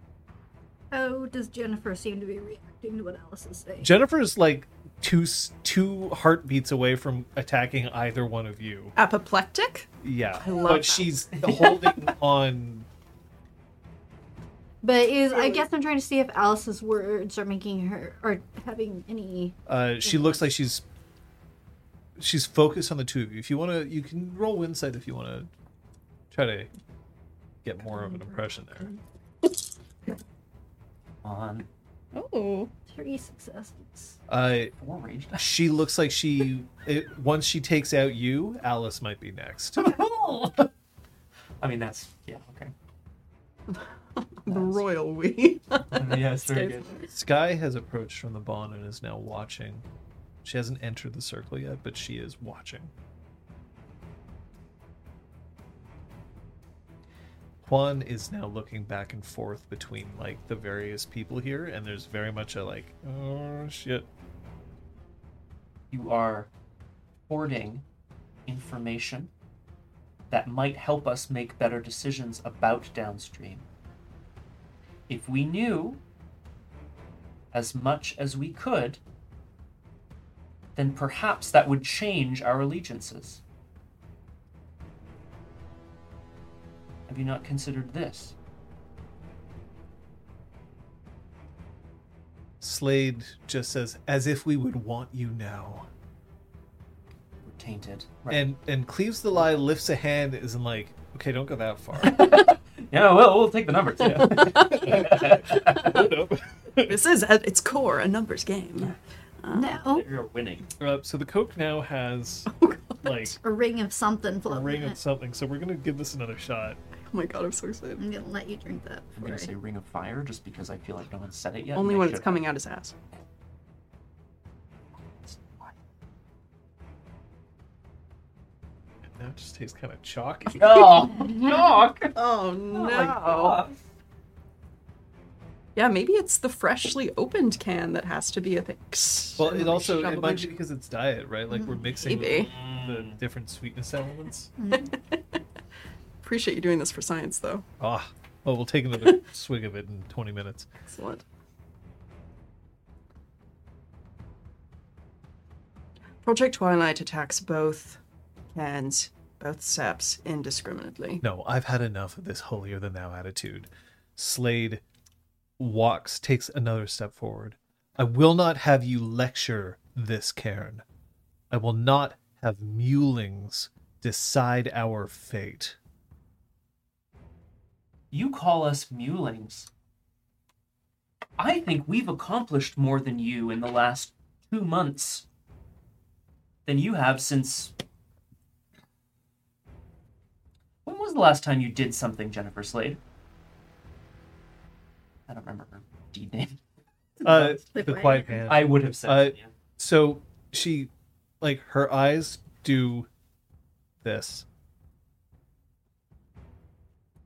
Speaker 3: How Oh, does Jennifer seem to be reacting to what Alice is saying?
Speaker 4: Jennifer's like two s- two heartbeats away from attacking either one of you.
Speaker 6: Apoplectic?
Speaker 4: Yeah,
Speaker 6: I love
Speaker 4: but
Speaker 6: that. *laughs*
Speaker 4: she's holding on.
Speaker 3: But is I guess I'm trying to see if Alice's words are making her or having any
Speaker 4: Uh, she looks like she's she's focused on the two of you. If you want to, you can roll insight if you want to try to get more of an impression there.
Speaker 1: On.
Speaker 7: Oh,
Speaker 3: three successes.
Speaker 4: Uh,
Speaker 1: Four rage *laughs*
Speaker 4: she looks like she it, once she takes out you, Alice might be next.
Speaker 1: I mean, that's. Yeah, okay.
Speaker 6: The royal we.
Speaker 1: yeah, it's very good.
Speaker 4: Sky has approached from the bond and is now watching. She hasn't entered the circle yet, but she is watching. Juan is now looking back and forth between like the various people here, and there's very much a like, oh shit.
Speaker 1: you are hoarding information that might help us make better decisions about downstream. If we knew as much as we could, then perhaps that would change our allegiances. Have you not considered this?
Speaker 4: Slade just says, as if we would want you now.
Speaker 1: We're tainted.
Speaker 4: And and Cleaves the Lie lifts a hand and is like, okay, don't go that far.
Speaker 1: yeah, well, we'll take the numbers.
Speaker 6: *laughs*
Speaker 1: *laughs*
Speaker 4: *laughs*
Speaker 6: this is at its core a numbers game.
Speaker 3: No,
Speaker 1: You're winning.
Speaker 4: Uh, so the Coke now has like
Speaker 3: a ring of something
Speaker 4: a
Speaker 3: floating.
Speaker 4: ring
Speaker 3: in
Speaker 4: of
Speaker 3: it.
Speaker 4: something. So we're gonna give this another shot.
Speaker 6: Oh my god, I'm so excited.
Speaker 3: I'm gonna let you drink that.
Speaker 1: I'm gonna
Speaker 3: before I-
Speaker 1: say Ring of Fire just because I feel like no one's said it yet. and
Speaker 6: Only
Speaker 1: they
Speaker 6: when it's
Speaker 1: should. *laughs*
Speaker 6: coming out his ass.
Speaker 4: Now it just tastes kind of chalky.
Speaker 1: Oh,
Speaker 6: *laughs*
Speaker 1: *laughs* knock!
Speaker 2: Oh no.
Speaker 1: my
Speaker 4: uh,
Speaker 1: God.
Speaker 2: yeah, maybe it's the freshly opened can that has to be a thing. Kss,
Speaker 4: *laughs* Well,
Speaker 2: and
Speaker 4: it
Speaker 2: then
Speaker 4: also
Speaker 2: shove
Speaker 4: it
Speaker 2: a
Speaker 4: might
Speaker 2: bunch
Speaker 4: be because it's diet, right? Like we're mixing
Speaker 2: Maybe.
Speaker 4: the different sweetness elements.
Speaker 2: Appreciate you doing this for science, though.
Speaker 4: Ah, well, we'll take another swig of it in 20 minutes.
Speaker 2: Excellent. Project Twilight attacks both cans, both seps indiscriminately.
Speaker 4: No, I've had enough of this holier than thou attitude. Slade walks, takes another step forward. I will not have you lecture this cairn. I will not have mulings decide our fate.
Speaker 1: You call us mulings. I think we've accomplished more than you in the last two months than you have since. When was the last time you did something, Jennifer Slade? I don't remember her deed name.
Speaker 4: Uh,
Speaker 3: Slip
Speaker 4: the
Speaker 3: right
Speaker 4: quiet
Speaker 3: in.
Speaker 4: hand.
Speaker 1: I would have said.
Speaker 4: Uh,
Speaker 1: yeah.
Speaker 4: so she like her eyes do this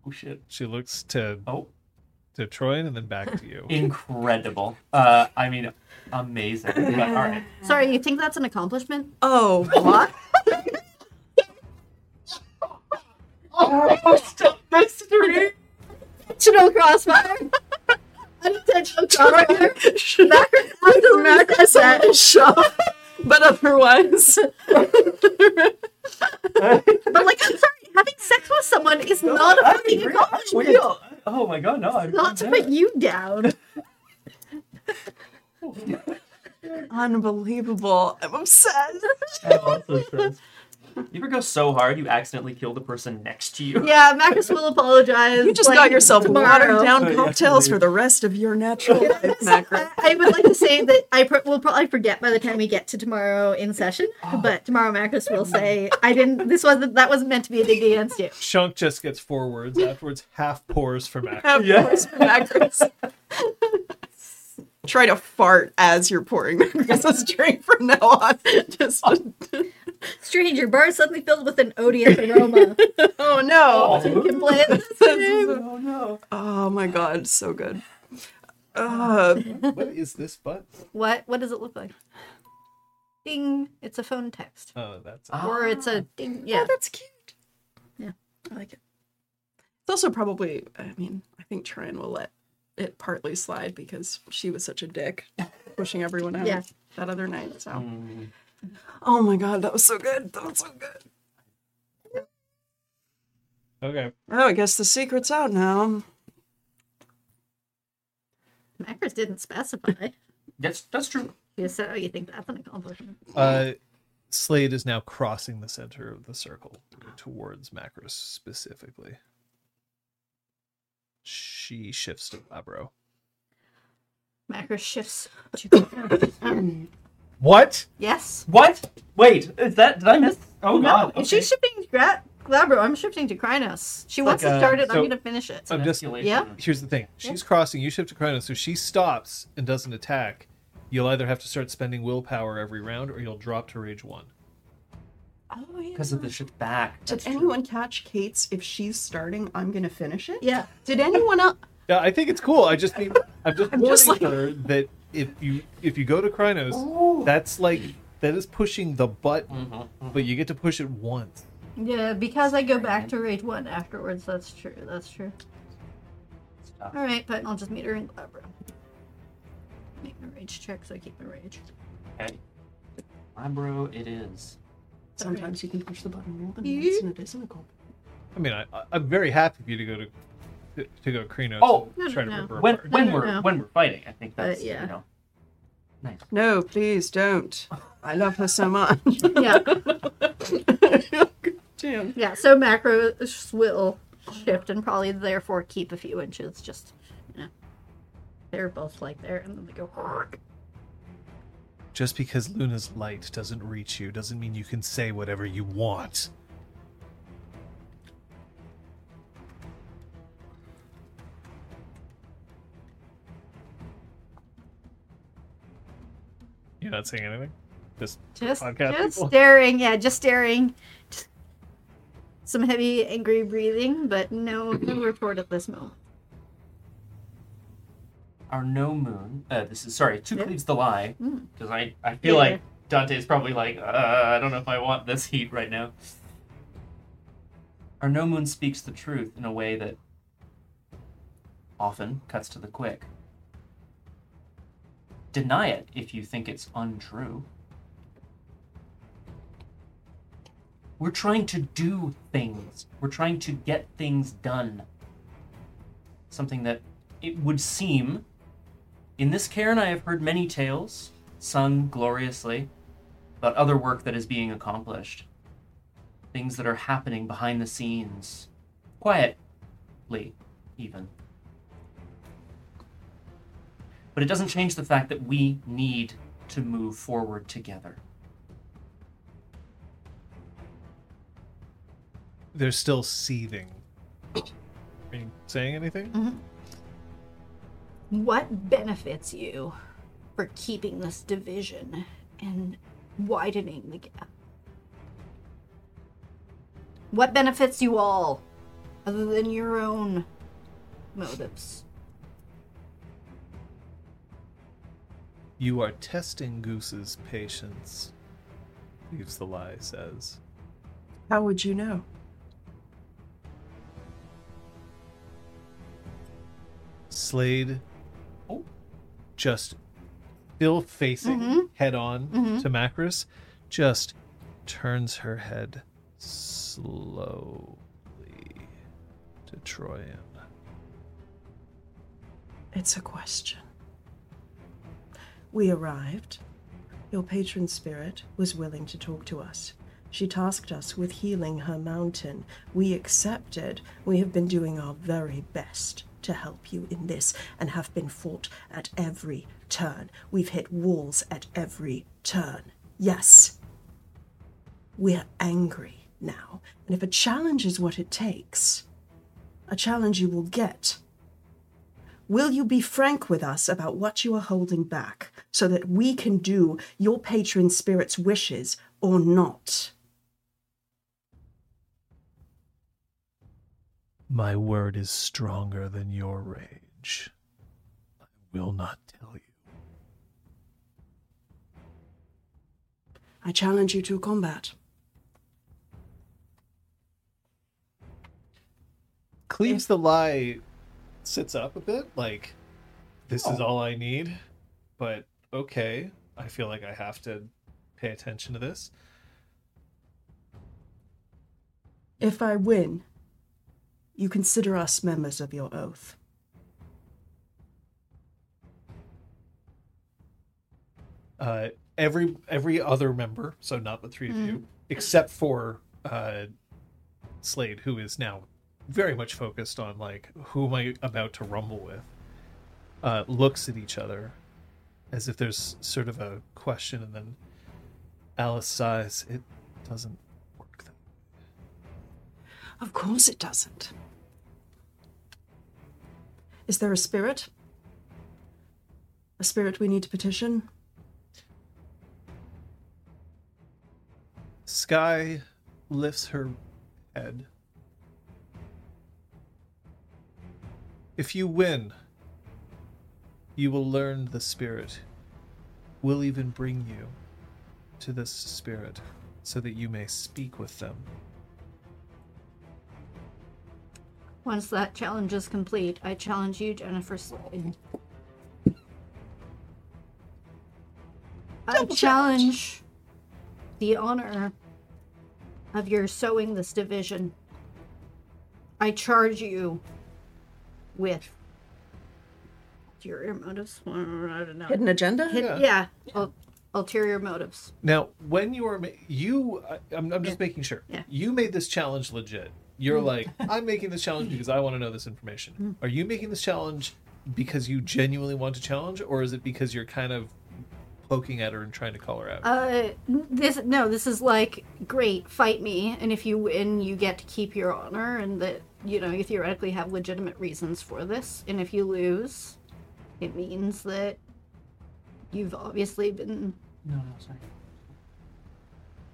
Speaker 1: Oh shit.
Speaker 4: she looks to
Speaker 1: Oh,
Speaker 4: to troyan and then back
Speaker 1: *laughs*
Speaker 4: to you
Speaker 1: incredible. Uh, I mean,
Speaker 3: *laughs*
Speaker 1: amazing. But, all right.
Speaker 3: Sorry, you think that's an accomplishment? *laughs*
Speaker 2: Oh, what? *laughs*
Speaker 1: Oh, still mystery.
Speaker 3: Intentional crossfire. Unintentional crossfire.
Speaker 2: *laughs* Mac said shove, but otherwise.
Speaker 3: But like, I'm sorry, having sex with someone is not a
Speaker 1: I
Speaker 3: fucking
Speaker 1: agree. I
Speaker 3: accomplishment.
Speaker 1: agree. Oh my god, no! I'm
Speaker 3: Not to put you
Speaker 2: *laughs*
Speaker 3: down.
Speaker 2: Unbelievable. I'm
Speaker 3: *laughs*
Speaker 2: obsessed.
Speaker 1: I'm also stressed. You ever go so hard you accidentally kill the person next to you?
Speaker 3: Yeah, Marcus will apologize.
Speaker 2: You just
Speaker 3: like,
Speaker 2: got yourself watered
Speaker 3: tomorrow.
Speaker 1: Oh,
Speaker 2: down
Speaker 1: yeah,
Speaker 2: cocktails for
Speaker 1: please.
Speaker 2: the rest of your
Speaker 3: *laughs*
Speaker 2: natural life, Macra.
Speaker 3: I, I would like to say that I pr- will probably forget by the time we get to tomorrow in session,
Speaker 2: Oh.
Speaker 3: but tomorrow Marcus will say, "I didn't. This wasn't. That wasn't meant to be a dig against you."
Speaker 4: shunk just gets four words afterwards half pours for mac
Speaker 2: Have
Speaker 1: Yeah.
Speaker 2: yours, Macris. *laughs* Try to fart as you're pouring Macris's *laughs* drink from now on. *laughs* Just
Speaker 3: Stranger bar is suddenly filled with an odious aroma.
Speaker 2: oh no.
Speaker 3: You can play it this
Speaker 2: *laughs*
Speaker 3: way.
Speaker 1: *laughs* Oh no!
Speaker 2: Oh my god, so good. Uh,
Speaker 4: what is this but
Speaker 3: What? What does it look like? Ding! It's a phone text,
Speaker 4: oh that's
Speaker 3: or it's a ding. Yeah.
Speaker 2: oh, that's cute.
Speaker 3: Yeah.
Speaker 2: I like it. It's also probably, I mean, I think Trin will let it partly slide because she was such a dick pushing everyone out
Speaker 3: Yeah.
Speaker 2: that other night. So,
Speaker 1: Mm.
Speaker 2: oh my god, that was so good. That was so good.
Speaker 4: okay
Speaker 2: Oh, I guess the secret's out now.
Speaker 3: Macros didn't specify.
Speaker 1: That's that's true.
Speaker 3: You said, "Oh, you think that's an accomplishment?"
Speaker 4: uh slade is now crossing the center of the circle towards macros specifically she shifts to abro
Speaker 3: Macros shifts. to- *coughs*
Speaker 4: what
Speaker 3: yes.
Speaker 1: What? Wait, is that? Did I miss? Oh god!
Speaker 3: No, she's shifting to Gra- Glabro. I'm shifting to Krynos. She wants
Speaker 1: like,
Speaker 3: to
Speaker 1: uh,
Speaker 3: start it.
Speaker 4: so-
Speaker 3: I'm going to finish it.
Speaker 4: I'm just-
Speaker 3: Yeah.
Speaker 4: here's the thing she's crossing you shift to Chronos, so she stops and doesn't attack you'll either have to start spending willpower every round or you'll drop to rage one
Speaker 2: Oh, yeah.
Speaker 1: Because of the shift back.
Speaker 2: Did
Speaker 1: That's
Speaker 2: anyone catch Kate's if she's starting, I'm gonna finish it?
Speaker 3: Yeah.
Speaker 2: Did anyone else?
Speaker 4: yeah i think it's cool i just mean i'm just warning
Speaker 2: just like-
Speaker 4: her that if you if you go to Chronos, that's like that is pushing the
Speaker 1: Mm-hmm,
Speaker 4: button but you get to push it once
Speaker 3: Yeah, because I go back to Rage 1 afterwards. That's true. That's true.
Speaker 1: tough.
Speaker 3: All right, but I'll just meet her in Glabro. Make my rage check so I keep my rage.
Speaker 1: Okay. My bro, it is.
Speaker 2: Sometimes you can push the button more than
Speaker 3: Yeah.
Speaker 2: once, and it isn't a goal.
Speaker 4: i mean i I- i'm very happy for you to go to to, to go to Krynos
Speaker 1: Oh,
Speaker 4: and try to
Speaker 3: no, no,
Speaker 4: rip her
Speaker 1: When
Speaker 4: apart.
Speaker 1: when
Speaker 3: no,
Speaker 1: we're
Speaker 3: no.
Speaker 1: when we're fighting, I think that's
Speaker 3: yeah.
Speaker 1: you know. Nice.
Speaker 2: No, please don't. I love her so much.
Speaker 3: *laughs* Yeah.
Speaker 2: *laughs* Damn.
Speaker 3: Yeah, so macro will shift and probably therefore keep a few inches. Just, you know. They're both like there, and then they go.
Speaker 4: just because luna's light doesn't reach you doesn't mean you can say whatever you want You're not saying anything? Just
Speaker 3: Just,
Speaker 4: podcast
Speaker 3: just
Speaker 4: people.
Speaker 3: staring. Yeah, just staring. Just some heavy, angry breathing, but no, no report at this moment.
Speaker 1: Our no moon. Uh, this is sorry. Two
Speaker 3: Yeah.
Speaker 1: cleaves the lie.
Speaker 3: Mm.
Speaker 1: Because I, I feel
Speaker 3: Yeah.
Speaker 1: like Dante's probably like, uh, I don't know if I want this heat right now. Our no moon speaks the truth in a way that often cuts to the quick. Deny it if you think it's untrue. We're trying to do things. We're trying to get things done. Something that it would seem in this cairn, I have heard many tales, sung gloriously, about other work that is being accomplished. Things that are happening behind the scenes, quietly, even. But it doesn't change the fact that we need to move forward together.
Speaker 4: They're still seething. Are you saying anything?
Speaker 3: What benefits you for keeping this division and widening the gap? What benefits you all other than your own motives?
Speaker 4: You are testing Goose's patience. Leaves the lie says.
Speaker 2: How would you know?
Speaker 4: Slade
Speaker 1: Oh.
Speaker 4: just still facing head on to Macris, just turns her head slowly to Troyan.
Speaker 2: It's a question. We arrived. Your patron spirit was willing to talk to us. She tasked us with healing her mountain. We accepted. We have been doing our very best to help you in this and have been fought at every turn. We've hit walls at every turn. Yes. We're angry now. And if a challenge is what it takes, a challenge you will get. Will you be frank with us about what you are holding back so that we can do your patron spirit's wishes or not?
Speaker 4: My word is stronger than your rage. I will not tell you.
Speaker 2: I challenge you to combat.
Speaker 4: Cleaves the lie sits up a bit, like this is all I need, but okay, I feel like I have to pay attention to this.
Speaker 2: If I win, you consider us members of your oath.
Speaker 4: Uh, every every other member, so not the three of you, except for uh, Slade, who is now very much focused on like who am I about to rumble with, uh, looks at each other as if there's sort of a question, and then Alice sighs. It doesn't work. That
Speaker 2: Of course it doesn't. Is there a spirit? A spirit we need to petition?
Speaker 4: Sky lifts her head. If you win, you will learn the spirit. We'll even bring you to this spirit so that you may speak with them.
Speaker 3: Once that challenge is complete, I challenge you, Jennifer Slade. I
Speaker 2: Double
Speaker 3: challenge,
Speaker 2: challenge.
Speaker 3: the honor of your sowing this division. I charge you with ulterior motives. I don't know.
Speaker 2: Hidden agenda?
Speaker 3: Hid-
Speaker 4: Yeah.
Speaker 3: yeah, ul- ulterior motives.
Speaker 4: Now, when you are ma- you, I- I'm, I'm just making sure
Speaker 3: Yeah. Mm.
Speaker 4: you made this challenge legit. You're like, I'm making this challenge because I want to know this information. Are you making this challenge because you genuinely want to challenge, or is it because you're kind of poking at her and trying to call her out?
Speaker 3: Uh, this no, this is like great, fight me, and if you win, you get to keep your honor, and that you know you theoretically have legitimate reasons for this, and if you lose, it means that you've obviously been
Speaker 1: No, no, sorry.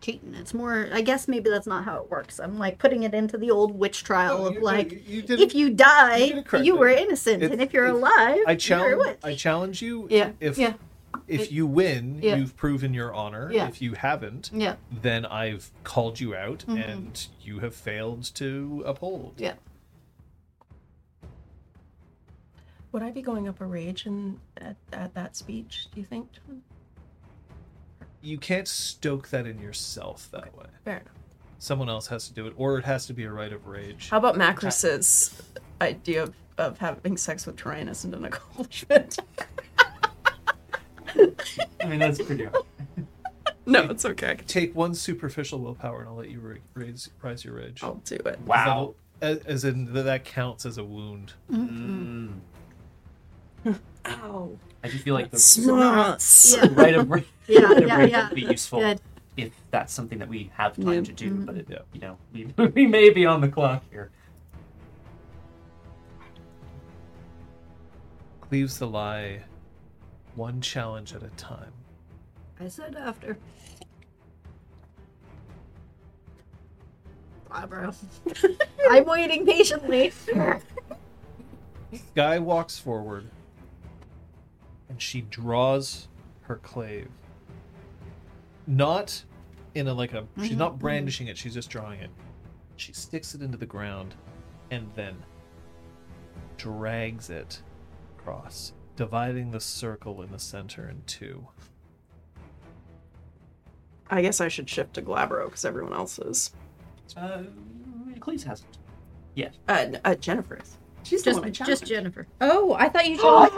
Speaker 3: cheating. It's more, I guess maybe that's not how it works. I'm like putting it into the old witch trial
Speaker 4: No,
Speaker 3: of
Speaker 4: you-
Speaker 3: like,
Speaker 4: you- you didn't-
Speaker 3: if you die,
Speaker 4: you didn't
Speaker 3: you,
Speaker 4: correct it.
Speaker 3: were innocent,
Speaker 4: It's-
Speaker 3: and if you're
Speaker 4: it's-
Speaker 3: alive,
Speaker 4: I
Speaker 3: you're a
Speaker 4: challenge.
Speaker 3: witch.
Speaker 4: I challenge you.
Speaker 3: Yeah,
Speaker 4: If
Speaker 3: yeah.
Speaker 4: if
Speaker 3: It-
Speaker 4: you win,
Speaker 3: Yeah.
Speaker 4: you've proven your honor.
Speaker 3: Yeah.
Speaker 4: If you haven't,
Speaker 3: yeah, Mm-hmm.
Speaker 4: then I've called you out, and you have failed to uphold.
Speaker 3: yeah.
Speaker 2: Would I be going up a rage in, at, at that speech, do you think? John?
Speaker 4: You can't stoke that in yourself that way.
Speaker 2: Fair enough.
Speaker 4: Someone else has to do it, or it has to be a right of rage.
Speaker 2: How about Macris's idea of, of having sex with Tyrannus and an *laughs* accomplishment?
Speaker 1: I mean, that's pretty hard.
Speaker 2: no, it's okay.
Speaker 4: Take one superficial willpower, and I'll let you ra- raise rise your rage.
Speaker 2: I'll do it.
Speaker 1: Wow.
Speaker 4: As, as in th- that counts as a wound.
Speaker 1: Mm.
Speaker 2: Ow.
Speaker 1: I just feel like the
Speaker 2: Smarts.
Speaker 3: Yeah.
Speaker 1: right of right
Speaker 3: Yeah,
Speaker 1: of
Speaker 3: yeah,
Speaker 1: rate
Speaker 3: yeah.
Speaker 1: would be useful
Speaker 3: Good.
Speaker 1: if that's something that we have time
Speaker 2: Yeah.
Speaker 1: to do. But it,
Speaker 4: Yeah.
Speaker 1: you know, we, *laughs* we may be on the clock here.
Speaker 4: Cleaves the lie one challenge at a time.
Speaker 3: I said after. *laughs* Barbara. I'm waiting patiently.
Speaker 4: Guy walks forward and she draws her clave. Not in a like a she's not brandishing it, she's just drawing it. She sticks it into the ground and then drags it across, dividing the circle in the center in two.
Speaker 2: I guess I should shift to Glabro because everyone else is.
Speaker 1: Uh, Cleese hasn't. Yes.
Speaker 2: Uh, n- uh, Jennifer's. She's the
Speaker 3: just,
Speaker 2: one I
Speaker 3: just
Speaker 2: challenged.
Speaker 3: Jennifer. *gasps* Oh, I thought you.
Speaker 1: John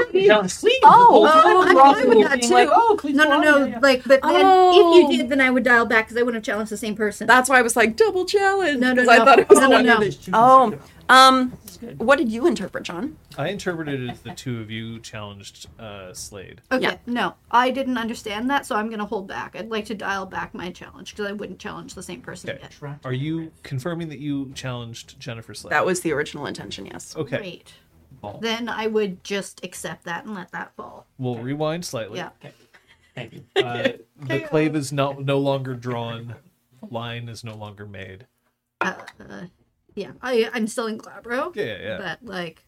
Speaker 1: Cleese.
Speaker 3: Oh,
Speaker 1: the whole time
Speaker 3: oh, I'm
Speaker 1: Ross
Speaker 3: fine
Speaker 1: was
Speaker 3: with that
Speaker 1: being
Speaker 3: too.
Speaker 1: like, oh, Cleese
Speaker 3: No, no,
Speaker 1: won,
Speaker 3: no.
Speaker 1: yeah, yeah.
Speaker 3: Like, but then
Speaker 8: Oh.
Speaker 3: if you did, then I would dial back because I wouldn't have challenged the same person.
Speaker 2: That's why I was like double challenge.
Speaker 3: No, no,
Speaker 2: 'cause
Speaker 3: no.
Speaker 2: I thought it was
Speaker 3: No, no,
Speaker 2: one
Speaker 3: no.
Speaker 2: of the-
Speaker 1: This is
Speaker 2: Oh, um,
Speaker 1: good.
Speaker 2: what did you interpret, John?
Speaker 4: I interpreted it as the two of you challenged uh, Slade.
Speaker 3: okay.
Speaker 2: yeah.
Speaker 3: No, I didn't understand that, so I'm gonna hold back. I'd like to dial back my challenge because I wouldn't challenge the same person
Speaker 4: Okay.
Speaker 3: again.
Speaker 1: Attractive.
Speaker 4: Are you confirming that you challenged Jennifer Slade?
Speaker 2: That was the original intention. Yes.
Speaker 4: okay.
Speaker 3: Great.
Speaker 4: Ball.
Speaker 3: Then I would just accept that and let that fall.
Speaker 4: We'll rewind slightly.
Speaker 3: Yeah.
Speaker 1: Thank
Speaker 3: *laughs*
Speaker 1: you.
Speaker 4: Uh, the clave is not no longer drawn. The Line is no longer made.
Speaker 3: Uh, uh, yeah. I I'm still in Glabro,
Speaker 4: Yeah, yeah, yeah.
Speaker 3: but like.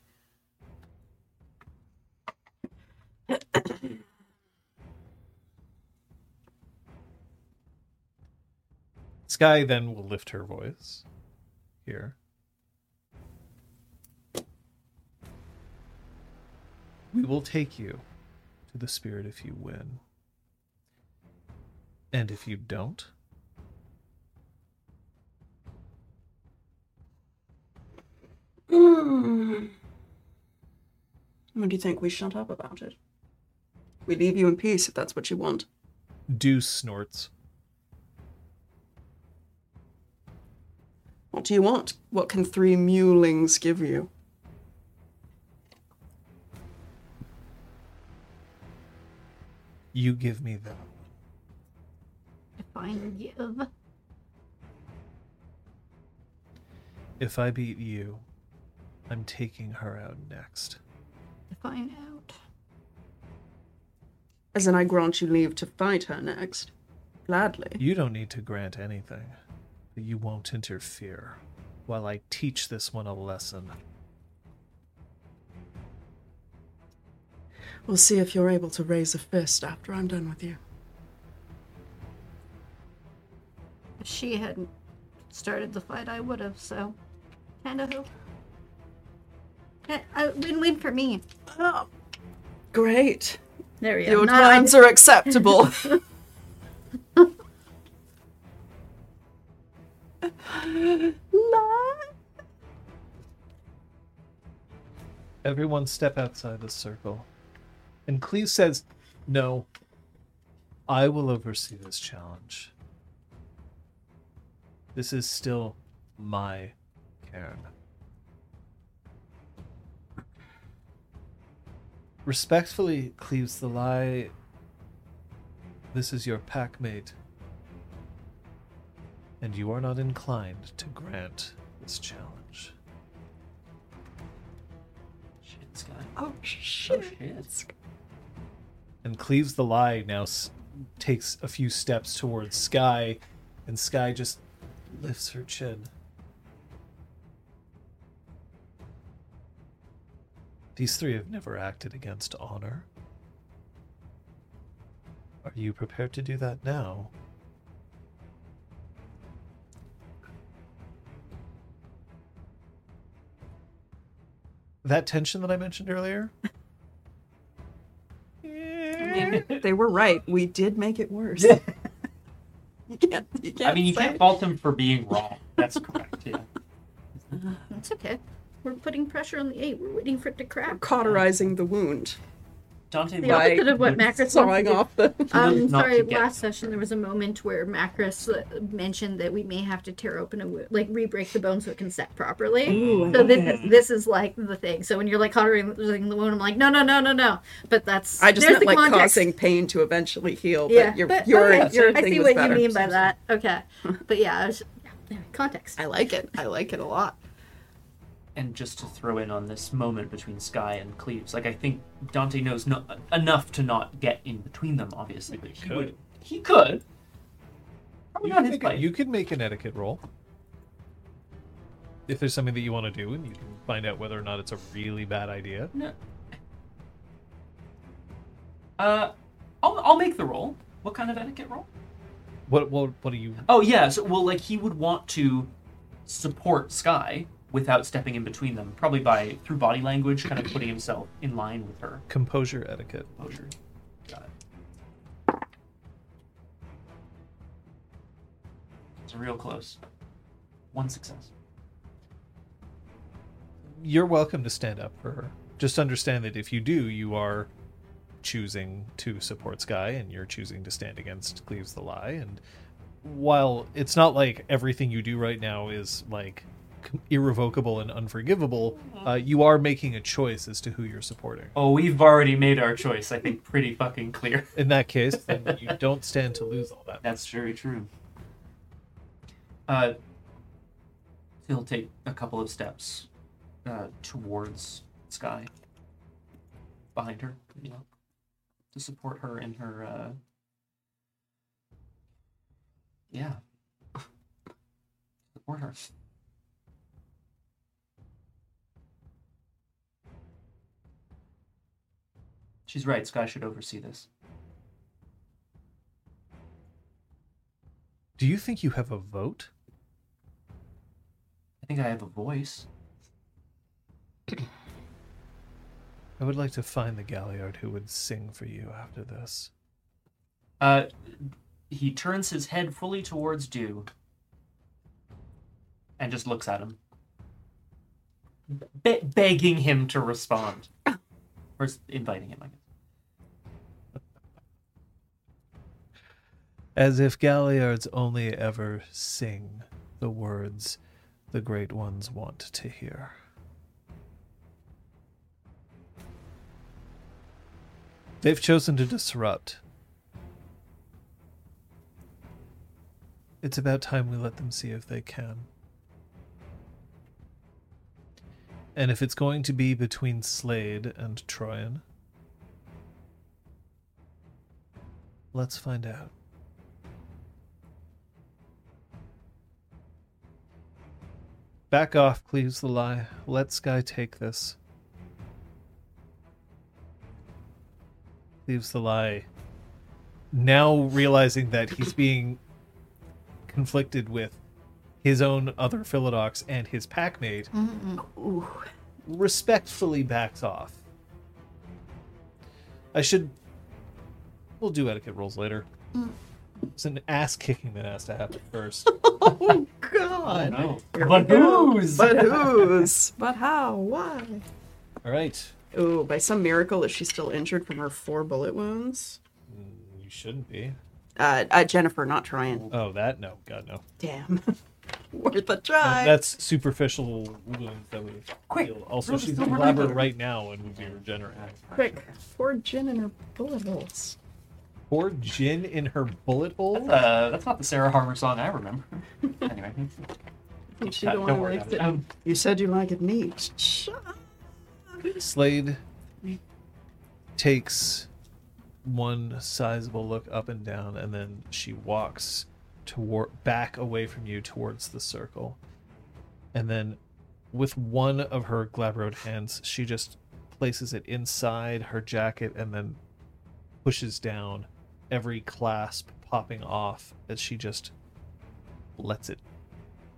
Speaker 4: Sky then will lift her voice here. We will take you to the spirit if you win. And if you don't,
Speaker 1: Oh.
Speaker 2: Hmm. What do you think? We shut up about it. We leave you in peace if that's what you want.
Speaker 4: Deuce snorts.
Speaker 2: What do you want? What can three mulings give you?
Speaker 4: You give me that.
Speaker 3: Fine, give.
Speaker 4: If I beat you, I'm taking her out next.
Speaker 3: Find out.
Speaker 2: As in, I grant you leave to fight her next. Gladly.
Speaker 4: You don't need to grant anything, but you won't interfere while I teach this one a lesson.
Speaker 2: We'll see if you're able to raise a fist after I'm done with you.
Speaker 3: If she hadn't started the fight, I would have. So, kind of hope. Eh, I- Win-win for me.
Speaker 2: Oh, great.
Speaker 3: There we go.
Speaker 2: Your
Speaker 3: Not-
Speaker 2: plans are acceptable.
Speaker 4: Everyone step outside the circle. And Cleese says, No, I will oversee this challenge. This is still my cairn. Respectfully, Cleaves the Lie, this is your packmate, and you are not inclined to grant this challenge.
Speaker 1: Shit, Sky.
Speaker 2: *laughs* oh,
Speaker 1: Oh,
Speaker 2: shit.
Speaker 1: shit.
Speaker 4: and cleaves the lie now s- takes a few steps towards sky And Sky just lifts her chin. These three have never acted against honor. Are you prepared to do that now? That tension that I mentioned earlier?
Speaker 2: they were right. We did make it worse.
Speaker 1: Yeah.
Speaker 2: *laughs* You can't. You can't.
Speaker 1: I mean, you
Speaker 2: say-
Speaker 1: can't fault him for being wrong. That's correct.
Speaker 3: *laughs*
Speaker 1: Yeah.
Speaker 3: It's okay. We're putting pressure on the eight. We're waiting for it to
Speaker 2: We're
Speaker 3: crack.
Speaker 2: cauterizing the wound,
Speaker 1: Dante
Speaker 3: The
Speaker 2: Right.
Speaker 3: opposite of what Macris
Speaker 2: sawing
Speaker 3: wants
Speaker 2: off the.
Speaker 3: to do. Um,
Speaker 1: Not
Speaker 3: sorry,
Speaker 1: to get-
Speaker 3: last session there was a moment where Macris uh, mentioned that we may have to tear open a wound, like re-break the bone so it can set properly.
Speaker 2: Ooh, I
Speaker 3: So
Speaker 2: love
Speaker 3: this
Speaker 2: it.
Speaker 3: is, this is like the thing. So when you're like cauterizing the wound, I'm like, no, no, no, no, no. But that's
Speaker 2: *laughs* I just
Speaker 3: there's
Speaker 2: meant
Speaker 3: the
Speaker 2: like
Speaker 3: context.
Speaker 2: causing pain to eventually heal. But
Speaker 3: Yeah,
Speaker 2: your,
Speaker 3: but
Speaker 2: your,
Speaker 3: okay,
Speaker 2: your
Speaker 3: I
Speaker 2: thing
Speaker 3: see
Speaker 2: was
Speaker 3: what
Speaker 2: better.
Speaker 3: you mean
Speaker 2: *laughs*
Speaker 3: by that. Okay, but yeah, I was- yeah, anyway, context.
Speaker 2: I like it. I like it a lot.
Speaker 1: and just to throw in on this moment between Sky and Cleves, like I think Dante knows no- enough to not get in between them. Obviously, but he
Speaker 4: could.
Speaker 1: would. He could. Probably
Speaker 4: You
Speaker 1: not
Speaker 4: can,
Speaker 1: his
Speaker 4: make a,
Speaker 1: play.
Speaker 4: you can make an etiquette roll. If there's something that you want to do, and you can find out whether or not it's a really bad idea.
Speaker 1: No. Uh, I'll, I'll make the roll. What kind of etiquette roll?
Speaker 4: What what what are you?
Speaker 1: Oh yeah. So, well, like he would want to support Sky without stepping in between them, probably by through body language, kind of putting himself in line with her
Speaker 4: Composure etiquette.
Speaker 1: composure. Got it. It's real close. One success.
Speaker 4: You're welcome to stand up for her. Just understand that if you do, you are choosing to support Sky, and you're choosing to stand against Cleaves the Lie. And while it's not like everything you do right now is like com- irrevocable and unforgivable,
Speaker 1: Mm-hmm.
Speaker 4: uh, you are making a choice as to who you're supporting.
Speaker 1: Oh, we've already made our choice. I think pretty fucking clear.
Speaker 4: In that case, then you don't stand to lose all that.
Speaker 1: That's very true. Uh, he'll take a couple of steps uh, towards Sky, behind her, you know, to support her in her. Uh... Yeah, support her. She's right. Sky should oversee this.
Speaker 4: Do you think you have a vote?
Speaker 1: I think I have a voice.
Speaker 4: I would like to find the galliard who would sing for you after this.
Speaker 1: Uh, he turns his head fully towards Dew and just looks at him, Be- begging him to respond. Or s- inviting him, I guess.
Speaker 4: As if galliards only ever sing the words the great ones want to hear. They've chosen to disrupt. It's about time we let them see if they can. And if it's going to be between Slade and Troyan, let's find out. Back off, Cleaves the Lie. Let Sky take this. Cleaves the Lie. Now realizing that he's being conflicted with his own other Philodox and his packmate,
Speaker 2: Ooh.
Speaker 4: respectfully backs off. I should. We'll do etiquette rules later. It's an ass kicking that has to happen first.
Speaker 2: Oh God.
Speaker 1: no.
Speaker 2: Here
Speaker 1: But
Speaker 2: we go.
Speaker 1: whose?
Speaker 2: *laughs* But whose? But how? Why?
Speaker 4: All right.
Speaker 2: Oh, by some miracle, is she still injured from her four bullet wounds?
Speaker 4: Mm, You shouldn't be.
Speaker 2: Uh, uh Jennifer, not trying.
Speaker 4: Oh, that no, God no.
Speaker 2: Damn. *laughs* Worth a
Speaker 1: Uh,
Speaker 2: try.
Speaker 4: That's superficial wounds that we
Speaker 1: Quick,
Speaker 4: heal. Also,
Speaker 1: throw the
Speaker 4: she's
Speaker 1: silver
Speaker 4: elaborate
Speaker 1: lining.
Speaker 4: right now and would be regenerating.
Speaker 2: quick. Pour gin in her bullet holes.
Speaker 4: Pour gin in her bullet hole.
Speaker 1: Uh, that's not the Sarah Harmer song I remember. *laughs* anyway,
Speaker 2: She don't
Speaker 1: don't
Speaker 2: want
Speaker 1: worry
Speaker 2: to
Speaker 1: about it. Um,
Speaker 2: You said you like it neat. Shut up.
Speaker 4: Slade takes one sizable look up and down, and then she walks toward back away from you towards the circle. And then with one of her glabroed hands, she just places it inside her jacket and then pushes down every clasp popping off as she just lets it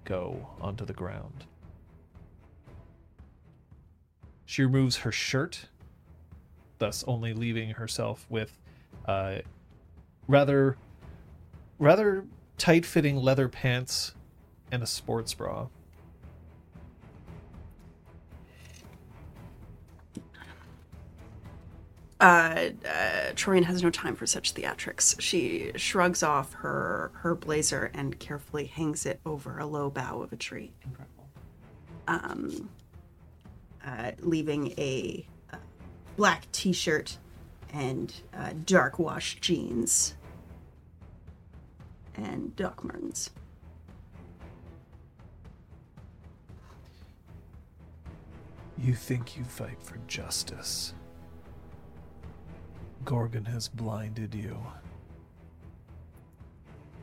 Speaker 4: go onto the ground. She removes her shirt, thus only leaving herself with uh, rather rather tight-fitting leather pants and a sports bra.
Speaker 2: Uh, uh, Troyan has no time for such theatrics. She shrugs off her her blazer and carefully hangs it over a low bough of a tree,
Speaker 1: Incredible.
Speaker 2: um,
Speaker 6: uh, leaving a uh, black t shirt and uh, dark wash jeans and Doc Martens.
Speaker 4: You think you fight for justice. Gorgon has blinded you.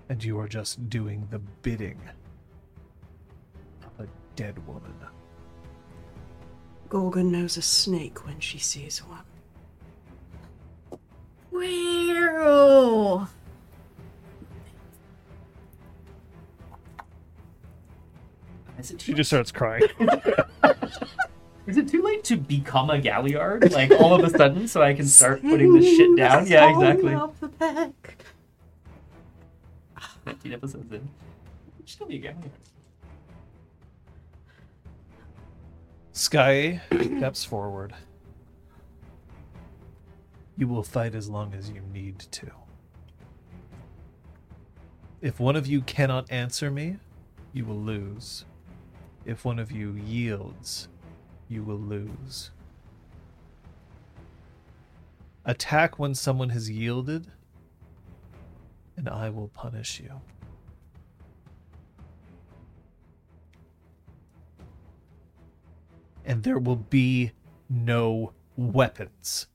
Speaker 4: And you are just doing the bidding of a dead woman.
Speaker 6: Gorgon knows a snake when she sees one.
Speaker 3: Weirdo.
Speaker 1: Is it,
Speaker 4: She
Speaker 1: too,
Speaker 4: just starts crying.
Speaker 1: is it too late to become a galliard? Like all of a sudden, so I can start putting this
Speaker 6: *laughs*
Speaker 1: shit down? Yeah, exactly.
Speaker 6: Off the back.
Speaker 1: 19 episodes in. You should be a galliard.
Speaker 4: Sky steps forward. You will fight as long as you need to. If one of you cannot answer me, you will lose. If one of you yields, you will lose. Attack when someone has yielded, and I will punish you. and there will be no weapons.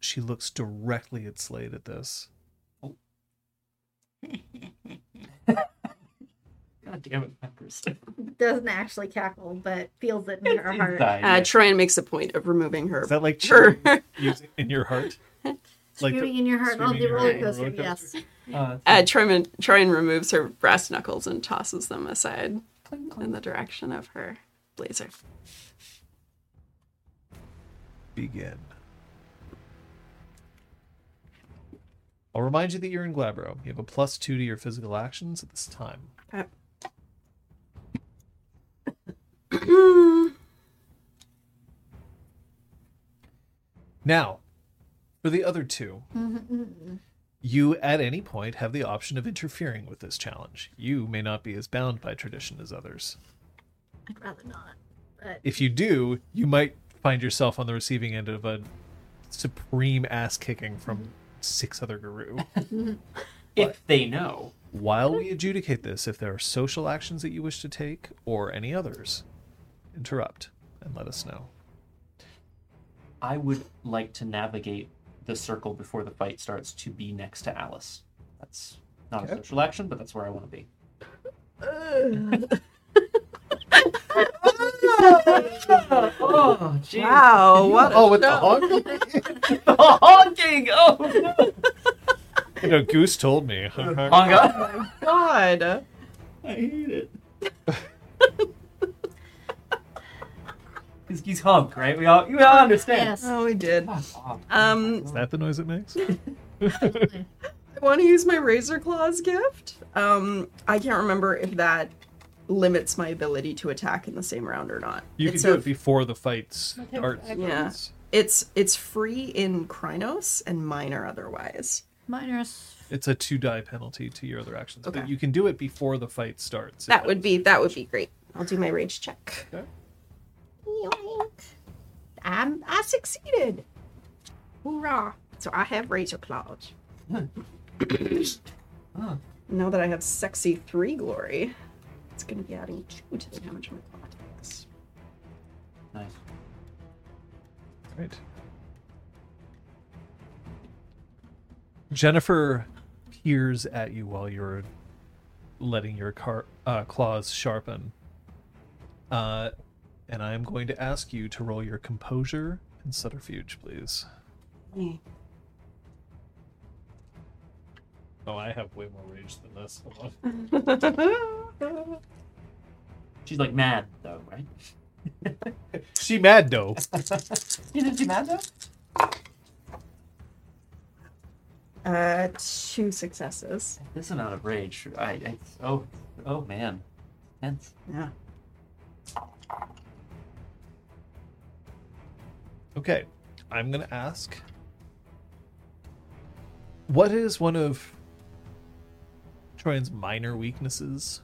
Speaker 4: She looks directly at Slade at this.
Speaker 1: God damn it, peppers.
Speaker 3: Doesn't actually cackle, but feels it in her
Speaker 1: It's
Speaker 3: heart.
Speaker 1: inside,
Speaker 2: uh,
Speaker 1: yeah.
Speaker 2: Troyan makes a point of removing her.
Speaker 4: Is that like
Speaker 2: Sure.
Speaker 4: cheating using in your heart? Like the-
Speaker 3: Screaming in your heart on
Speaker 4: screaming
Speaker 3: the
Speaker 4: in your
Speaker 3: roller
Speaker 4: heart on the
Speaker 3: coaster.
Speaker 4: roller
Speaker 3: Yes. *laughs*
Speaker 1: Uh,
Speaker 2: Uh, Troyan, Troyan removes her brass knuckles and tosses them aside in the direction of her blazer.
Speaker 4: Begin. I'll remind you that you're in Glabro. You have a plus two to your physical actions at this time. Now, for the other two, you at any point have the option of interfering with this challenge. You may not be as bound by tradition as others.
Speaker 3: I'd rather not. But
Speaker 4: if you do, you might find yourself on the receiving end of a supreme ass kicking from six other guru.
Speaker 1: if they know.
Speaker 4: While we adjudicate this, if there are social actions that you wish to take or any others, interrupt and let us know.
Speaker 1: I would like to navigate the circle before the fight starts to be next to Alice. That's not
Speaker 4: Okay.
Speaker 1: a social action, but that's where I want to *laughs* be. oh, jeez. *laughs*
Speaker 6: *laughs*
Speaker 2: Wow, what
Speaker 4: Oh, with the honk?
Speaker 2: *laughs*
Speaker 1: The honking! Oh, no.
Speaker 4: You know, Goose
Speaker 2: *laughs*
Speaker 4: told me.
Speaker 2: Uh-huh.
Speaker 1: Honk up.
Speaker 2: god.
Speaker 1: *laughs* I hate it. Because he's hunk, right? We all, you all understand.
Speaker 3: yes.
Speaker 2: Oh, we did.
Speaker 1: Fuck off.
Speaker 2: Um,
Speaker 4: Is that the noise it makes?
Speaker 2: I want to use my Razor Claws gift. Um, I can't remember if that limits my ability to attack in the same round or not.
Speaker 4: You can
Speaker 2: it's
Speaker 4: do
Speaker 2: a-
Speaker 4: it before the fight starts.
Speaker 2: *laughs* Yeah. It's it's free in Krynos and minor otherwise.
Speaker 5: Miners.
Speaker 4: It's a two die penalty to your other actions,
Speaker 2: Okay.
Speaker 4: but you can do it before the fight starts.
Speaker 2: That would be that would be great. I'll do my rage check.
Speaker 3: I'm, Um, I succeeded. Hoorah.
Speaker 2: So I have Razor
Speaker 4: *coughs*
Speaker 2: Claws.
Speaker 1: Huh.
Speaker 2: Now that I have sexy three glory, it's gonna be adding two to the damage my claw takes.
Speaker 1: Nice.
Speaker 4: Right. Jennifer peers at you while you're letting your car, uh, claws sharpen. Uh, and I am going to ask you to roll your composure and subterfuge, please.
Speaker 6: Mm.
Speaker 4: Oh, I have way more rage than this. Hold on.
Speaker 2: *laughs*
Speaker 1: She's like mad though, right?
Speaker 4: she mad though.
Speaker 1: Isn't she mad though?
Speaker 6: Uh, two successes.
Speaker 1: This amount of rage, I, it's, oh, oh man, tense.
Speaker 6: Yeah.
Speaker 4: Okay, I'm gonna ask. What is one of Troyan's minor weaknesses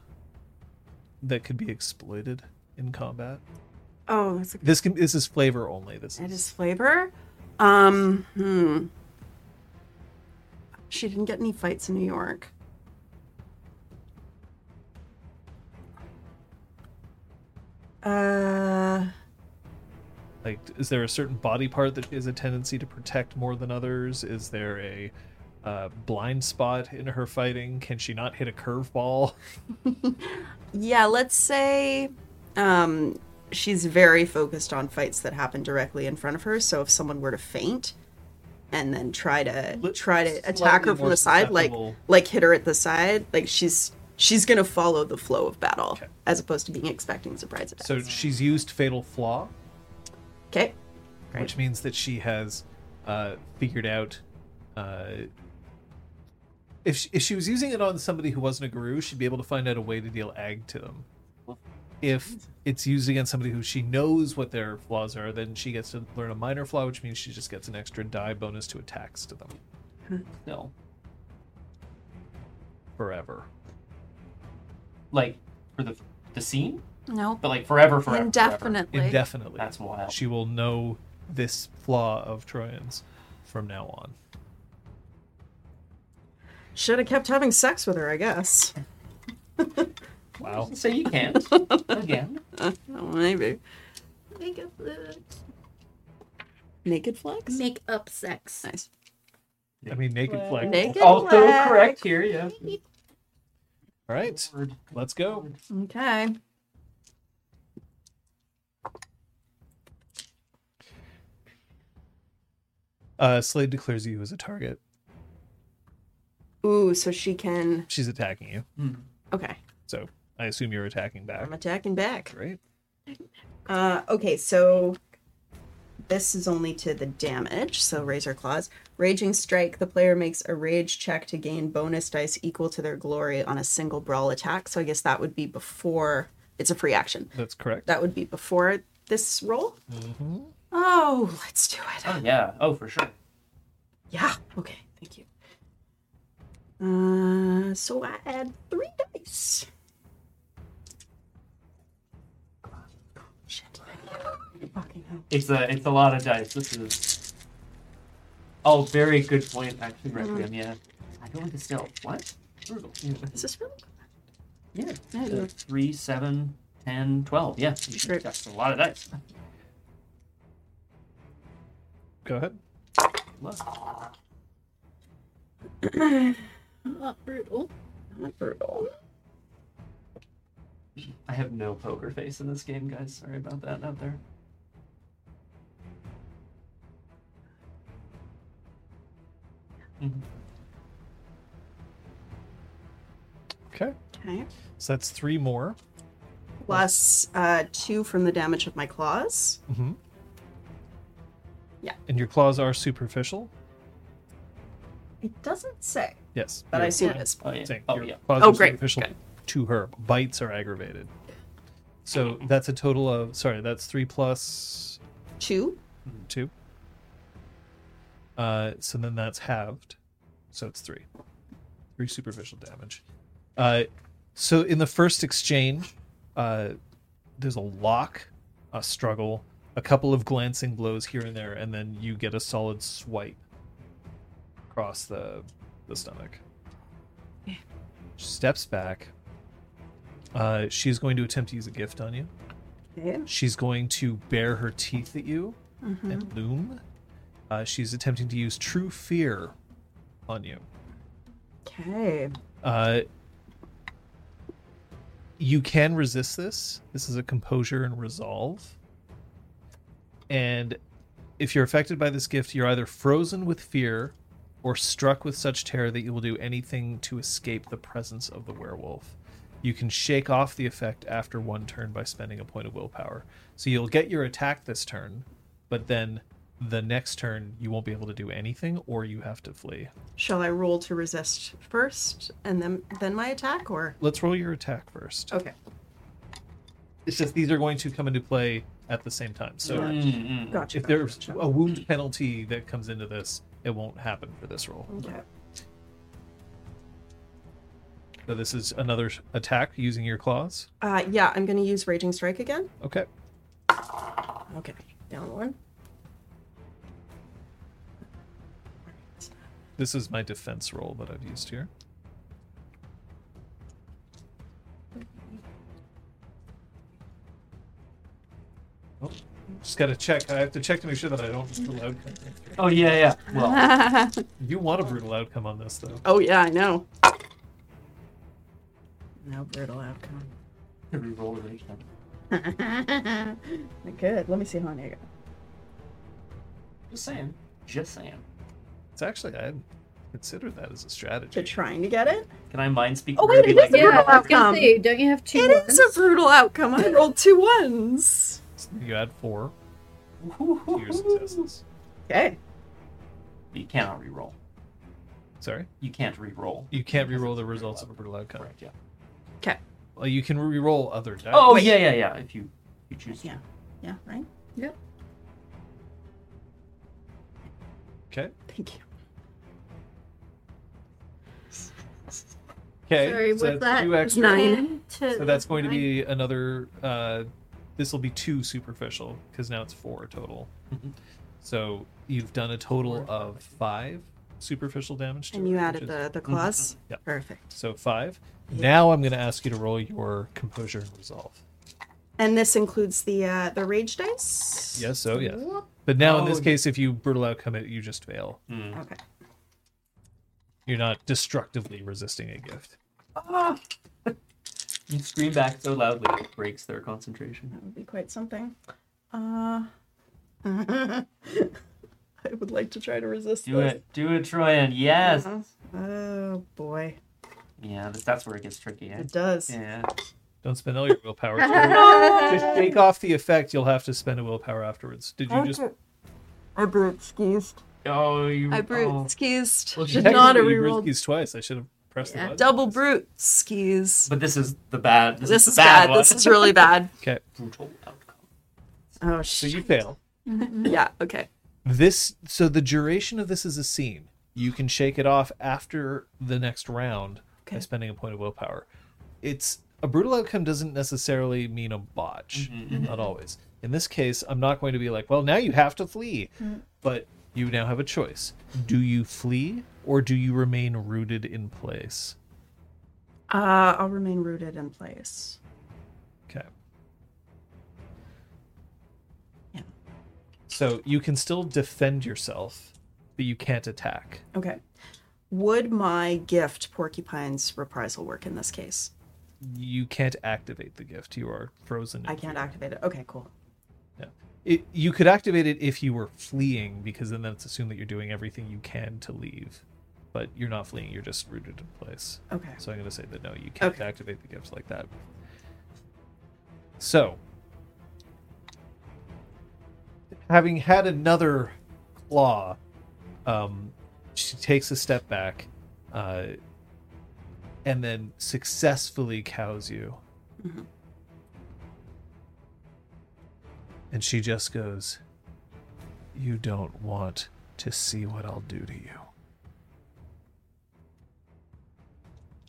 Speaker 4: that could be exploited in combat?
Speaker 2: Oh, that's a
Speaker 4: This can this is flavor only. This
Speaker 2: It
Speaker 4: is
Speaker 2: is flavor. Um, hmm.
Speaker 6: She didn't get any fights in New York. Uh,
Speaker 4: like is there a certain body part that is a tendency to protect more than others? Is there a uh, blind spot in her fighting? Can she not hit a curveball?
Speaker 2: Yeah, let's say um, she's very focused on fights that happen directly in front of her. So if someone were to faint and then try to
Speaker 4: Li-
Speaker 2: try to attack her
Speaker 4: slightly
Speaker 2: from
Speaker 4: more
Speaker 2: the side, like
Speaker 4: susceptible.
Speaker 2: like hit her at the side, like she's she's gonna follow the flow of battle
Speaker 4: Okay.
Speaker 2: as opposed to being expecting surprise attacks.
Speaker 4: So she's used fatal flaw.
Speaker 2: okay,
Speaker 4: which means that she has uh, figured out uh, if she, if she was using it on somebody who wasn't a guru, she'd be able to find out a way to deal ag to them. If it's used against somebody who she knows what their flaws are, then she gets to learn a minor flaw, which means she just gets an extra die bonus to attacks to them
Speaker 1: No,
Speaker 4: forever.
Speaker 1: like for the the scene,
Speaker 2: no,
Speaker 1: but like forever, forever, Forever.
Speaker 2: indefinitely.
Speaker 4: Indefinitely.
Speaker 1: That's wild.
Speaker 4: She will know this flaw of Troyan's from now on.
Speaker 6: should have kept having sex with her, I guess.
Speaker 4: *laughs* Wow.
Speaker 1: So you
Speaker 2: *laughs*
Speaker 1: can't again.
Speaker 2: Oh, maybe
Speaker 3: Make up, uh,
Speaker 2: naked flex.
Speaker 3: make up sex.
Speaker 2: nice.
Speaker 4: I mean, naked flag.
Speaker 2: Naked
Speaker 1: Also
Speaker 2: flex.
Speaker 1: correct here, yeah.
Speaker 4: All right,
Speaker 1: Word.
Speaker 4: let's go.
Speaker 6: Okay.
Speaker 4: Uh, Slade declares you as a target.
Speaker 2: Ooh, so she can.
Speaker 4: She's attacking you.
Speaker 1: Hmm.
Speaker 2: Okay,
Speaker 4: So I assume you're attacking back,
Speaker 2: I'm attacking back.
Speaker 4: right?
Speaker 2: Uh, okay, so this is only to the damage, so Razor Claws. Raging Strike, the player makes a rage check to gain bonus dice equal to their glory on a single brawl attack. So I guess that would be before it's a free action.
Speaker 4: That's correct.
Speaker 2: That would be before this roll.
Speaker 4: Mm-hmm.
Speaker 2: Oh, let's do it.
Speaker 1: Oh yeah. Oh for sure.
Speaker 2: Yeah, okay, thank you. Uh, so I add three dice. Shit. Fucking hell.
Speaker 1: It's a it's a lot of dice. This is. Oh, very good point, actually,
Speaker 2: Mm-hmm.
Speaker 1: Requiem. Yeah, I go with the stealth. What? Brutal. Yeah.
Speaker 2: Is this really?
Speaker 1: yeah.
Speaker 2: Yeah,
Speaker 1: So
Speaker 2: yeah.
Speaker 1: Three, seven, ten, twelve. Yeah,
Speaker 2: Sure.
Speaker 1: that's a lot of dice.
Speaker 4: Go ahead.
Speaker 1: Look.
Speaker 3: Not brutal.
Speaker 2: Not brutal.
Speaker 1: I have no poker face in this game, guys. Sorry about that out there. Mhm.
Speaker 4: Okay.
Speaker 2: Okay.
Speaker 4: So that's three more.
Speaker 2: Plus uh, two from the damage of my claws.
Speaker 4: Mm-hmm.
Speaker 2: Yeah.
Speaker 4: And your claws are superficial.
Speaker 2: It doesn't say,
Speaker 4: Yes.
Speaker 2: but I
Speaker 4: you're
Speaker 2: assume it is.
Speaker 1: Oh yeah.
Speaker 4: saying
Speaker 1: Oh
Speaker 4: your
Speaker 1: yeah.
Speaker 4: claws
Speaker 2: Oh,
Speaker 4: are
Speaker 2: great.
Speaker 4: superficial
Speaker 2: Good.
Speaker 4: to her. Bites are aggravated. So that's a total of sorry. That's three plus
Speaker 2: Two.
Speaker 4: two. Uh, so then that's halved. So it's three. Three superficial damage. Uh, so in the first exchange, uh, there's a lock, a struggle, a couple of glancing blows here and there, and then you get a solid swipe across the the stomach. She steps back. Uh, she's going to attempt to use a gift on you.
Speaker 2: Okay.
Speaker 4: She's going to bare her teeth at you
Speaker 2: Mhm.
Speaker 4: and loom. Uh, she's attempting to use true fear on you.
Speaker 2: Okay.
Speaker 4: Uh, you can resist this. This is a composure and resolve. And if you're affected by this gift, you're either frozen with fear or struck with such terror that you will do anything to escape the presence of the werewolf. You can shake off the effect after one turn by spending a point of willpower. So you'll get your attack this turn, but then the next turn you won't be able to do anything or you have to flee.
Speaker 2: Shall I roll to resist first and then then my attack or
Speaker 4: Let's roll your attack first.
Speaker 2: Okay.
Speaker 4: It's just these are going to come into play at the same time. So
Speaker 2: Right.
Speaker 1: Mm, mm.
Speaker 2: Gotcha.
Speaker 4: if
Speaker 2: gotcha,
Speaker 4: there's
Speaker 2: gotcha.
Speaker 4: a wound penalty that comes into this, it won't happen for this roll.
Speaker 2: Okay.
Speaker 4: So this is another s- attack using your claws.
Speaker 2: Uh, yeah, I'm going to use Raging Strike again.
Speaker 4: Okay.
Speaker 2: Okay, down one.
Speaker 4: This is my defense roll that I've used here. Oh, just gotta check. I have to check to make sure that I don't brutal outcome.
Speaker 1: Oh yeah, yeah.
Speaker 2: *laughs*
Speaker 1: Well,
Speaker 4: You want a brutal outcome on this though.
Speaker 2: Oh, yeah, I know. No brutal outcome.
Speaker 1: reroll the nation.
Speaker 2: Good. Let me see how many I got.
Speaker 1: Just saying. Just saying.
Speaker 4: It's actually I considered that as a strategy.
Speaker 2: You're trying to get it?
Speaker 1: Can I mind speak?
Speaker 2: Oh,
Speaker 1: to her and
Speaker 2: wait,
Speaker 1: be
Speaker 2: it is
Speaker 1: like,
Speaker 3: Yeah, I was
Speaker 2: outcome.
Speaker 3: gonna say, don't you have two
Speaker 2: It is a brutal outcome. I rolled two ones.
Speaker 4: You add four to your
Speaker 1: "Woo-hoo-hoo-hoo."
Speaker 4: successes.
Speaker 2: Okay.
Speaker 1: You cannot reroll.
Speaker 4: Sorry,
Speaker 1: You can't reroll.
Speaker 4: you can't
Speaker 1: Because
Speaker 4: re-roll
Speaker 1: it's
Speaker 4: the
Speaker 1: a brutal
Speaker 4: results of a
Speaker 1: outcome.
Speaker 4: brutal outcome.
Speaker 1: Correct. Yeah.
Speaker 4: Well, you can re-roll other dice.
Speaker 1: Oh yeah, yeah, yeah. If you you choose. to.
Speaker 2: Yeah. Yeah, right?
Speaker 4: Okay.
Speaker 2: Thank you.
Speaker 4: Okay.
Speaker 3: Sorry,
Speaker 4: so that's
Speaker 3: what's that?
Speaker 4: two extra.
Speaker 2: Nine.
Speaker 3: Ten to-
Speaker 4: So that's going to be another. Uh, this will be two superficial because now it's four total.
Speaker 1: Mhm.
Speaker 4: so you've done a total of five superficial damage. To
Speaker 2: And
Speaker 4: her,
Speaker 2: you
Speaker 4: which
Speaker 2: added
Speaker 4: is-
Speaker 2: the,
Speaker 1: Mm-hmm.
Speaker 2: the claws?
Speaker 4: Yeah.
Speaker 2: Perfect.
Speaker 4: So five. Now I'm going to ask you to roll your composure and resolve.
Speaker 2: And this includes the uh, the rage dice?
Speaker 4: Yes. Oh yes. But now in this
Speaker 2: Oh.
Speaker 4: case, if you brutal outcome it, you just fail.
Speaker 1: Mm. *laughs*
Speaker 2: Okay.
Speaker 4: You're not destructively resisting a gift.
Speaker 1: Ah! you scream back so loudly it breaks their concentration.
Speaker 2: That would be quite something. Uh, *laughs* I would like to try to resist
Speaker 1: Do
Speaker 2: this.
Speaker 1: it, do it, Troyan. Yes.
Speaker 2: Uh-huh. Oh boy,
Speaker 1: Yeah, that's, that's where it gets tricky. Eh?
Speaker 2: it does.
Speaker 1: Yeah.
Speaker 4: Don't spend all your willpower. *laughs* to- just take off the effect. You'll have to spend a willpower afterwards. Did you just?
Speaker 2: I brute skeezed.
Speaker 1: Oh, you.
Speaker 2: I brute
Speaker 1: oh.
Speaker 2: skeezed.
Speaker 1: Well, she
Speaker 2: Should not have
Speaker 4: Technically, you brute
Speaker 2: rerolled.
Speaker 4: these twice. I should have pressed
Speaker 3: Yeah.
Speaker 4: the button.
Speaker 2: Double brute skis.
Speaker 1: But this is the bad. This,
Speaker 2: This
Speaker 1: is, the
Speaker 2: is
Speaker 1: bad.
Speaker 2: bad.
Speaker 1: One.
Speaker 2: This is really bad.
Speaker 4: Okay,
Speaker 1: brutal outcome.
Speaker 2: Oh
Speaker 4: so
Speaker 2: shit.
Speaker 4: you fail.
Speaker 2: Yeah. Okay.
Speaker 4: This so the duration of this is a scene. You can shake it off after the next round by
Speaker 2: Okay.
Speaker 4: spending a point of willpower. It's a brutal outcome doesn't necessarily mean a botch.
Speaker 2: Mm-hmm.
Speaker 4: Not always. In this case, I'm not going to be like, well, now you have to flee.
Speaker 2: Mm.
Speaker 4: But you now have a choice. Do you flee or do you remain rooted in place?
Speaker 2: Uh, I'll remain rooted in place.
Speaker 4: Okay.
Speaker 2: Yeah.
Speaker 4: So you can still defend yourself, but you can't attack.
Speaker 2: Okay. Would my gift, Porcupine's Reprisal, work in this case?
Speaker 4: You can't activate the gift. You are frozen.
Speaker 2: I
Speaker 4: in
Speaker 2: can't
Speaker 4: fear.
Speaker 2: activate it. Okay. Cool.
Speaker 4: It, you could activate it if you were fleeing, because then that's assumed that you're doing everything you can to leave. But you're not fleeing. You're just rooted in place.
Speaker 2: Okay.
Speaker 4: So I'm going to say that no, you can't
Speaker 2: Okay.
Speaker 4: activate the gifts like that. So, having had another claw, um, she takes a step back uh, and then successfully cows you.
Speaker 2: Mhm.
Speaker 4: And she just goes, You don't want to see what I'll do to you.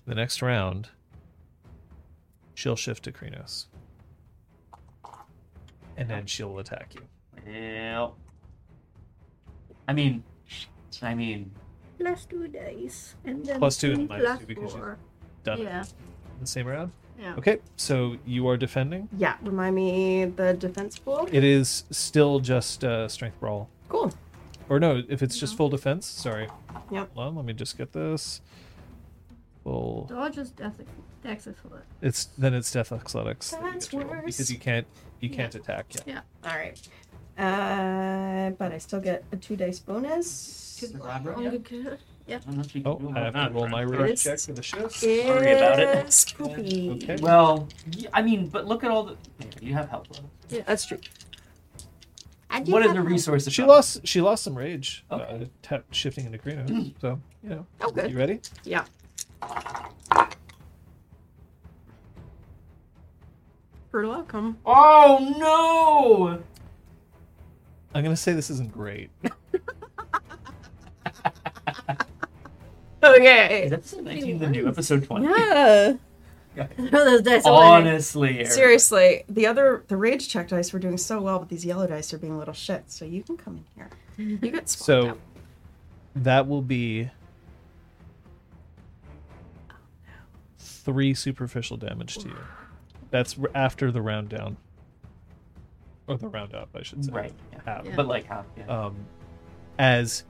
Speaker 4: The next round, she'll shift to Krenos. And then she'll attack you.
Speaker 1: Well, I mean, I mean,
Speaker 3: *laughs* plus two dice, and then
Speaker 4: Plus two and
Speaker 3: three
Speaker 4: minus
Speaker 3: plus
Speaker 4: two because you-
Speaker 3: four.
Speaker 4: Done.
Speaker 3: Yeah.
Speaker 4: The same round?
Speaker 3: Yeah.
Speaker 4: Okay, so you are defending.
Speaker 2: Yeah. Remind me the defense pool.
Speaker 4: It is still just uh, strength brawl.
Speaker 2: Cool.
Speaker 4: Or no, if it's just full defense, sorry.
Speaker 2: Yep.
Speaker 4: Hold on, let me just get this. Well,
Speaker 3: Dodge is death, dex excellent.
Speaker 4: it's then it's death athletics. that you
Speaker 7: That's
Speaker 4: get to roll,
Speaker 7: worse.
Speaker 4: because you can't you can't attack. Yeah.
Speaker 7: All right. Uh, but I still get a two dice bonus.
Speaker 1: Labra?
Speaker 3: Only
Speaker 1: Yeah.
Speaker 3: good.
Speaker 1: I don't know if you can
Speaker 4: Oh,
Speaker 1: do
Speaker 4: I have
Speaker 1: that.
Speaker 4: to roll my
Speaker 7: It's-
Speaker 4: rage check for the shift.
Speaker 1: Sorry about it.
Speaker 7: Is Poopy.
Speaker 4: Okay.
Speaker 1: Well, y- I mean, but look at all the. yeah, You have help. level.
Speaker 2: That's true.
Speaker 7: I do
Speaker 1: What are
Speaker 7: have
Speaker 1: the
Speaker 7: my-
Speaker 1: resources?
Speaker 4: She
Speaker 1: from?
Speaker 4: lost. She lost some rage. Uh,
Speaker 1: Okay.
Speaker 4: tap, shifting into Greeno. So you know.
Speaker 2: Oh, good.
Speaker 4: You ready?
Speaker 2: Yeah. Brutal outcome.
Speaker 1: Oh no!
Speaker 4: I'm gonna say this isn't great.
Speaker 1: Is
Speaker 2: Okay.
Speaker 1: episode 19 the new episode 20?
Speaker 7: Yeah.
Speaker 3: Throw those dice away.
Speaker 1: Honestly, Eric.
Speaker 7: Seriously, the other the rage check dice were doing so well, but these yellow dice are being little shits. So you can come in here.
Speaker 2: You get swapped
Speaker 4: *laughs* So
Speaker 2: out.
Speaker 4: that will be three superficial damage to you. That's r- after the round down, or the round up, I should say.
Speaker 1: Right. Yeah.
Speaker 4: Half.
Speaker 1: But like half. Yeah.
Speaker 4: um, as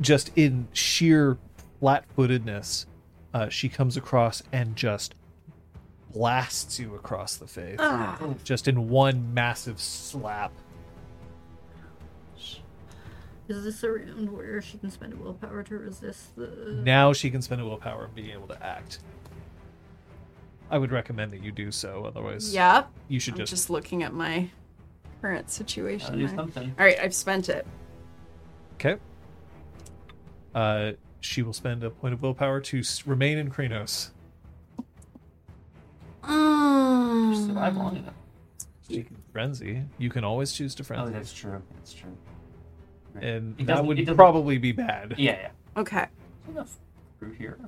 Speaker 4: just in sheer flat-footedness, uh, she comes across and just blasts you across the face,
Speaker 2: Ah.
Speaker 4: just in one massive slap.
Speaker 3: Is this a round where she can spend a willpower to resist the?
Speaker 4: Now she can spend a willpower and be able to act. I would recommend that you do so, otherwise,
Speaker 2: Yeah.
Speaker 4: you should
Speaker 2: I'm
Speaker 4: just,
Speaker 2: just looking at my current
Speaker 1: I'll do
Speaker 2: situation. All
Speaker 1: something.
Speaker 2: right, I've spent it.
Speaker 4: okay. Uh, she will spend a point of willpower to s- remain in Krenos.
Speaker 1: Survive long enough.
Speaker 4: She can frenzy. You can always choose to
Speaker 1: Oh,
Speaker 4: frenzy,
Speaker 1: that's true. That's true.
Speaker 4: and
Speaker 1: It
Speaker 4: that
Speaker 1: doesn't- it
Speaker 4: would
Speaker 1: doesn't-
Speaker 4: probably be bad.
Speaker 1: Yeah,
Speaker 2: Um, Okay.
Speaker 1: yeah. Enough. Through here.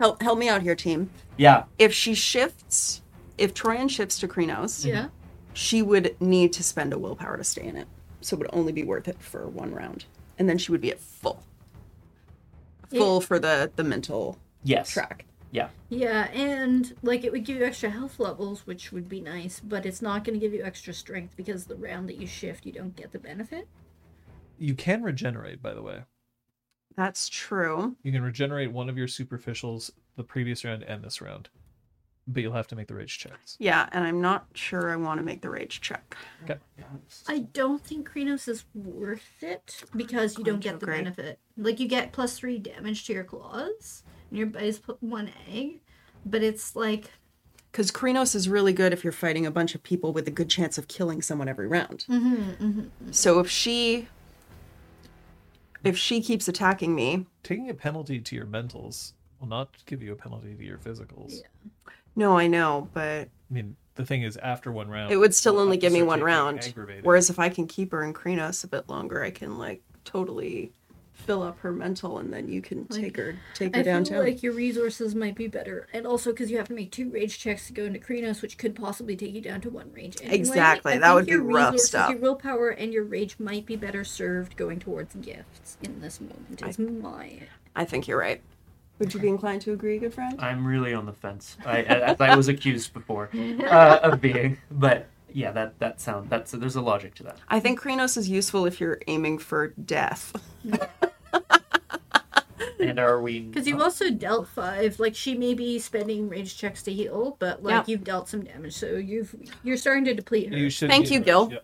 Speaker 2: Help help me out here, team.
Speaker 1: Yeah.
Speaker 2: If she shifts, if Troyan shifts to Krenos,
Speaker 3: Yeah.
Speaker 2: she would need to spend a willpower to stay in it. So it would only be worth it for one round. And then she would be at full. Full for the the mental
Speaker 1: Yes.
Speaker 2: track.
Speaker 1: Yeah.
Speaker 3: Yeah, and like it would give you extra health levels, which would be nice, but it's not going to give you extra strength because the round that you shift, you don't get the benefit.
Speaker 4: You can regenerate, by the way.
Speaker 2: That's true.
Speaker 4: You can regenerate one of your superficials the previous round and this round, but you'll have to make the rage checks.
Speaker 2: Yeah, and I'm not sure I want to make the rage check.
Speaker 3: I don't think Krenos is worth it because you don't get the
Speaker 2: Great.
Speaker 3: benefit. Like you get plus three damage to your claws, and your base put one egg, but it's like
Speaker 2: Because Krenos is really good if you're fighting a bunch of people with a good chance of killing someone every round.
Speaker 3: Mm-hmm,
Speaker 2: So if she if she keeps attacking me,
Speaker 4: Taking a penalty to your mentals will not give you a penalty to your physicals.
Speaker 2: no, I know, but
Speaker 4: I mean, the thing is, after one round,
Speaker 2: it would still
Speaker 4: you'll
Speaker 2: only
Speaker 4: have to
Speaker 2: give me
Speaker 4: start
Speaker 2: one
Speaker 4: taking
Speaker 2: round.
Speaker 4: aggravated.
Speaker 2: Whereas if I can keep her in Krenos a bit longer, I can like totally fill up her mental and then you can take her take her
Speaker 3: I feel
Speaker 2: downtown.
Speaker 3: like your resources might be better, and also because you have to make two rage checks to go into Krenos, which could possibly take you down to one rage. Anyway.
Speaker 2: Exactly,
Speaker 3: I
Speaker 2: that
Speaker 3: think
Speaker 2: would be
Speaker 3: your
Speaker 2: rough
Speaker 3: resources,
Speaker 2: stuff.
Speaker 3: Your willpower and your rage might be better served going towards gifts in this moment. Is my
Speaker 2: I think you're right. Would you be inclined to agree, good friend?
Speaker 1: I'm really on the fence. I, as I was accused before uh, of being, but yeah, that that sound that's there's a logic to that.
Speaker 2: I think Krenos is useful if you're aiming for death.
Speaker 1: And are we?
Speaker 3: because you've also dealt five. Like she may be spending rage checks to heal, but like
Speaker 2: Yeah.
Speaker 3: you've dealt some damage, so you've you're starting to deplete her.
Speaker 4: You should
Speaker 2: Thank
Speaker 4: use
Speaker 2: you,
Speaker 4: rage,
Speaker 2: Gil.
Speaker 4: yeah.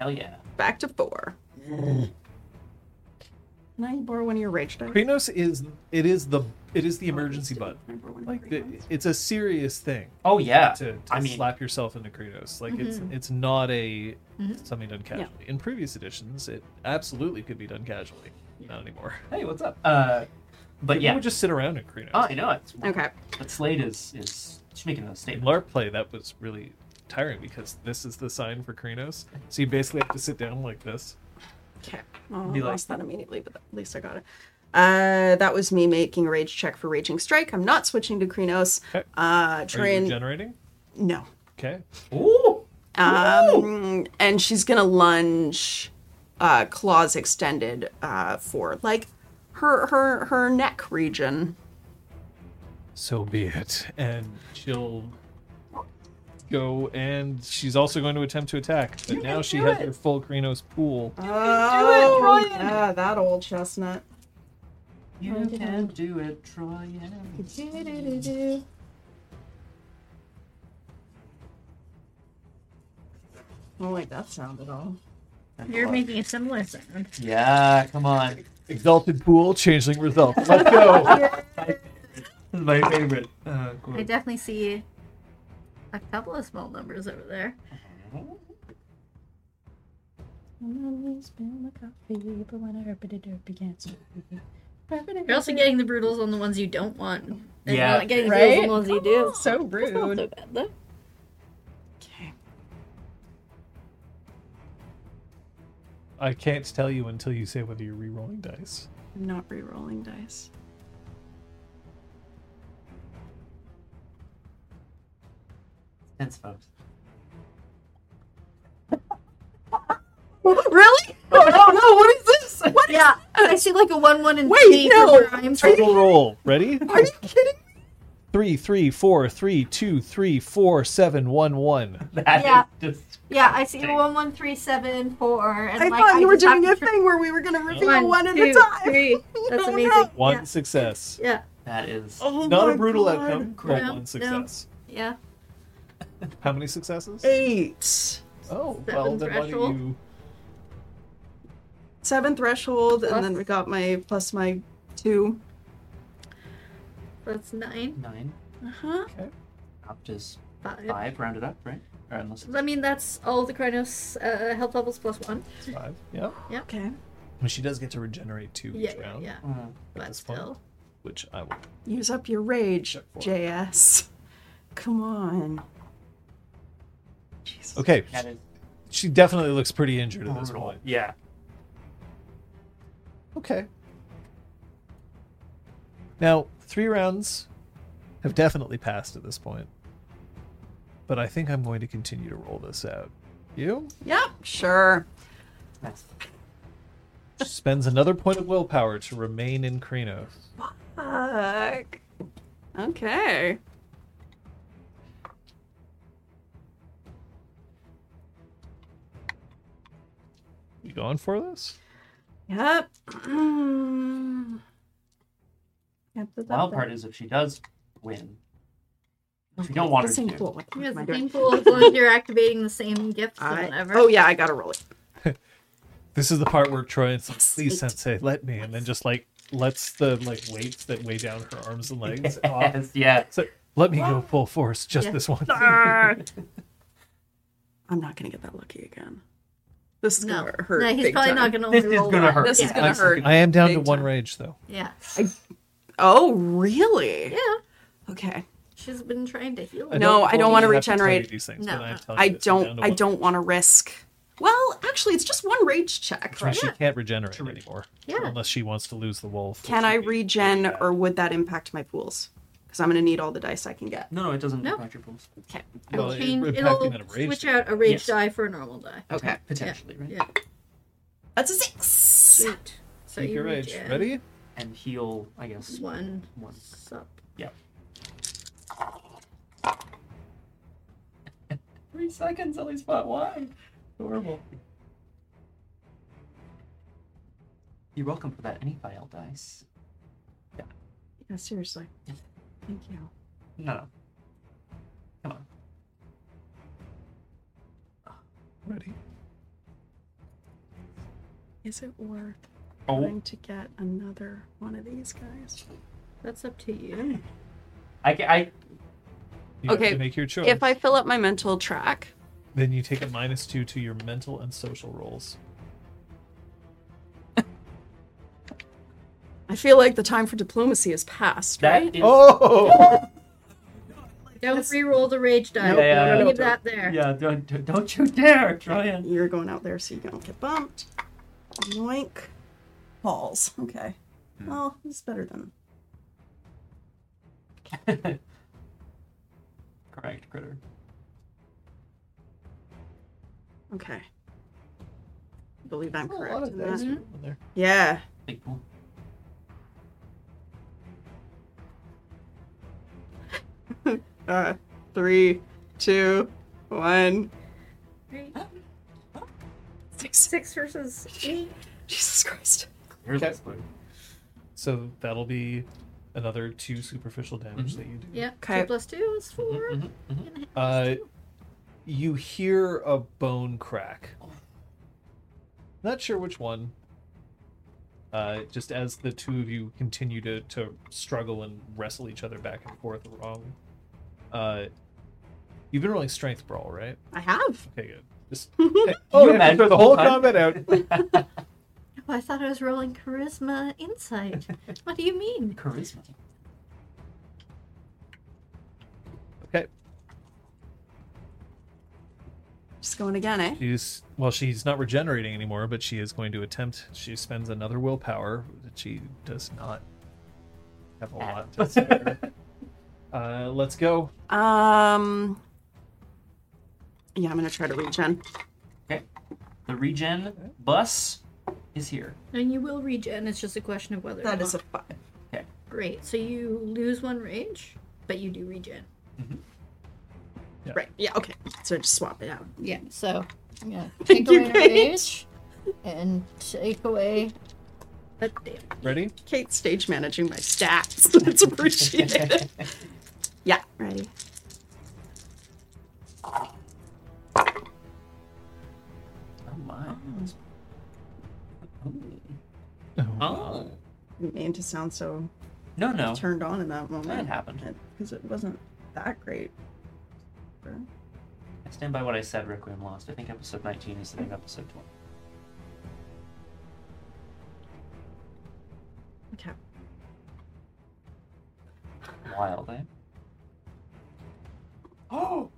Speaker 1: Hell yeah.
Speaker 2: Back to four. Can I borrow one of your rage dice?
Speaker 4: Krenos is it is the it is the emergency button.
Speaker 2: Remember one of
Speaker 4: Like
Speaker 2: your
Speaker 4: the, it's a serious thing
Speaker 1: Oh yeah.
Speaker 4: to, to
Speaker 1: I mean,
Speaker 4: slap yourself into Krenos. Like it's it's not a something done casually. In previous editions, it absolutely could be done casually. Not anymore.
Speaker 1: hey, what's up? Uh, but
Speaker 4: People
Speaker 1: yeah.
Speaker 4: would just sit around in Krenos.
Speaker 1: Oh, I know it.
Speaker 2: Okay.
Speaker 1: But Slade is is she's making a
Speaker 4: In
Speaker 1: statement.
Speaker 4: LARP play, that was really tiring because this is the sign for Krenos. So you basically have to sit down like this.
Speaker 2: Okay. Well, I
Speaker 1: Be like-
Speaker 2: lost that immediately, but at least I got it. Uh, that was me making a rage check for Raging Strike. I'm not switching to Krenos.
Speaker 4: Okay.
Speaker 2: Uh,
Speaker 4: Are you
Speaker 2: Train.
Speaker 4: regenerating?
Speaker 2: No.
Speaker 4: Okay.
Speaker 1: Ooh.
Speaker 4: Oh!
Speaker 2: Um, and she's gonna lunge, uh, claws extended, uh, for like her her her neck region.
Speaker 4: So be it. And she'll go and she's also going to attempt to attack. But now she has her full Krenos pool.
Speaker 2: Oh, yeah, that old chestnut.
Speaker 1: You can do it, try it.
Speaker 2: Do-do-do-do. I don't like that sound at all.
Speaker 1: Oh,
Speaker 3: You're making a similar sound.
Speaker 1: Yeah, come on.
Speaker 4: Exalted pool, changeling results. Let's *laughs* go.
Speaker 1: This is my favorite. Uh,
Speaker 3: I
Speaker 1: quote.
Speaker 3: definitely see a couple of small numbers over there. You're also getting the brutals on the ones you don't want. And
Speaker 1: Yeah.
Speaker 3: You're not getting
Speaker 2: Right?
Speaker 3: the brutals on the ones you do.
Speaker 2: So
Speaker 3: That's not so
Speaker 2: rude.
Speaker 3: bad though.
Speaker 2: Okay.
Speaker 4: I can't tell you until you say whether you're re-rolling dice.
Speaker 2: I'm not re-rolling *laughs* dice.
Speaker 1: Thanks, folks.
Speaker 3: *laughs*
Speaker 9: really?
Speaker 3: Oh,
Speaker 9: No, no, no. What is this? What?
Speaker 3: Yeah, I see like a one, one, and
Speaker 9: Wait,
Speaker 3: three
Speaker 9: no.
Speaker 3: for crimes.
Speaker 4: Total roll. Ready?
Speaker 9: Are you kidding?
Speaker 4: Three, three, four, three, two, three, four, seven, one, one.
Speaker 1: That is
Speaker 3: Yeah.
Speaker 1: just.
Speaker 3: Yeah, I see a one, one, three, seven, four. And
Speaker 10: I
Speaker 3: like,
Speaker 10: thought you were
Speaker 3: just have
Speaker 10: doing
Speaker 3: to
Speaker 10: a
Speaker 3: tr-
Speaker 10: thing where we were going to reveal one,
Speaker 3: One,
Speaker 10: at
Speaker 3: two,
Speaker 10: a time.
Speaker 2: *laughs*
Speaker 3: three. That's
Speaker 10: No,
Speaker 3: amazing.
Speaker 10: no.
Speaker 4: One
Speaker 3: Yeah.
Speaker 4: success.
Speaker 3: Yeah,
Speaker 1: That is.
Speaker 10: Oh
Speaker 4: Not
Speaker 10: my
Speaker 4: a brutal
Speaker 10: God.
Speaker 4: outcome, but
Speaker 3: No,
Speaker 4: one
Speaker 3: no.
Speaker 4: success.
Speaker 3: yeah.
Speaker 4: How many successes?
Speaker 10: Eight.
Speaker 4: Oh,
Speaker 3: Seven
Speaker 4: well, then why
Speaker 3: threshold.
Speaker 4: don't you.
Speaker 2: Seven threshold,
Speaker 3: Plus-
Speaker 2: and then we got my plus my two.
Speaker 3: That's nine,
Speaker 1: Nine.
Speaker 2: Uh huh.
Speaker 1: Up is
Speaker 3: five.
Speaker 1: five, rounded up, right? Or unless it's
Speaker 3: I mean, that's all the Krynos uh, health levels plus one.
Speaker 4: It's five. Yeah.
Speaker 2: Okay.
Speaker 4: Well, she does get to regenerate two
Speaker 3: Yeah,
Speaker 4: each
Speaker 3: yeah,
Speaker 4: round,
Speaker 3: yeah.
Speaker 1: uh,
Speaker 3: But
Speaker 4: this point.
Speaker 3: still.
Speaker 4: which I will.
Speaker 2: Use up your rage,
Speaker 4: Check for it.
Speaker 2: JS. Come on. Jesus.
Speaker 4: Okay.
Speaker 1: that is
Speaker 4: She definitely looks pretty injured at this
Speaker 1: brutal.
Speaker 4: point.
Speaker 1: Yeah.
Speaker 4: Okay. Now, three rounds have definitely passed at this point. But I think I'm going to continue to roll this out. You?
Speaker 2: Yep. Sure.
Speaker 1: That's
Speaker 4: She spends another point of willpower to remain in Krenos.
Speaker 2: Fuck. Okay.
Speaker 4: You going for this?
Speaker 2: Yep. *clears throat* Mm. Yep.
Speaker 1: the wild part is if she does win. If you don't want her to.
Speaker 2: Cool. What the
Speaker 3: You
Speaker 2: fuck
Speaker 3: guys
Speaker 2: am I
Speaker 3: the
Speaker 2: doing?
Speaker 3: same pool as long as you're activating the same gifts and
Speaker 9: I,
Speaker 3: whatever.
Speaker 9: oh yeah, I gotta
Speaker 2: *laughs*
Speaker 9: roll it.
Speaker 4: This is the part where Troy is like, please,
Speaker 9: Eight.
Speaker 4: Sensei, let me. And then just like lets the like weights that weigh down her arms and legs
Speaker 1: *laughs*
Speaker 4: off.
Speaker 1: Yes, yeah.
Speaker 4: So let me go full force just
Speaker 3: Yeah.
Speaker 4: this one.
Speaker 2: I'm not gonna get that lucky again. This is
Speaker 3: No,
Speaker 2: gonna hurt.
Speaker 3: no, he's
Speaker 2: big
Speaker 3: probably
Speaker 2: time.
Speaker 3: not gonna.
Speaker 1: This
Speaker 3: only
Speaker 1: is
Speaker 3: roll
Speaker 1: gonna
Speaker 3: one.
Speaker 1: hurt.
Speaker 2: This
Speaker 3: yeah.
Speaker 2: is gonna hurt.
Speaker 4: I am down to
Speaker 2: Big
Speaker 4: one
Speaker 2: time.
Speaker 4: rage though.
Speaker 3: Yeah,
Speaker 2: Oh, really?
Speaker 3: yeah.
Speaker 2: Okay.
Speaker 3: She's been trying to heal.
Speaker 2: No, I don't
Speaker 4: normally
Speaker 2: wanna
Speaker 4: have tell you
Speaker 2: regenerate.
Speaker 4: these things,
Speaker 3: No,
Speaker 4: but I'm
Speaker 3: no.
Speaker 4: telling
Speaker 2: I
Speaker 4: you this, I'm down
Speaker 2: don't.
Speaker 4: to
Speaker 2: I
Speaker 4: one.
Speaker 2: don't want to risk. Well, actually, it's just one rage check.
Speaker 4: That's right, She can't regenerate
Speaker 1: True.
Speaker 4: anymore.
Speaker 3: Yeah.
Speaker 4: Unless she wants to lose the wolf. which
Speaker 2: Can I
Speaker 4: would be-
Speaker 2: regen,
Speaker 4: yeah.
Speaker 2: or would that impact my pools? Because I'm gonna need all the dice I can get.
Speaker 1: No, no, it doesn't
Speaker 3: No.
Speaker 1: impact your pools.
Speaker 2: Okay.
Speaker 4: Well, it-
Speaker 3: Change-
Speaker 4: it
Speaker 3: it'll
Speaker 4: impacting that of rage
Speaker 3: switch
Speaker 4: die.
Speaker 3: out a rage
Speaker 1: Yes.
Speaker 3: die for a normal die.
Speaker 2: Okay.
Speaker 1: Potentially, right?
Speaker 3: Yeah.
Speaker 2: That's a six.
Speaker 3: Sweet. So
Speaker 4: Take
Speaker 3: you
Speaker 4: your rage.
Speaker 3: regen
Speaker 4: Ready?
Speaker 1: And heal, I guess,
Speaker 3: One
Speaker 1: one.
Speaker 3: sup.
Speaker 1: Three seconds, at least, but why? Horrible. You're welcome for that any file dice.
Speaker 2: Yeah. Seriously.
Speaker 1: Yeah.
Speaker 2: Thank you.
Speaker 1: No, no. Come on.
Speaker 4: Ready.
Speaker 2: Is it worth
Speaker 1: Oh,
Speaker 2: trying to get another one of these guys?
Speaker 3: That's up to you.
Speaker 1: I, ca- I
Speaker 4: You okay.
Speaker 2: Okay,
Speaker 4: have to make your choice.
Speaker 2: If I fill up my mental track,
Speaker 4: Then you take a minus two to your mental and social rolls.
Speaker 2: I feel like the time for diplomacy is past, right?
Speaker 1: that is
Speaker 4: Oh! *laughs*
Speaker 3: Don't re-roll the rage die.
Speaker 1: Nope, Yeah, yeah,
Speaker 3: Leave
Speaker 1: yeah.
Speaker 3: that there.
Speaker 1: yeah. Don't, don't- don't you dare try *laughs* and
Speaker 2: You're going out there so you don't get bumped. Yoink. Balls. Okay.
Speaker 4: Hmm.
Speaker 2: Well, it's better than.
Speaker 1: correct critter.
Speaker 2: Okay. I believe I'm
Speaker 4: A lot
Speaker 2: correct.
Speaker 4: of
Speaker 2: in
Speaker 4: dice
Speaker 2: that.
Speaker 4: are in there.
Speaker 2: Yeah.
Speaker 1: Big pool.
Speaker 2: Uh, three, two, one.
Speaker 3: Three,
Speaker 2: Six.
Speaker 3: Six versus eight.
Speaker 2: Jesus Christ.
Speaker 1: Here's
Speaker 4: Okay.
Speaker 1: this one.
Speaker 4: So that'll be another two superficial damage that you do.
Speaker 3: Yeah.
Speaker 11: Okay.
Speaker 3: Two plus two is 4
Speaker 1: Mhm, mhm.
Speaker 3: And a half
Speaker 4: Uh,
Speaker 3: is two.
Speaker 4: you hear a bone crack. Not sure which one. Uh, just as the two of you continue to, to struggle and wrestle each other back and forth wrong. Uh, you've been rolling strength brawl, right?
Speaker 2: I have.
Speaker 4: Okay, good.
Speaker 1: *laughs*
Speaker 4: Just
Speaker 1: Oh,
Speaker 4: oh,
Speaker 1: imagine
Speaker 4: the
Speaker 1: the whole
Speaker 4: whole
Speaker 1: time?
Speaker 4: combat out.
Speaker 3: Oh, I thought I was rolling charisma *laughs* insight. what do you mean?
Speaker 1: Charisma.
Speaker 4: Okay.
Speaker 2: Just going again, eh?
Speaker 4: She's well, she's not regenerating anymore, but she is going to attempt. She spends another willpower that she does not have a lot to spare. uh, let's go.
Speaker 2: Um. Yeah, I'm gonna try to regen.
Speaker 1: Okay. The regen bus is here.
Speaker 3: And you will regen. It's just a question of whether.
Speaker 2: That
Speaker 3: or
Speaker 2: is a
Speaker 3: not.
Speaker 2: five.
Speaker 3: great. So you lose one rage, but you do regen.
Speaker 2: Right. Yeah. Okay. So just swap it out.
Speaker 12: Yeah, so I'm
Speaker 3: *laughs*
Speaker 12: gonna take away rage and take away
Speaker 3: But damn.
Speaker 4: Ready?
Speaker 2: Kate's stage managing my stats. *laughs*
Speaker 1: *laughs*
Speaker 2: That's appreciated. yeah. Ready.
Speaker 1: Oh my. Ooh. Oh.
Speaker 2: Didn't mean to sound so
Speaker 1: No, no.
Speaker 2: turned on in that
Speaker 1: That
Speaker 2: moment
Speaker 1: happened.
Speaker 2: because it wasn't that great.
Speaker 1: Oh. I stand by what I said, Requiem Lost. I think episode 19 is the name of episode 20.
Speaker 2: Okay.
Speaker 1: Wild, eh? Oh!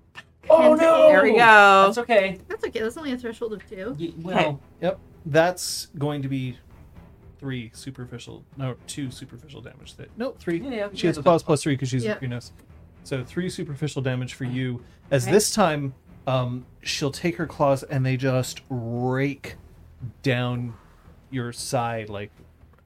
Speaker 3: Oh, no!
Speaker 11: There we go.
Speaker 1: That's okay.
Speaker 3: That's okay. That's only a threshold of two.
Speaker 1: Y- well,
Speaker 4: Yep. That's going to be three superficial. No, two superficial damage. That no, three.
Speaker 1: Yeah, yeah,
Speaker 4: she has
Speaker 1: yeah.
Speaker 4: plus plus three because she's
Speaker 3: Yeah.
Speaker 4: a Kunos. So three superficial damage for you. As this time, um, she'll take her claws and they just rake down your side, like,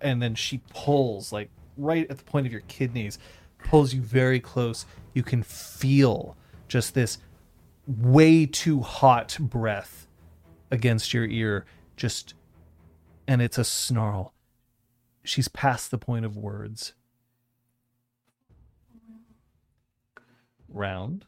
Speaker 4: and then she pulls, like, right at the point of your kidneys, pulls you very close. You can feel just this way too hot breath against your ear, just, and it's a snarl. She's past the point of words. round,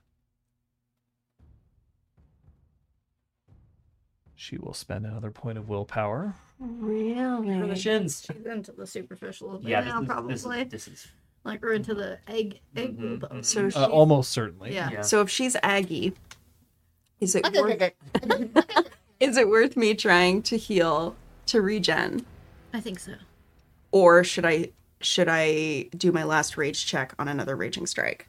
Speaker 4: she will spend another point of willpower.
Speaker 1: for the
Speaker 2: Really?
Speaker 1: shins.
Speaker 3: She's into the superficial
Speaker 1: Yeah,
Speaker 3: now, probably.
Speaker 1: this, is, this, is, this is.
Speaker 3: Like we're into the egg egg
Speaker 1: Mhm,
Speaker 3: bone.
Speaker 11: So she,
Speaker 4: Uh, almost certainly.
Speaker 3: Yeah.
Speaker 1: Yeah.
Speaker 11: so if she's Aggie, is it worth,
Speaker 2: *laughs*
Speaker 11: is it worth me trying to heal to regen,
Speaker 3: I think so.
Speaker 11: or should
Speaker 2: Should I should I do my last rage check on another raging strike?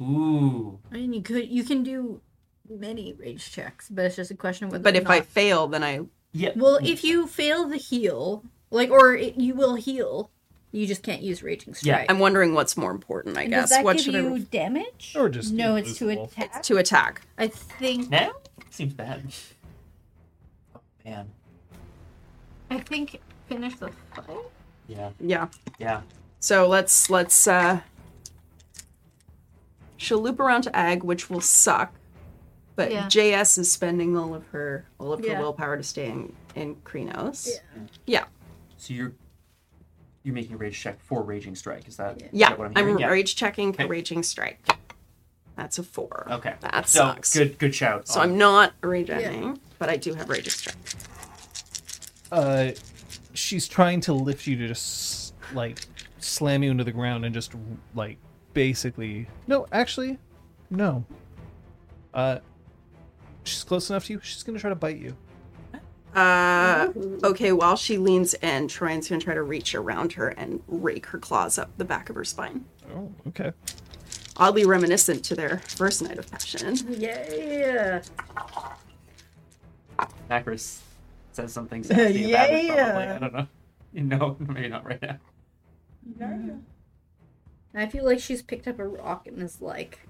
Speaker 1: Ooh.
Speaker 3: I mean, you could you can do many rage checks, but it's just a question of whether.
Speaker 2: But
Speaker 3: or
Speaker 2: if I
Speaker 3: not-
Speaker 2: fail, then I
Speaker 1: Yeah.
Speaker 3: well, if you fail the heal, like or it, you will heal, you just can't use raging strike.
Speaker 2: I'm wondering what's more important. I
Speaker 3: And
Speaker 2: guess
Speaker 3: Does that
Speaker 2: what
Speaker 3: give
Speaker 2: should
Speaker 3: you
Speaker 2: I roll?
Speaker 3: damage?
Speaker 4: Or just
Speaker 3: no,
Speaker 4: you
Speaker 3: it's
Speaker 4: lose
Speaker 3: to
Speaker 4: the wolf.
Speaker 3: attack.
Speaker 2: to attack?
Speaker 3: I think
Speaker 1: Now? Seems bad. Oh, man.
Speaker 3: I think finish the fight.
Speaker 1: Yeah.
Speaker 2: Yeah.
Speaker 1: Yeah.
Speaker 2: So let's let's uh she'll loop around to Ag, which will suck. But
Speaker 3: Yeah.
Speaker 2: JS is spending all of her all of
Speaker 3: Yeah.
Speaker 2: her willpower to stay in, in Krenos.
Speaker 3: Yeah.
Speaker 2: Yeah.
Speaker 1: So you're you're making a rage check for raging strike. Is that, is
Speaker 2: Yeah.
Speaker 1: that what I'm
Speaker 2: I'm,
Speaker 1: hearing? Yeah.
Speaker 2: rage checking for
Speaker 1: Okay.
Speaker 2: raging strike. That's a four.
Speaker 1: Okay.
Speaker 2: That
Speaker 1: so,
Speaker 2: sucks.
Speaker 1: Good good shout. Oh,
Speaker 2: So
Speaker 1: on-
Speaker 2: I'm not regening, but I do have raging strike.
Speaker 4: Uh, she's trying to lift you to just like slam you into the ground and just like basically. No, actually, no. Uh, she's close enough to you. She's gonna try to bite you.
Speaker 2: Uh okay, while she leans in, Troyan's gonna try to reach around her and rake her claws up the back of her spine.
Speaker 4: Oh, okay.
Speaker 2: Oddly reminiscent to their first night of passion.
Speaker 3: Yeah.
Speaker 1: Macris says
Speaker 2: *laughs*
Speaker 1: something sassy about it, probably. I don't know. You know, *laughs* maybe not right now.
Speaker 3: I feel like she's picked up a rock and is like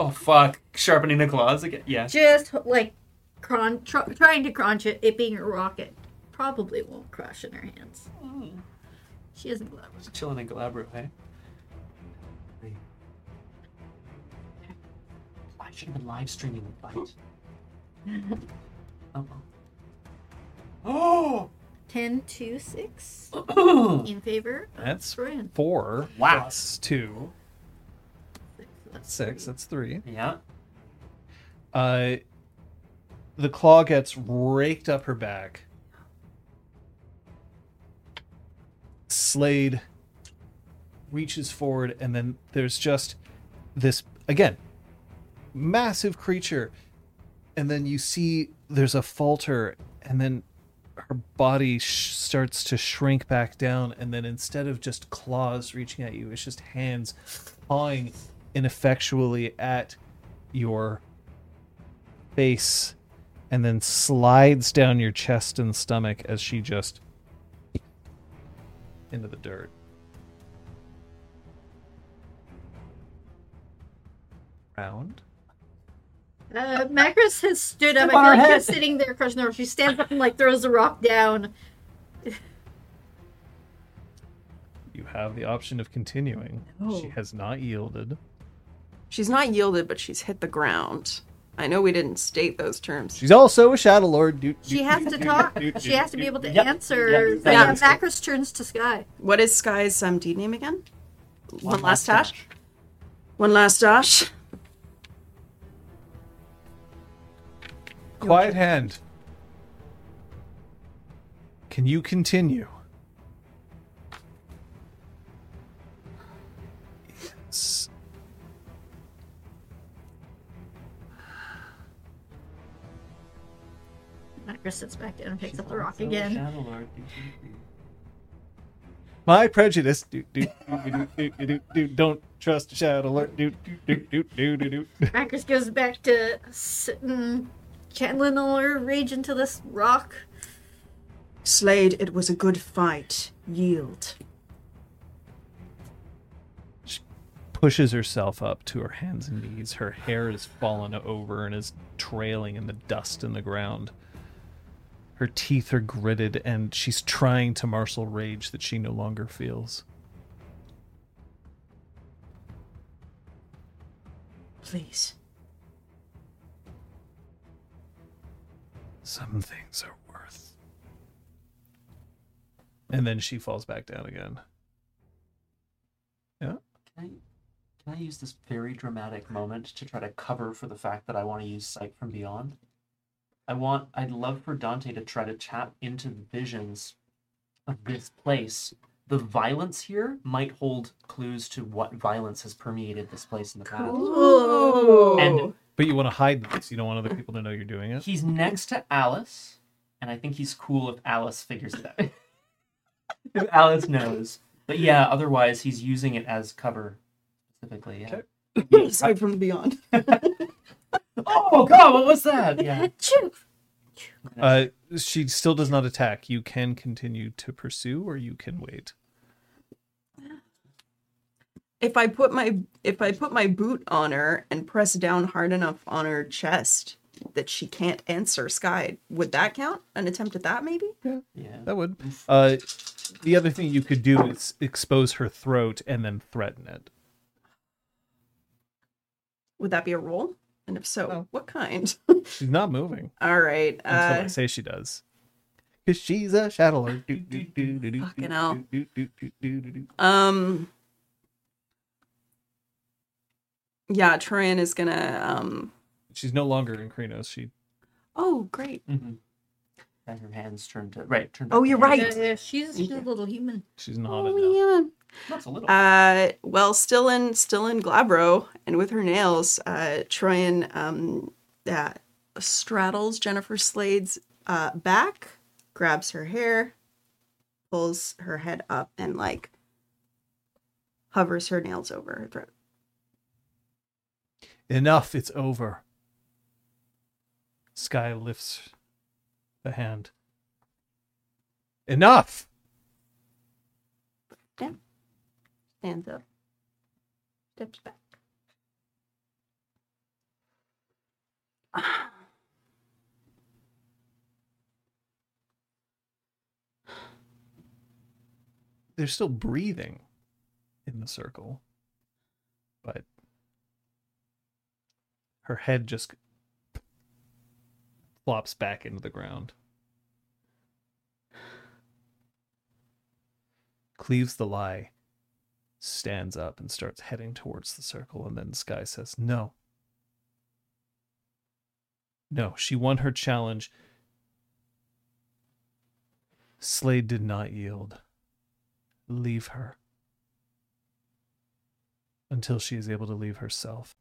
Speaker 1: Oh fuck! Sharpening the claws again. Yeah.
Speaker 3: just like cron- tr- trying to crunch it, it being a rocket. Probably won't crush in her hands. She isn't clever.
Speaker 1: Just chilling in Galabro, hey. Hey. I should have been live streaming
Speaker 3: *laughs* *clears throat*
Speaker 1: the fight. oh. well. Oh!
Speaker 3: Ten, two, six. in favor of
Speaker 4: That's
Speaker 3: Brian.
Speaker 4: four
Speaker 1: Wow.
Speaker 4: plus two. Six, that's three.
Speaker 1: Yeah.
Speaker 4: Uh, the claw gets raked up her back. Slade reaches forward, and then there's just this again massive creature. And then you see there's a falter, and then her body sh- starts to shrink back down. And then instead of just claws reaching at you, it's just hands pawing ineffectually at your face and then slides down your chest and stomach as she just into the dirt. Round.
Speaker 3: Uh, Macris has stood up. I
Speaker 1: Come on,
Speaker 3: feel like
Speaker 1: head.
Speaker 3: she's sitting there crushing her. She stands up and like throws the rock down.
Speaker 4: You have the option of continuing.
Speaker 3: Oh.
Speaker 4: She has not yielded.
Speaker 2: She's not yielded, but she's hit the ground. I know we didn't state those terms.
Speaker 4: She's also a Shadow Lord. Doot,
Speaker 3: She
Speaker 4: doot,
Speaker 3: has
Speaker 4: doot,
Speaker 3: to
Speaker 4: doot,
Speaker 3: talk.
Speaker 4: doot,
Speaker 3: She
Speaker 4: doot,
Speaker 3: has to be
Speaker 4: doot.
Speaker 3: able to
Speaker 1: Yep.
Speaker 3: answer.
Speaker 1: Yep.
Speaker 3: Yeah,
Speaker 1: Yeah.
Speaker 3: Macris turns to Sky.
Speaker 2: What is Sky's um, deed name again? One, last dash. One last dash.
Speaker 4: Quiet hand. Can you continue? Yes.
Speaker 3: Macris sits back down and picks
Speaker 1: She's
Speaker 3: up the rock
Speaker 1: also a
Speaker 3: again.
Speaker 1: Shadow Lord. *laughs* Doo,
Speaker 4: My prejudice. Do, do, do, do, do, do, do, do. Don't trust Shadow Alert. Do, do, do, do, do, do, do.
Speaker 3: Macris goes back to sitting, channeling all her rage into this rock.
Speaker 13: Slade, it was a good fight. Yield.
Speaker 4: Pushes herself up to her hands and knees. Her hair is fallen over and is trailing in the dust in the ground. Her teeth are gritted, and she's trying to marshal rage that she no longer feels.
Speaker 13: Please.
Speaker 4: Some things are worth. And then she falls back down again.
Speaker 1: Can I, can I use this very dramatic moment to try to cover for the fact that I want to use Sight from Beyond? I want, I'd love for Dante to try to tap into the visions of this place. The violence here might hold clues to what violence has permeated this place in the past. And
Speaker 4: But you want to hide this. You don't want other people to know you're doing it.
Speaker 1: he's next to Alice, and I think he's cool if Alice figures it out. if Alice knows. But yeah, otherwise he's using it as cover specifically. Yeah.
Speaker 2: Aside from the beyond.
Speaker 1: Oh god, what was that? Yeah.
Speaker 3: Achoo!
Speaker 4: Uh, she still does not attack. You can continue to pursue, or you can wait.
Speaker 2: If I put my if I put my boot on her and press down hard enough on her chest that she can't answer Sky, would that count? An attempt at that maybe?
Speaker 1: Yeah.
Speaker 4: That would. Uh, the other thing you could do is expose her throat and then threaten it.
Speaker 2: Would that be a roll? And if so, what kind? *laughs*
Speaker 4: She's not moving
Speaker 2: All right.
Speaker 4: until
Speaker 2: Uh,
Speaker 4: I say she does. Cause she's a shadow
Speaker 2: *laughs*
Speaker 4: lord.
Speaker 2: Fucking hell. Um. Yeah, Troyan is gonna. Um.
Speaker 4: She's no longer in Krenos. She
Speaker 2: Oh, great.
Speaker 1: Mm-hmm. And her hands turned to right. Turned.
Speaker 2: Oh,
Speaker 1: back
Speaker 2: you're
Speaker 1: to
Speaker 2: right.
Speaker 1: hands.
Speaker 3: Uh, she's, she's a little human.
Speaker 4: she's not in now.
Speaker 2: Oh
Speaker 1: That's a little.
Speaker 2: yeah. Uh. Well, still in still in Glabro, and with her nails, uh, Troyan um, uh, straddles Jennifer Slade's uh back, grabs her hair, pulls her head up, and like hovers her nails over her throat.
Speaker 4: Enough. It's over. Sky lifts the hand. Enough.
Speaker 2: Stands up, steps back.
Speaker 4: they're still breathing in the circle, but her head just plops back into the ground. cleaves the lie, stands up and starts heading towards the circle. And then Sky says, No. No, she won her challenge. Slade did not yield. Leave her. Until she is able to leave herself.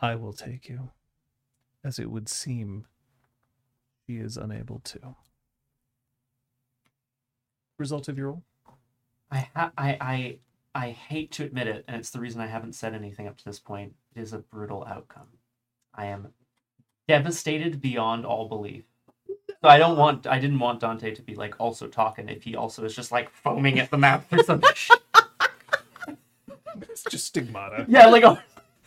Speaker 4: I will take you, as it would seem she is unable to. Result of your roll?
Speaker 1: I, ha- I I I hate to admit it, and it's the reason I haven't said anything up to this point. It is a brutal outcome. I am devastated beyond all belief. So I don't want I didn't want Dante to be like also talking if he also is just like foaming at the mouth or
Speaker 2: *laughs*
Speaker 1: something.
Speaker 4: It's just
Speaker 1: *laughs*
Speaker 4: stigmata.
Speaker 1: yeah, like oh,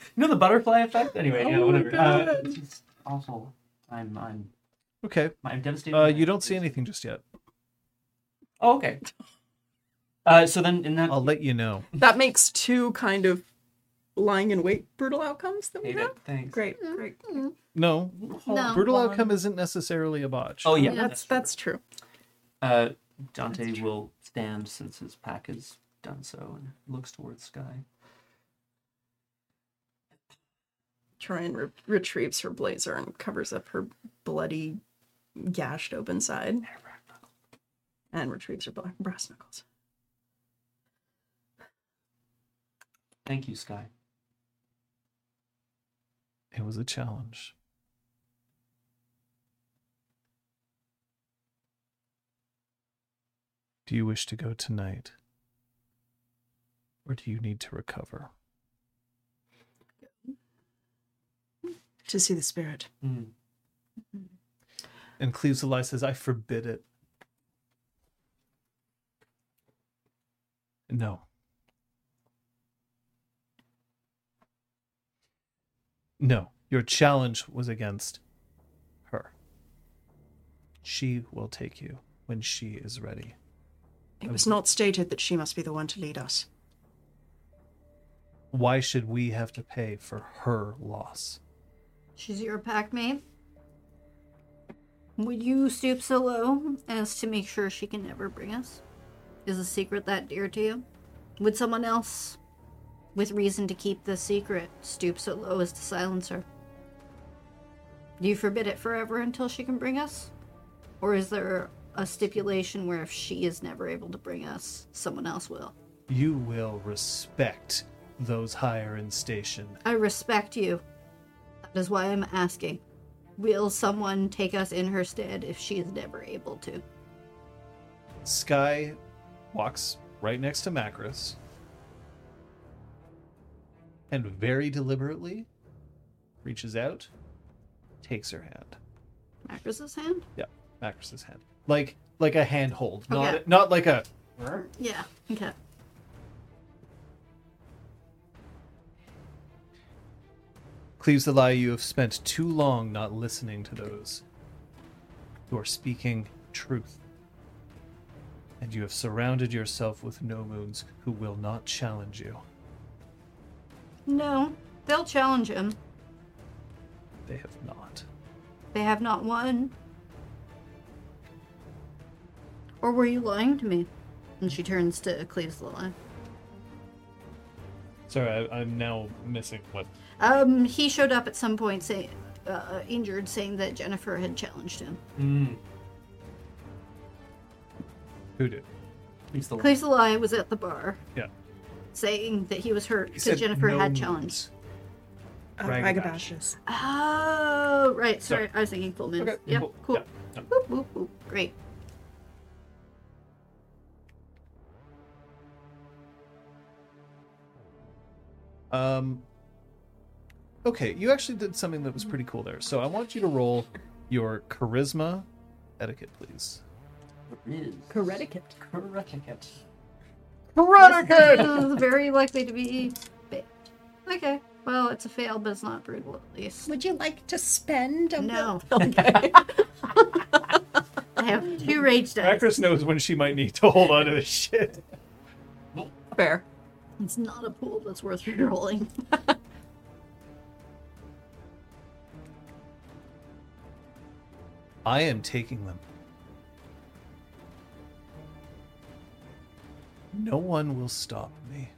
Speaker 1: you know the butterfly effect. Anyway, yeah, whatever. Uh, it's just awful. I'm I'm
Speaker 4: Okay.
Speaker 1: I'm devastated.
Speaker 4: Uh,
Speaker 1: by
Speaker 4: you
Speaker 1: it.
Speaker 4: don't see anything just yet.
Speaker 1: Oh, okay. Uh, so then in that
Speaker 4: I'll let you know.
Speaker 7: That makes two kind of lying in wait brutal outcomes that we
Speaker 1: Hate
Speaker 7: have.
Speaker 1: it. Thanks.
Speaker 7: Great, great.
Speaker 4: No,
Speaker 3: No.
Speaker 4: brutal
Speaker 3: Well,
Speaker 4: outcome isn't necessarily a botch.
Speaker 1: Oh yeah,
Speaker 7: That's that's true.
Speaker 1: Uh, Dante will stand since his pack has done so and looks towards Sky.
Speaker 7: Tryon re- retrieves her blazer and covers up her bloody, gashed open side and retrieves her bla- brass knuckles.
Speaker 1: Thank you, Sky.
Speaker 4: It was a challenge. Do you wish to go tonight? Or do you need to recover?
Speaker 6: to see the spirit.
Speaker 1: Mm.
Speaker 4: And Cleves the Lie says, I forbid it. No. No, your challenge was against her. She will take you when she is ready.
Speaker 6: It was not stated that she must be the one to lead us.
Speaker 4: Why should we have to pay for her loss?
Speaker 3: She's your pack mate. Would you stoop so low as to make sure she can never bring us? Is a secret that dear to you? Would someone else, with reason to keep this secret, stoop so low as to silence her? Do you forbid it forever until she can bring us? Or is there a stipulation where if she is never able to bring us, someone else will?
Speaker 4: You will respect those higher in station.
Speaker 3: I respect you. That is why I'm asking. Will someone take us in her stead if she is never able to?
Speaker 4: Sky walks right next to Macris and very deliberately reaches out, takes her hand.
Speaker 3: Macris's hand?
Speaker 4: Yeah, Macris's hand. Like like a handhold, not
Speaker 3: Okay.
Speaker 4: not like a
Speaker 3: Yeah. Okay.
Speaker 4: Cleaves the lie you have spent too long not listening to those who are speaking truth. And you have surrounded yourself with no moons who will not challenge you.
Speaker 3: No, they'll challenge him.
Speaker 4: They have not.
Speaker 3: They have not won. Or were you lying to me? And she turns to Cleves the line.
Speaker 4: Sorry, I, I'm now missing what
Speaker 3: Um, he showed up at some point, say, uh, injured, saying that Jennifer had challenged him.
Speaker 1: Mm.
Speaker 4: who did.
Speaker 1: He's the
Speaker 3: Cleves the lie was at the bar,
Speaker 4: Yeah.
Speaker 3: saying that he was hurt
Speaker 4: He
Speaker 3: because
Speaker 4: said
Speaker 3: Jennifer
Speaker 4: no
Speaker 3: had
Speaker 4: moons.
Speaker 3: challenged.
Speaker 6: Uh,
Speaker 4: Ragabash.
Speaker 6: Ragabashes.
Speaker 3: Oh, right. Sorry,
Speaker 4: Sorry.
Speaker 3: I was thinking full moons.
Speaker 4: Okay,
Speaker 3: Yeah,
Speaker 4: cool.
Speaker 3: cool.
Speaker 4: Yeah, yeah.
Speaker 3: Boop, boop, boop. Great.
Speaker 4: Um. Okay, you actually did something that was pretty cool there. So I want you to roll your charisma etiquette, please.
Speaker 1: Correticut. Correticut.
Speaker 3: Veronica! this is very likely to be. ba- Okay. Well, it's a fail, but it's not brutal at least.
Speaker 14: Would you like to spend a
Speaker 3: No. *laughs* I have two rage dice.
Speaker 4: Actress knows when she might need to hold on to this shit.
Speaker 7: Fair.
Speaker 3: It's not a pool that's worth rerolling.
Speaker 4: I am taking them. No one will stop me.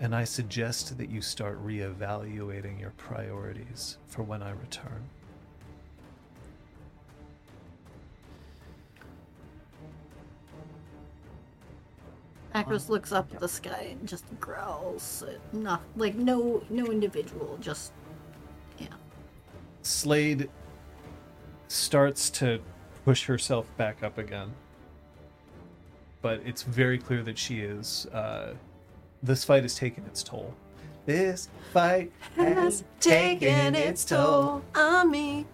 Speaker 4: And I suggest that you start reevaluating your priorities for when I return.
Speaker 3: Akros looks up at the sky and just growls. Not like no no individual, just yeah.
Speaker 4: Slade starts to push herself back up again. But it's very clear that she is. Uh, this fight has taken its toll. This fight
Speaker 6: Uh,
Speaker 4: has taken its toll.
Speaker 7: on me.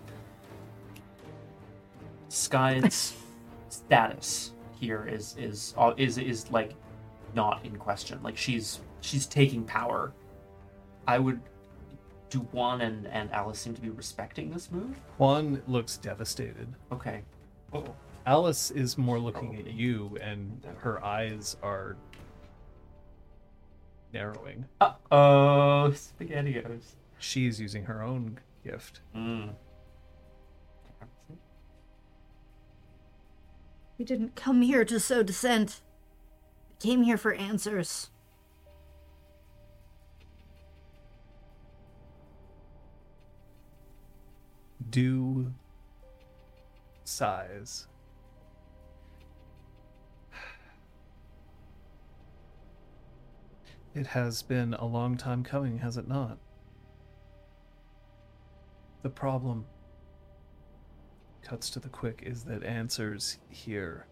Speaker 7: *laughs*
Speaker 1: Sky's status here is is uh, is is like not in question. Like she's she's taking power. I would Duwan and and Alice seem to be respecting this move.
Speaker 4: Juan looks devastated.
Speaker 1: Okay. Oh,
Speaker 4: Alice is more looking at you, and her eyes are narrowing.
Speaker 1: Uh-oh, spaghettios.
Speaker 4: She's using her own gift.
Speaker 1: Mm.
Speaker 3: We didn't come here to sow dissent. We came here for answers.
Speaker 4: do sighs. It has been a long time coming, has it not? The problem, cuts to the quick, is that answers here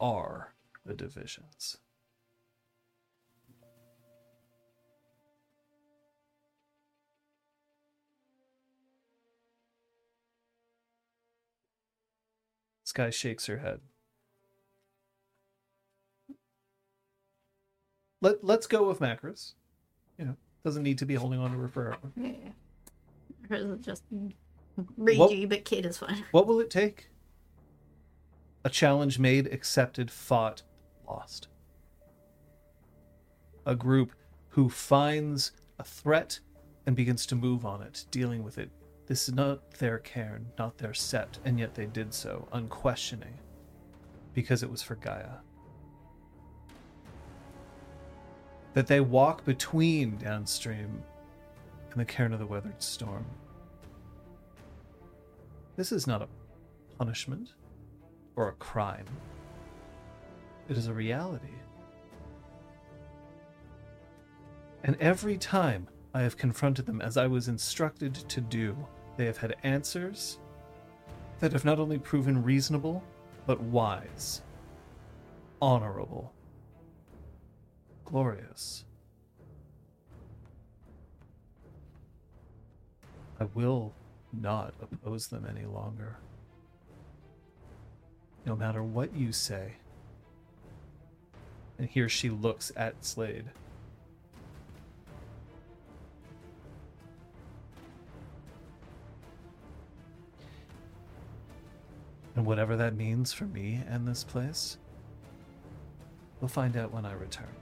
Speaker 4: are the divisions. Sky shakes her head. Let let's go with Macros. You know, doesn't need to be holding on to her forever.
Speaker 3: Yeah. Hers is just ragey,
Speaker 4: What-
Speaker 3: but Kate is fine.
Speaker 4: What will it take? A challenge made, accepted, fought, lost. A group who finds a threat and begins to move on it, dealing with it. This is not their cairn, not their sept, and yet they did so, unquestioning, because it was for Gaia. That they walk between downstream and the cairn of the weathered storm. This is not a punishment or a crime. It is a reality. And every time I have confronted them as I was instructed to do, they have had answers that have not only proven reasonable, but wise, honorable, glorious. I will not oppose them any longer. No matter what you say. And here she looks at Slade. And whatever that means for me and this place, we'll find out when I return.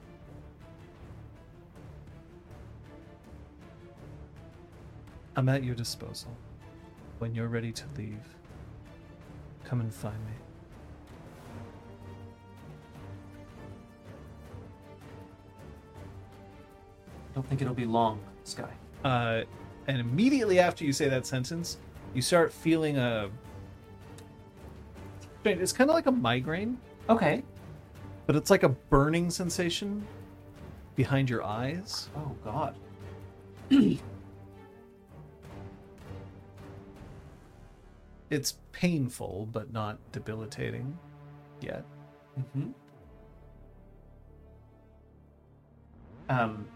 Speaker 4: I'm at your disposal. When you're ready to leave, come and find me.
Speaker 1: Don't think it'll be long, Sky.
Speaker 4: Uh, and immediately after you say that sentence, you start feeling a. It's kind of like a migraine,
Speaker 1: Okay.
Speaker 4: but it's like a burning sensation behind your eyes.
Speaker 1: Oh God.
Speaker 4: It's painful, but not debilitating yet.
Speaker 1: Mm-hmm. Um,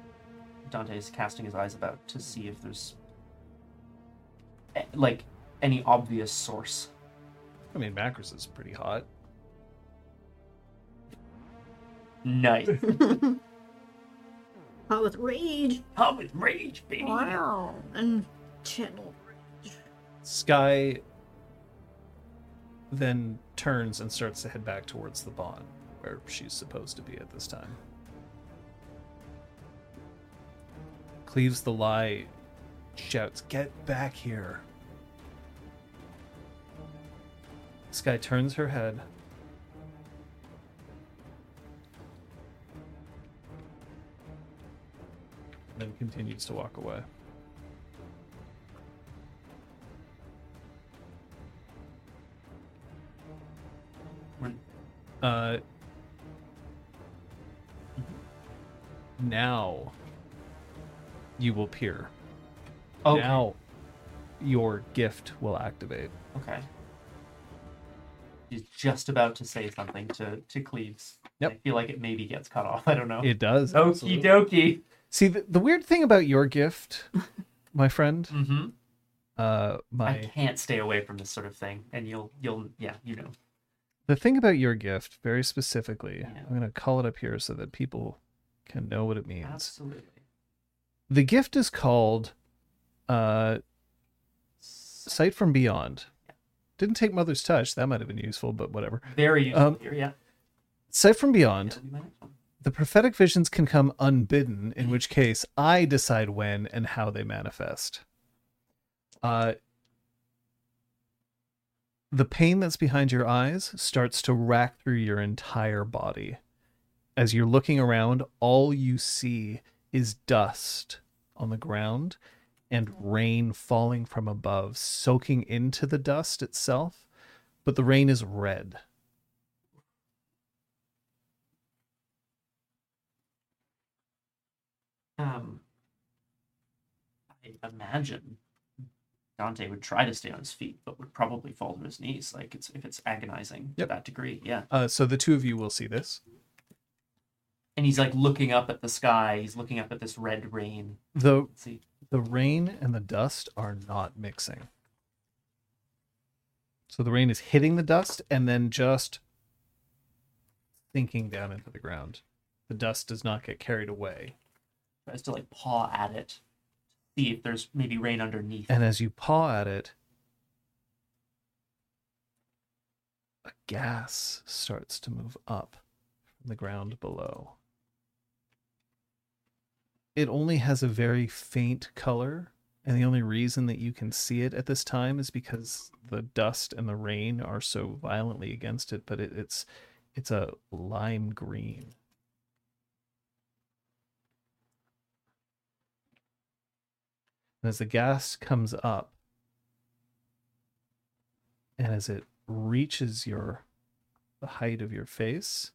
Speaker 1: Dante's casting his eyes about to see if there's eh, like any obvious source.
Speaker 4: I mean, Macros is pretty hot.
Speaker 1: *laughs* Nice.
Speaker 3: Hot with rage
Speaker 1: Come with rage, baby.
Speaker 3: and channel rage.
Speaker 4: Sky then turns and starts to head back towards the bond where she's supposed to be at this time. Cleaves the lie shouts, Get back here. Sky turns her head. Then continues to walk away.
Speaker 1: When-
Speaker 4: Uh, now you will peer.
Speaker 1: Okay.
Speaker 4: Now your gift will activate.
Speaker 1: Okay. He's just about to say something to to Cleves.
Speaker 4: Yep.
Speaker 1: I feel like it maybe gets cut off. *laughs* I don't know.
Speaker 4: It does.
Speaker 1: Okie
Speaker 4: absolutely.
Speaker 1: dokie.
Speaker 4: Oh. See, the, the weird thing about your *laughs* gift, my friend,
Speaker 1: Mm-hmm.
Speaker 4: uh,
Speaker 1: I
Speaker 4: my
Speaker 1: can't stay away from this sort of thing, and you'll you'll yeah you know.
Speaker 4: the thing about your gift, very specifically,
Speaker 1: Yeah.
Speaker 4: I'm gonna call it up here so that people can know what it means.
Speaker 1: Absolutely.
Speaker 4: The gift is called uh, "Sight from Beyond." Didn't take Mother's Touch. That might have been useful, but whatever.
Speaker 1: Very useful
Speaker 4: Um,
Speaker 1: here. Yeah.
Speaker 4: Sight from Beyond.
Speaker 1: That'll be my next one.
Speaker 4: The prophetic visions can come unbidden, in which case I decide when and how they manifest. Uh, the pain that's behind your eyes starts to rack through your entire body. As you're looking around, all you see is dust on the ground and rain falling from above, soaking into the dust itself, but the rain is red.
Speaker 1: Um, I imagine Dante would try to stay on his feet, but would probably fall to his knees. Like it's if it's agonizing
Speaker 4: Yep.
Speaker 1: to that degree. Yeah.
Speaker 4: Uh, so the two of you will see this.
Speaker 1: And he's like looking up at the sky. He's looking up at this red rain.
Speaker 4: The
Speaker 1: Let's see.
Speaker 4: the rain and the dust are not mixing. So the rain is hitting the dust and then just sinking down into the ground. The dust does not get carried away.
Speaker 1: Tries to like paw at it, see if there's maybe rain underneath.
Speaker 4: And as you paw at it, a gas starts to move up from the ground below. It only has a very faint color, and the only reason that you can see it at this time is because the dust and the rain are so violently against it, but it, it's it's a lime green. And as the gas comes up, and as it reaches your the height of your face,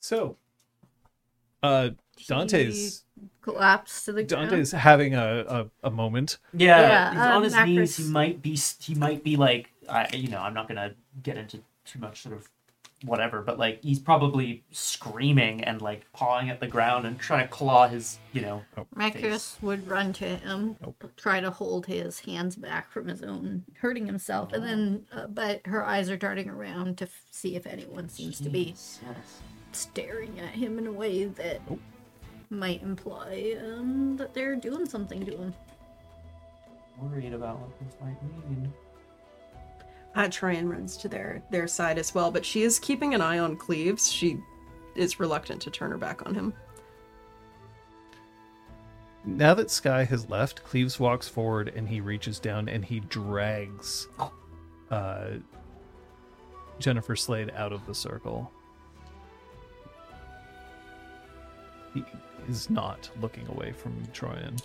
Speaker 4: so uh, Dante's
Speaker 3: Collapse to the ground.
Speaker 4: Dante's having a, a, a moment.
Speaker 1: Yeah,
Speaker 3: Yeah,
Speaker 1: he's
Speaker 3: um,
Speaker 1: on his knees. He
Speaker 3: Macris-
Speaker 1: might be. He might be like. I, you know, I'm not gonna get into too much sort of whatever, but like he's probably screaming and like pawing at the ground and trying to claw his. You know,
Speaker 3: Macris would run to him, try to hold his hands back from his own hurting himself, and then, uh, but her eyes are darting around to f- see if anyone seems to be
Speaker 1: Yes, yes.
Speaker 3: staring at him in a way that
Speaker 4: Nope.
Speaker 3: might imply um, that they're doing something to him.
Speaker 1: worried about what this might mean.
Speaker 7: Uh, Trian runs to their their side as well, but she is keeping an eye on Cleves. She is reluctant to turn her back on him.
Speaker 4: Now that Sky has left, Cleves walks forward and he reaches down and he drags uh, Jennifer Slade out of the circle. He is not looking away from Troyan.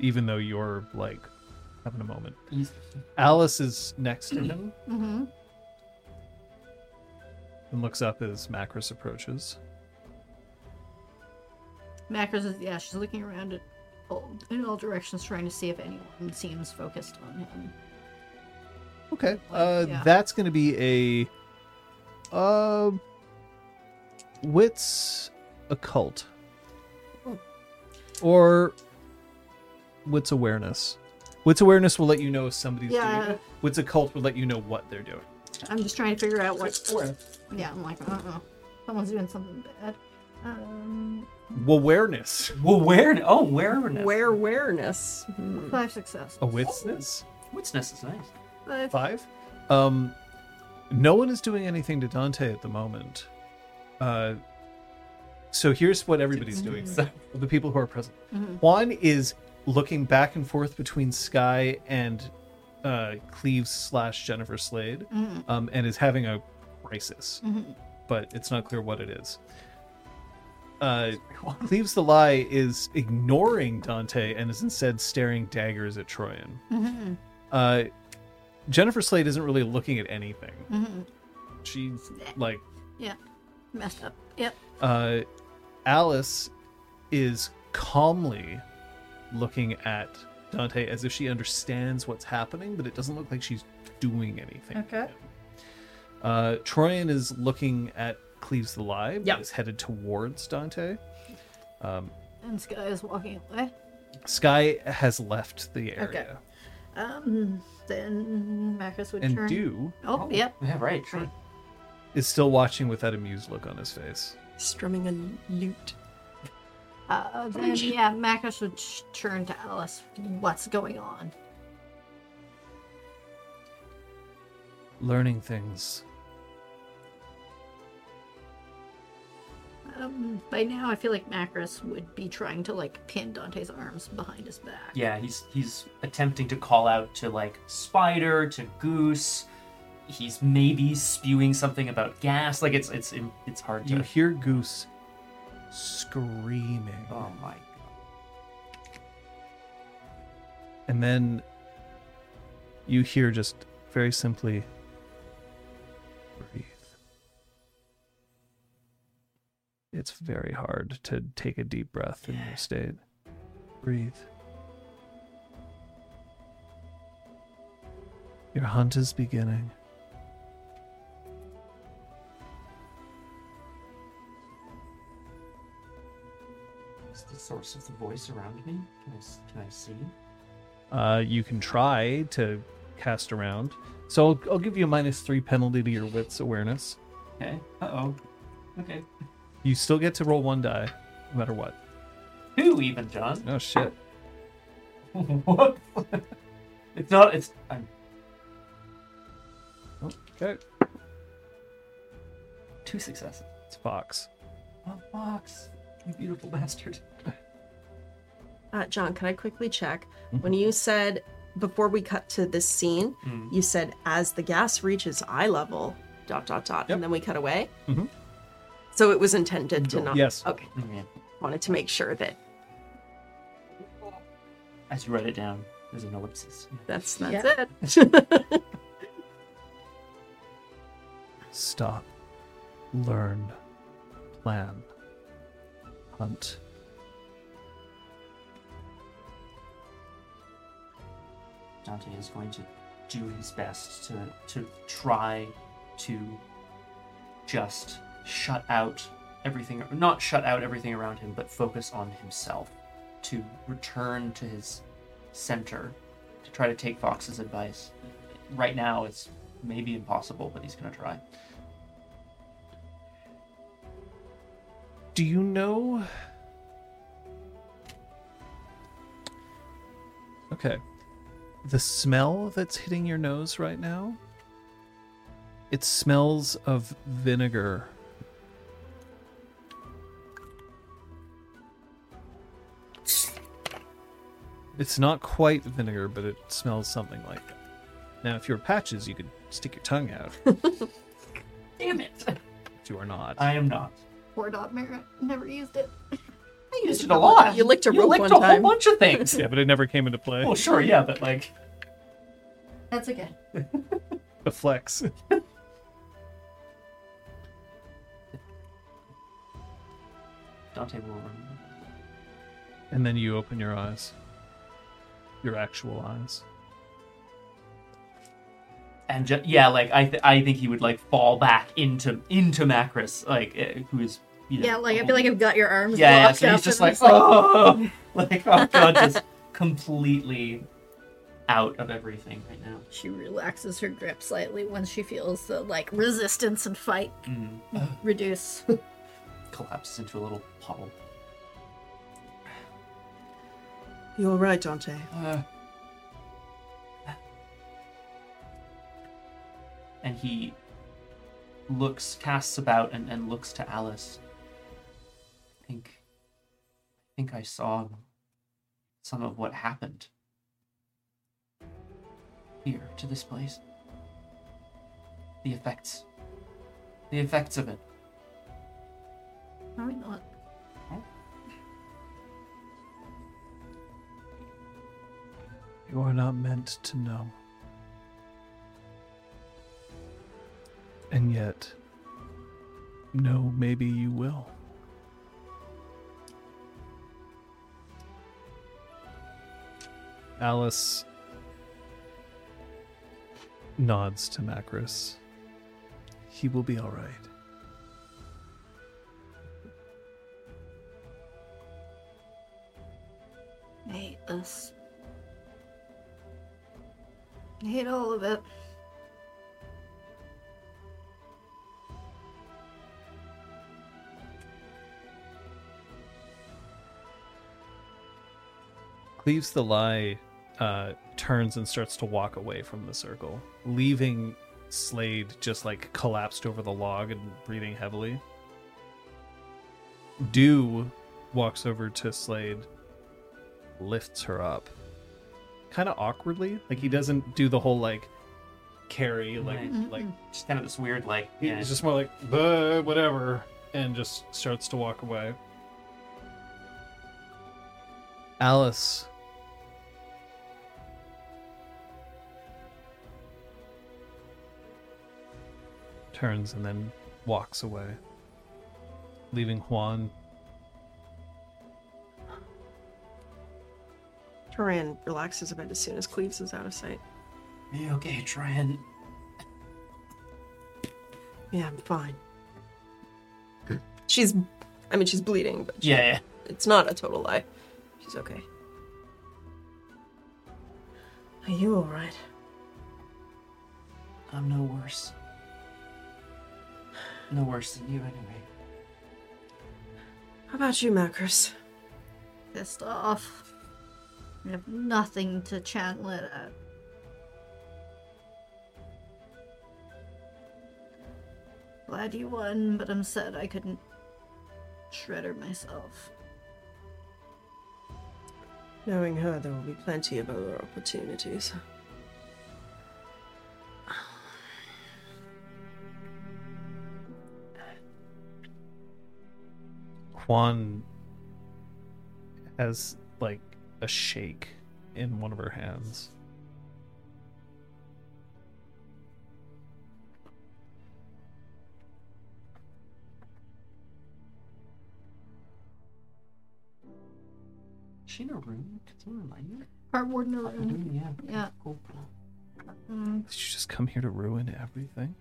Speaker 4: Even though you're like having a moment.
Speaker 1: He's
Speaker 4: Alice is next to him
Speaker 3: Mm-hmm.
Speaker 4: and looks up as Macris approaches.
Speaker 3: Macris is, yeah, she's looking around at all, in all directions trying to see if anyone seems focused on him.
Speaker 4: Okay.
Speaker 3: Like,
Speaker 4: Uh,
Speaker 3: yeah.
Speaker 4: that's going to be a uh, wits occult
Speaker 3: Hmm.
Speaker 4: or wits awareness. Wits awareness will let you know if somebody's doing
Speaker 3: Yeah.
Speaker 4: it. Wits occult will let you know what they're doing.
Speaker 3: I'm just trying to figure out what. Yeah, I'm like, uh oh. Someone's doing something bad. Um,
Speaker 4: Awareness.
Speaker 1: well, where? Oh, awareness.
Speaker 7: Where awareness?
Speaker 4: Oh,
Speaker 3: five successes.
Speaker 4: A witness.
Speaker 1: Witness is nice.
Speaker 3: Five.
Speaker 4: Five. Um, no one is doing anything to Dante at the moment. Uh, so here's what everybody's doing.
Speaker 3: Mm-hmm.
Speaker 1: So-
Speaker 4: The people who are present. Juan is looking back and forth between Sky and uh, Cleves slash Jennifer Slade, um, and is having a crisis, but it's not clear what it is. Uh, *laughs* Cleves the Lie is ignoring Dante and is instead staring daggers at Troyan. Uh, Jennifer Slade isn't really looking at anything. She's like,
Speaker 3: Yeah. Messed up. Yep.
Speaker 4: uh, Alice is calmly looking at Dante as if she understands what's happening, but it doesn't look like she's doing anything. to
Speaker 3: Okay.
Speaker 4: him. Uh, Troyan is looking at Cleves the Lie, but
Speaker 2: Yep.
Speaker 4: is headed towards Dante.
Speaker 3: And Sky is walking away.
Speaker 4: Sky has left the area.
Speaker 3: Um, then Marcus would
Speaker 4: And
Speaker 3: turn.
Speaker 4: Dew
Speaker 3: Oh, yep.
Speaker 1: Yeah, right, sure.
Speaker 4: is still watching with that amused look on his face.
Speaker 7: Strumming a lute.
Speaker 3: Uh, then, yeah, Marcus would sh- turn to Alice. What's going on?
Speaker 4: Learning things.
Speaker 3: Um, by now, I feel like Macris would be trying to like pin Dante's arms behind his back.
Speaker 1: Yeah, he's he's attempting to call out to like spider, to goose. He's maybe spewing something about gas. Like it's it's it's hard to.
Speaker 4: You hear Goose screaming.
Speaker 1: Oh my.
Speaker 4: And then you hear just very simply breathe. It's very hard to take a deep breath in your state. Breathe. Your hunt is beginning.
Speaker 1: Is the source of the voice around me? Can I s- can I see?
Speaker 4: Uh, you can try to cast around. So I'll, I'll give you a minus three penalty to your wits awareness.
Speaker 1: Okay. Uh oh. Okay.
Speaker 4: You still get to roll one die, no matter what.
Speaker 1: Who even, John? *laughs*
Speaker 4: Oh shit.
Speaker 1: Whoops. it's not. It's. I'm
Speaker 4: Oh, Okay.
Speaker 1: two successes.
Speaker 4: It's Fox.
Speaker 1: Oh, Fox, you beautiful bastard.
Speaker 7: Uh, John, can I quickly check?
Speaker 4: Mm-hmm.
Speaker 7: When you said before we cut to this scene,
Speaker 4: Mm.
Speaker 7: you said as the gas reaches eye level, dot dot dot,
Speaker 4: Yep.
Speaker 7: and then we cut away.
Speaker 4: Mhm.
Speaker 7: So it was intended to not.
Speaker 4: Yes.
Speaker 7: Okay. Wanted to make sure that
Speaker 1: As you write it down, there's an ellipsis.
Speaker 7: that's that's it.
Speaker 4: Stop. Learn. Plan. Hunt.
Speaker 1: Dante is going to do his best to to try to just shut out everything not shut out everything around him but focus on himself to return to his center to try to take Fox's advice right now it's maybe impossible but he's going to try
Speaker 4: Do you know? Okay. The smell that's hitting your nose right now? It smells of vinegar. It's not quite vinegar, but it smells something like that. Now, if you're patches, you could stick your tongue out.
Speaker 1: damn it
Speaker 4: if you are not.
Speaker 1: *laughs* i am not
Speaker 3: Poor Dot Merritt never used it.
Speaker 1: i used it a lot
Speaker 7: You licked a rope
Speaker 1: licked
Speaker 7: one
Speaker 1: a whole
Speaker 7: time.
Speaker 1: bunch of things
Speaker 4: *laughs* Yeah, but it never came into play.
Speaker 1: well sure yeah but like
Speaker 3: That's okay.
Speaker 4: The flex.
Speaker 1: dante will remember
Speaker 4: And then you open your eyes. Your actual eyes.
Speaker 1: and ju- yeah, like I, th- I think he would like fall back into into Macris, like eh, who is you know,
Speaker 3: Yeah, like I feel like I've got your arms
Speaker 1: yeah, yeah.
Speaker 3: locked
Speaker 1: So
Speaker 3: up.
Speaker 1: he's just
Speaker 3: and
Speaker 1: like,
Speaker 3: I'm
Speaker 1: oh, *laughs* like oh god, just completely out of everything right now.
Speaker 3: She relaxes her grip slightly once she feels the like resistance and fight
Speaker 1: Mm.
Speaker 3: *laughs* reduce.
Speaker 1: Collapses into a little puddle.
Speaker 6: You're right, Dante.
Speaker 1: Uh, and he looks casts about and, and looks to Alice. I think I think I saw some of what happened here to this place. The effects. The effects of it.
Speaker 3: Are we not?
Speaker 4: You are not meant to know. And yet, no, maybe you will. Alice nods to Macris. He will be all right.
Speaker 3: I hate this. I hate all of it.
Speaker 4: Cleaves the lie uh, turns and starts to walk away from the circle, leaving Slade just like collapsed over the log and breathing heavily. Dew walks over to Slade, lifts her up, kind of awkwardly. Like he doesn't do the whole like carry, like
Speaker 1: Right.
Speaker 4: like
Speaker 1: Just kind of this weird like yeah,
Speaker 4: He's just more like, "Buh, whatever, and just starts to walk away. Alice. Turns and then walks away, leaving Juan.
Speaker 2: Turan relaxes a bit as soon as Cleves is out of sight.
Speaker 1: "Yeah, okay, try and
Speaker 2: Yeah,
Speaker 7: *clears throat*
Speaker 2: I'm fine. She's, I mean, she's bleeding, but she-
Speaker 1: Yeah, yeah.
Speaker 2: it's not a total lie. She's okay.
Speaker 15: Are you all right?
Speaker 1: I'm no worse. No worse than you anyway.
Speaker 15: How about you, Macris?
Speaker 3: Pissed off. I have nothing to channel it at. Glad you won, but I'm sad I couldn't shredder myself.
Speaker 15: Knowing her, there
Speaker 2: There will be plenty of other opportunities.
Speaker 4: Juan has like a shake in one of her hands.
Speaker 1: Is she in a room? Can someone remind me?
Speaker 3: Heart warden
Speaker 1: Oh, they're
Speaker 3: alone.
Speaker 1: doing- Yeah.
Speaker 3: Yeah.
Speaker 1: Cool. cool.
Speaker 3: Mm,
Speaker 4: Did you just come here to ruin everything?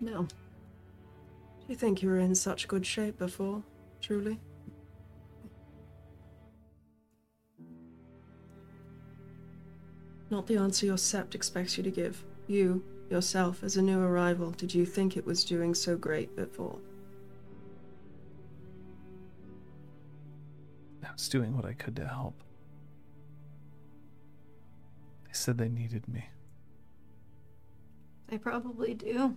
Speaker 3: no.
Speaker 2: Do you think you were in such good shape before? Truly? Not the answer your sept expects you to give. You, yourself, as a new arrival, did you think it was doing so great before?
Speaker 4: I was doing what I could to help. They said they needed me.
Speaker 3: They probably do.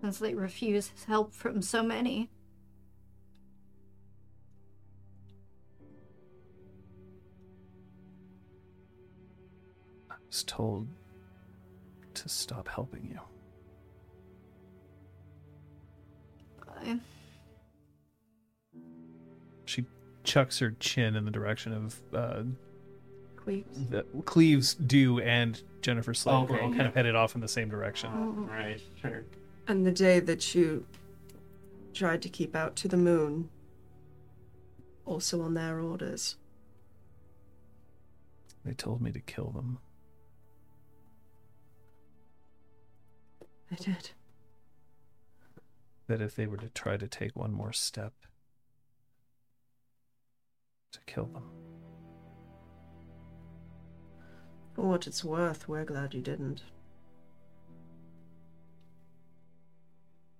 Speaker 3: Since they refuse help from so many.
Speaker 4: I was told to stop helping you.
Speaker 3: I,
Speaker 4: She chucks her chin in the direction of uh,
Speaker 2: Cleves?
Speaker 4: the, Cleves, Dew, and Jennifer Slade.
Speaker 1: Oh, okay,
Speaker 4: We're all
Speaker 1: okay.
Speaker 4: kind of headed off in the same direction.
Speaker 1: Right, sure.
Speaker 2: And the day that you tried to keep out to the moon, also on their orders.
Speaker 4: They told me to kill them.
Speaker 2: They did.
Speaker 4: That if they were to try to take one more step, to kill them.
Speaker 2: For what it's worth, we're glad you didn't.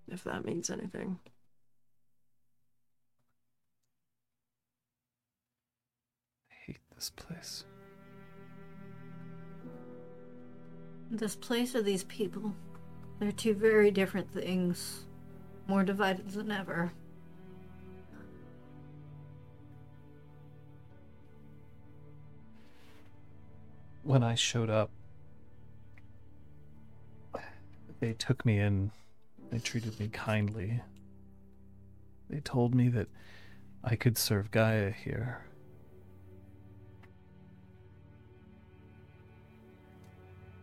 Speaker 2: If that means anything.
Speaker 4: I hate this place.
Speaker 3: This place or these people? They're two very different things. More divided than ever.
Speaker 4: when I showed up, they took me in. They treated me kindly. They told me that I could serve Gaia here.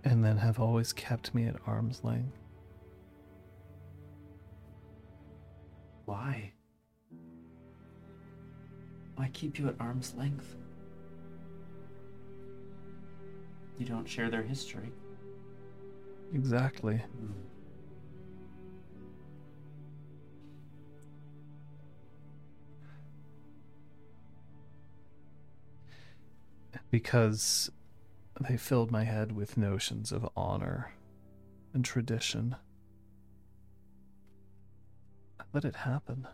Speaker 4: And then have always kept me at arm's length.
Speaker 1: Why? Why keep you at arm's length? You don't share their history.
Speaker 4: Exactly.
Speaker 1: Hmm.
Speaker 4: Because they filled my head with notions of honor and tradition. I let it happen.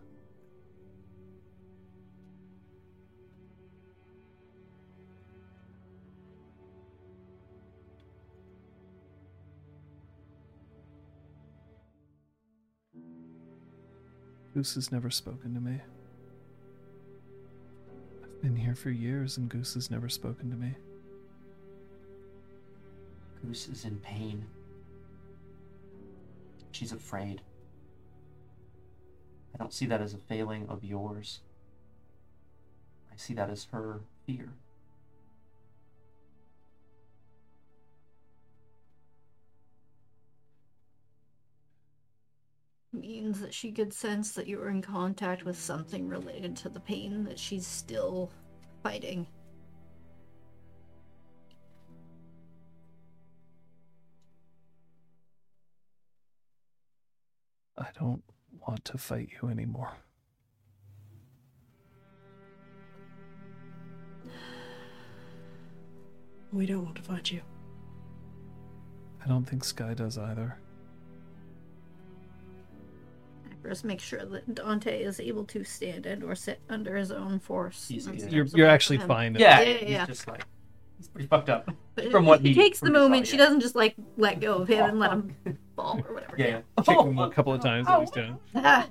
Speaker 4: Goose has never spoken to me. I've been here for years and Goose has never spoken to me.
Speaker 1: Goose is in pain. She's afraid. I don't see that as a failing of yours. I see that as her fear.
Speaker 3: Means that she could sense that you were in contact with something related to the pain that she's still fighting.
Speaker 4: I don't want to fight you anymore.
Speaker 6: We don't want to fight you.
Speaker 4: I don't think Sky does either.
Speaker 3: Akros makes sure that Dante is able to stand and or sit under his own force.
Speaker 1: He's-
Speaker 3: and
Speaker 1: yeah.
Speaker 3: steps
Speaker 4: You're, you're
Speaker 3: above
Speaker 4: actually
Speaker 3: him.
Speaker 4: fine.
Speaker 1: Yeah,
Speaker 3: Um, Yeah, yeah,
Speaker 1: he's
Speaker 3: yeah.
Speaker 1: just like he's pretty fucked up.
Speaker 3: But
Speaker 1: From what
Speaker 3: he,
Speaker 1: he
Speaker 3: takes the
Speaker 1: from what he saw,
Speaker 4: Oh,
Speaker 3: moment, she
Speaker 1: yeah.
Speaker 3: doesn't just like let go of him and
Speaker 4: *laughs*
Speaker 3: let him fall or whatever.
Speaker 1: *laughs* Yeah, yeah.
Speaker 4: Kick him
Speaker 1: Oh,
Speaker 4: a couple of times. and he's down.
Speaker 3: Ah.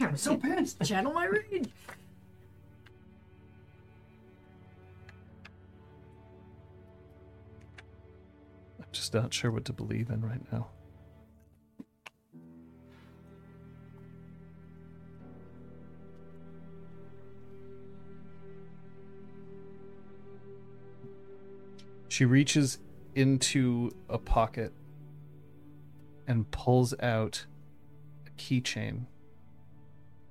Speaker 1: I'm so pissed.
Speaker 3: Channel my rage.
Speaker 4: I'm just not sure what to believe in right now. She reaches into a pocket and pulls out a keychain.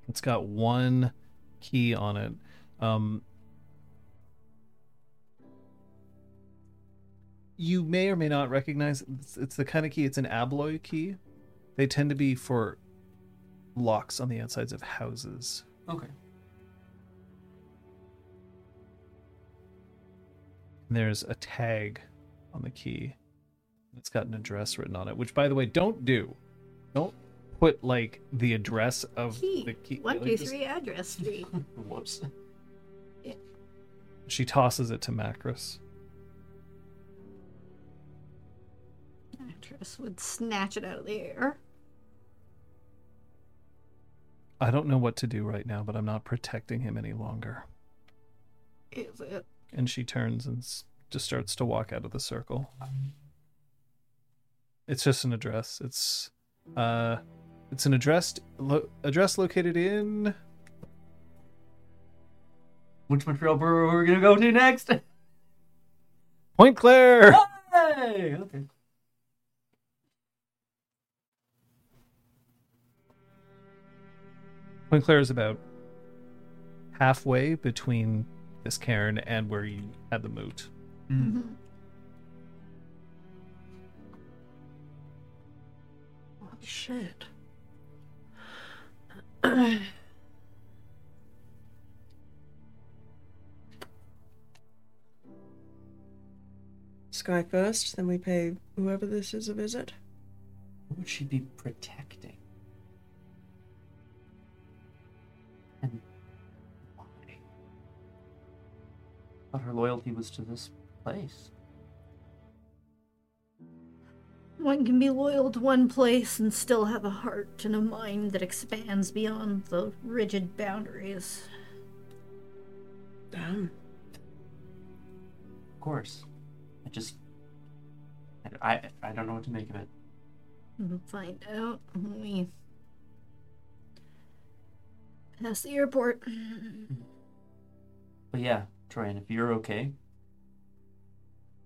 Speaker 4: It's got one key on it. Um, you may or may not recognize it's, it's the kind of key it's an abloy key they tend to be for locks on the outsides of houses
Speaker 1: Okay. *laughs*
Speaker 4: there's a tag on the key it's got an address written on it which by the way don't do don't put like the address of the
Speaker 3: Key.
Speaker 4: key
Speaker 3: One,
Speaker 4: like,
Speaker 3: two,
Speaker 4: just-
Speaker 3: three, address three.
Speaker 1: Whoops.
Speaker 4: she tosses it to macros
Speaker 3: Actress would snatch it out of the air.
Speaker 4: i don't know what to do right now but i'm not protecting him any longer
Speaker 3: Is it?
Speaker 4: and she turns and s- just starts to walk out of the circle. It's just an address. It's uh, it's an address lo- address located in.
Speaker 1: Which Montreal brewery we're gonna go to *laughs* next?
Speaker 4: Point Claire.
Speaker 1: Hey, okay.
Speaker 4: Point Claire is about halfway between this cairn and where you had the moot. Hmm.
Speaker 6: Shit. Sky first, then we pay whoever this is a visit.
Speaker 1: Who would she be protecting? And why? But her loyalty was to this place.
Speaker 3: One can be loyal to one place and still have a heart and a mind that expands beyond the rigid boundaries.
Speaker 6: Damn.
Speaker 1: Of course. I just. I, I, I don't know what to make of it.
Speaker 3: We'll find out when we pass the
Speaker 1: *laughs*
Speaker 3: airport.
Speaker 1: But yeah, Troyan, if you're okay,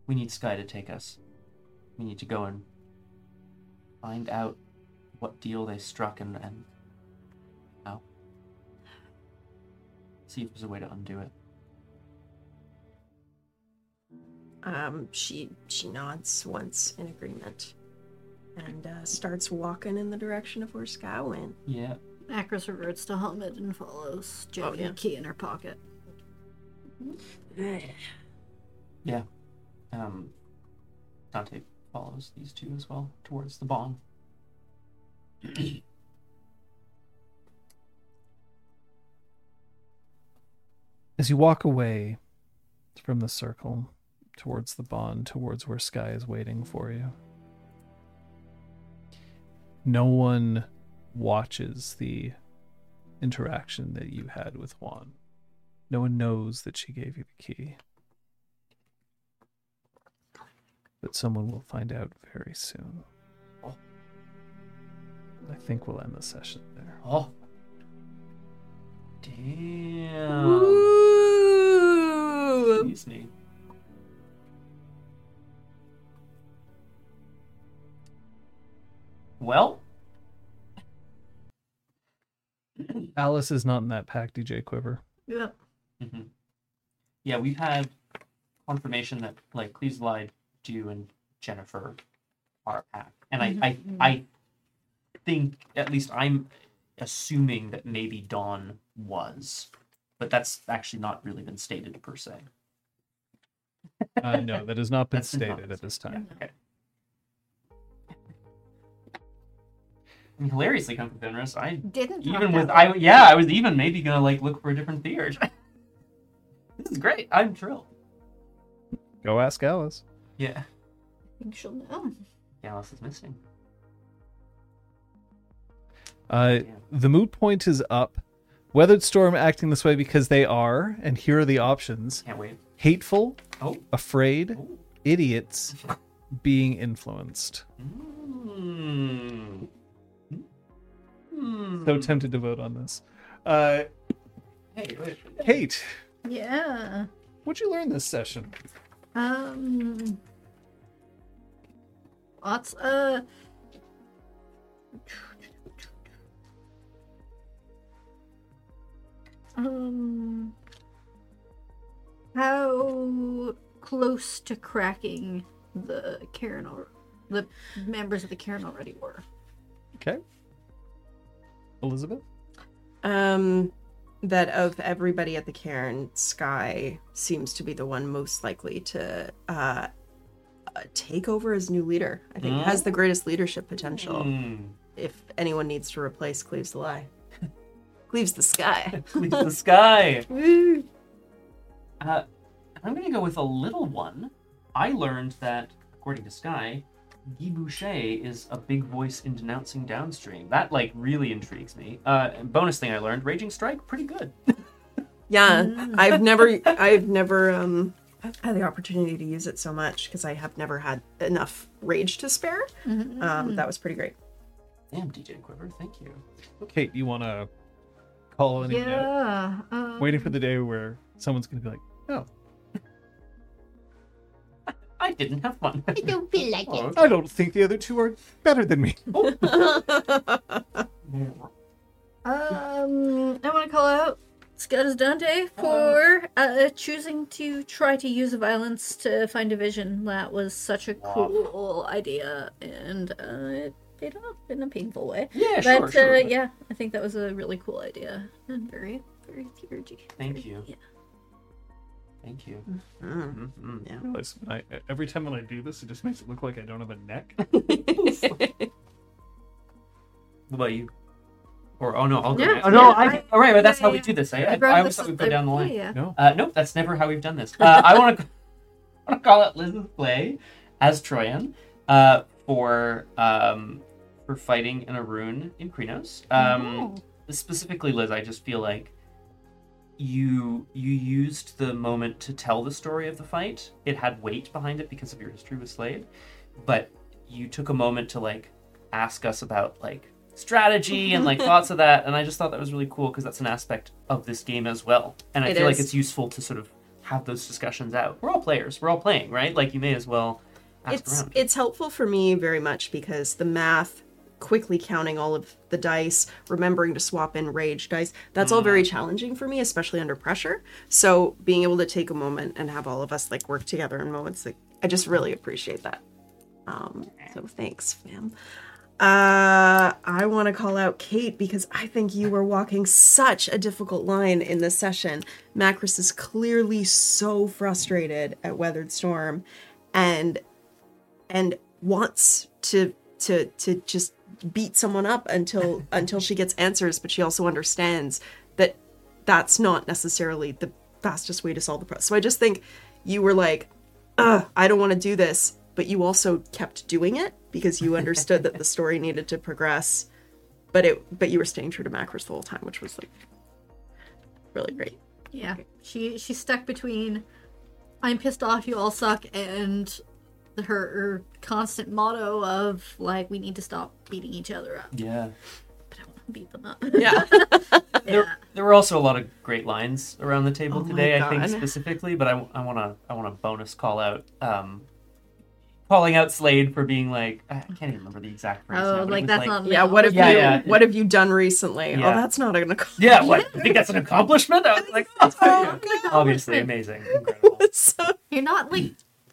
Speaker 1: we need Sky to take us. We need to go and find out what deal they struck and, and how. See if there's a way to undo it.
Speaker 7: Um, she she nods once in agreement, and uh, starts walking in the direction of where Sky went.
Speaker 1: Yeah.
Speaker 3: Acris reverts to helmet and follows,
Speaker 1: Oh,
Speaker 3: jamming
Speaker 7: yeah.
Speaker 3: a key in her pocket.
Speaker 1: Yeah. Um, Dante follows these two as well towards the bomb.
Speaker 4: As you walk away from the circle towards the bond, towards where Sky is waiting for you, no one watches the interaction that you had with Juan. No one knows that she gave you the key. But someone will find out very soon.
Speaker 1: Oh.
Speaker 4: I think we'll end the session there.
Speaker 1: Oh. Damn.
Speaker 7: Ooh.
Speaker 1: Excuse me. Well,
Speaker 4: Alice is not in that pack, DJ Quiver.
Speaker 3: Yep.
Speaker 1: hmm Yeah, we've had confirmation that like Cleves lied to you and Jennifer are back. And I, I I think at least I'm assuming that maybe Dawn was. But that's actually not really been stated per se.
Speaker 4: Uh, no, that has not been
Speaker 1: That's not
Speaker 4: stated at this time.
Speaker 1: I mean, hilariously come with Fenris. I
Speaker 3: Didn't talk
Speaker 1: even
Speaker 3: that
Speaker 1: with
Speaker 3: way.
Speaker 1: I yeah, I was even maybe gonna like look for a different theory. *laughs* this is great. I'm thrilled.
Speaker 4: Go ask Alice.
Speaker 1: Yeah.
Speaker 3: think she'll know.
Speaker 1: Alice is missing.
Speaker 4: Uh,
Speaker 1: Yeah.
Speaker 4: the moot point is up. Weathered Storm acting this way because they are, and here are the options
Speaker 1: Can't wait.
Speaker 4: hateful,
Speaker 1: Oh.
Speaker 4: afraid,
Speaker 1: Ooh. *laughs*
Speaker 4: idiots, being influenced.
Speaker 1: Mm. Mm.
Speaker 4: So tempted to vote on this. Uh,
Speaker 1: Hey, wait.
Speaker 4: Kate,
Speaker 3: Yeah.
Speaker 4: what'd you learn this session?
Speaker 3: Um. Lots. Uh. Um. How close to cracking the Karen, al- the members of the Karen already were.
Speaker 4: Okay. Elizabeth?
Speaker 7: Um, that of everybody at the cairn, Sky seems to be the one most likely to uh, uh, take over as new leader. I think has the greatest leadership potential.
Speaker 1: Mm.
Speaker 7: If anyone needs to replace Cleaves the Lie, Cleaves the Sky.
Speaker 1: Leave the sky. Uh, I'm going to go with a little one. I learned that, according to Sky, Guy Boucher is a big voice in denouncing downstream. That, like, really intrigues me. Uh, and bonus thing I learned Raging Strike, pretty good.
Speaker 7: Yeah, I've never, I've never um had the opportunity to use it so much because I have never had enough rage to spare.
Speaker 3: Mm-hmm.
Speaker 7: Um, that was pretty great.
Speaker 1: Damn, DJ Quiver, thank you.
Speaker 4: Kate, you want to call anyone out?
Speaker 3: Yeah. Um,
Speaker 4: Waiting for the day where someone's going to be like, oh,
Speaker 1: I didn't have one.
Speaker 14: I don't feel like it.
Speaker 1: *laughs*
Speaker 4: I don't think the other two are better than me.
Speaker 1: Oh.
Speaker 3: Um, I want to call out Scotus Dante
Speaker 1: Oh.
Speaker 3: for uh, choosing to try to use violence to find division. That was such a
Speaker 1: Wow.
Speaker 3: cool idea, and uh, it paid off in a painful way.
Speaker 1: yeah,
Speaker 3: but
Speaker 1: sure, sure.
Speaker 3: uh,
Speaker 1: but
Speaker 3: yeah, I think that was a really cool idea and very, very theurgy.
Speaker 1: Thank you.
Speaker 3: Yeah. Mm-hmm.
Speaker 1: Thank you.
Speaker 7: Mm.
Speaker 1: Mhm.
Speaker 7: Yeah.
Speaker 4: realize when I, every time when I do this, it just makes it look like I don't have a neck.
Speaker 1: What about you? Or, oh no, I'll go
Speaker 3: Yeah,
Speaker 1: next. Oh, no,
Speaker 3: yeah,
Speaker 1: I,
Speaker 3: I-
Speaker 1: all right, but that's
Speaker 3: yeah,
Speaker 1: how we
Speaker 3: yeah.
Speaker 1: do this. I, I,
Speaker 3: brought
Speaker 1: I always
Speaker 3: this
Speaker 1: thought
Speaker 3: up
Speaker 1: we'd
Speaker 3: the-
Speaker 1: go down the line.
Speaker 3: Yeah.
Speaker 4: No.
Speaker 1: Uh, nope, that's never how *laughs* we've done this. Uh, I want to, want to call out Liz's play as Troyan uh, for um, for fighting an Arun in Krenos.
Speaker 2: Oh.
Speaker 1: Um, Specifically, Liz, I just feel like you you used the moment to tell the story of the fight. It had weight behind it because of your history with Slade, but you took a moment to like ask us about like strategy
Speaker 2: *laughs*
Speaker 1: and like thoughts of that and i just thought that was really cool because that's an aspect of this game as well and i
Speaker 2: It
Speaker 1: feel like
Speaker 2: is.
Speaker 1: it's useful to sort of have those discussions out we're all players we're all playing right like you may as well ask
Speaker 2: it's
Speaker 1: around
Speaker 2: it's helpful for me very much because the math quickly counting all of the dice remembering to swap in rage dice that's all very challenging for me especially under pressure so being able to take a moment and have all of us like work together in moments like i just really appreciate that um so thanks fam uh i want to call out kate because i think you were walking such a difficult line in this session macris is clearly so frustrated at weathered storm and and wants to to to just beat someone up until until she gets answers but she also understands that that's not necessarily the fastest way to solve the problem so i just think you were like Ugh, i don't want to do this but you also kept doing it because you understood that the story needed to progress but it but you were staying true to macros the whole time which was like really great
Speaker 3: Yeah, she she's stuck between "I'm pissed off, you all suck" and her, her constant motto of like we need to stop beating each other up.
Speaker 1: yeah
Speaker 3: But I want to beat them up.
Speaker 2: yeah
Speaker 1: there, there were also a lot of great lines around the
Speaker 3: Oh
Speaker 1: table
Speaker 2: my
Speaker 1: today i think
Speaker 2: God.
Speaker 1: specifically but i want to i want to bonus call out um calling out slade for being like i can't even remember the exact phrase now,
Speaker 3: oh,
Speaker 1: but it
Speaker 3: like
Speaker 1: was
Speaker 3: that's not
Speaker 2: yeah what have
Speaker 1: Yeah,
Speaker 2: you
Speaker 1: yeah.
Speaker 2: what have you done recently
Speaker 1: Yeah.
Speaker 2: oh that's not gonna *laughs*
Speaker 3: *laughs*
Speaker 1: yeah what you think that's an accomplishment i was like oh, *laughs* yeah. obviously amazing
Speaker 3: *laughs*
Speaker 1: incredible
Speaker 2: so
Speaker 3: You're not like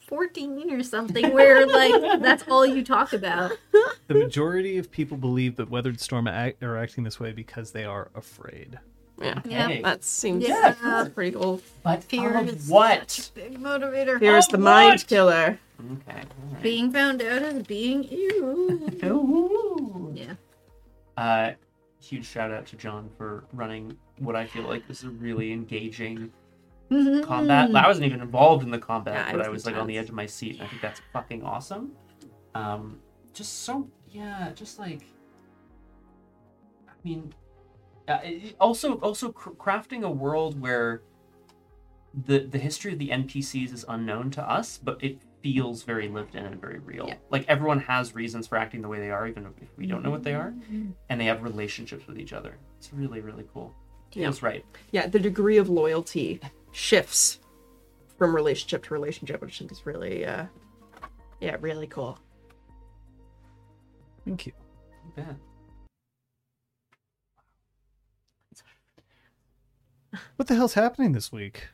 Speaker 3: 14 or something where like that's all you talk about.
Speaker 4: The majority of people believe that Weathered Storm act- are acting this way because they are afraid.
Speaker 2: yeah
Speaker 1: Hey.
Speaker 2: that seems
Speaker 3: Yeah.
Speaker 2: that's pretty cool
Speaker 1: But
Speaker 3: Fear
Speaker 1: of
Speaker 3: is
Speaker 1: what?
Speaker 3: such a big motivator. Oh,
Speaker 2: Here's
Speaker 1: Oh,
Speaker 2: the mind killer.
Speaker 1: Okay. all right.
Speaker 3: Being found out as being you.
Speaker 1: *laughs* Ooh.
Speaker 3: yeah.
Speaker 1: Uh, huge shout out to John for running what I feel like is a really engaging
Speaker 3: Mm-hmm.
Speaker 1: combat. I wasn't even involved in the combat,
Speaker 2: Yeah, it
Speaker 1: but I
Speaker 2: was
Speaker 1: was like on the
Speaker 2: intense.
Speaker 1: edge of my seat. and I think that's fucking awesome. Um, just so yeah, just like I mean, uh, it- it- also also cr- crafting a world where the the history of the NPCs is unknown to us, but it feels very lived in and very real. Like everyone has reasons for acting the way they are, even if we don't know what they are,
Speaker 2: Mm-hmm.
Speaker 1: and they have relationships with each other. It's really really cool. Feels right.
Speaker 2: Yeah, the degree of loyalty shifts from relationship to relationship, which I think is really, uh, yeah, really cool.
Speaker 4: Thank you.
Speaker 1: Yeah.
Speaker 4: What the hell's happening this week?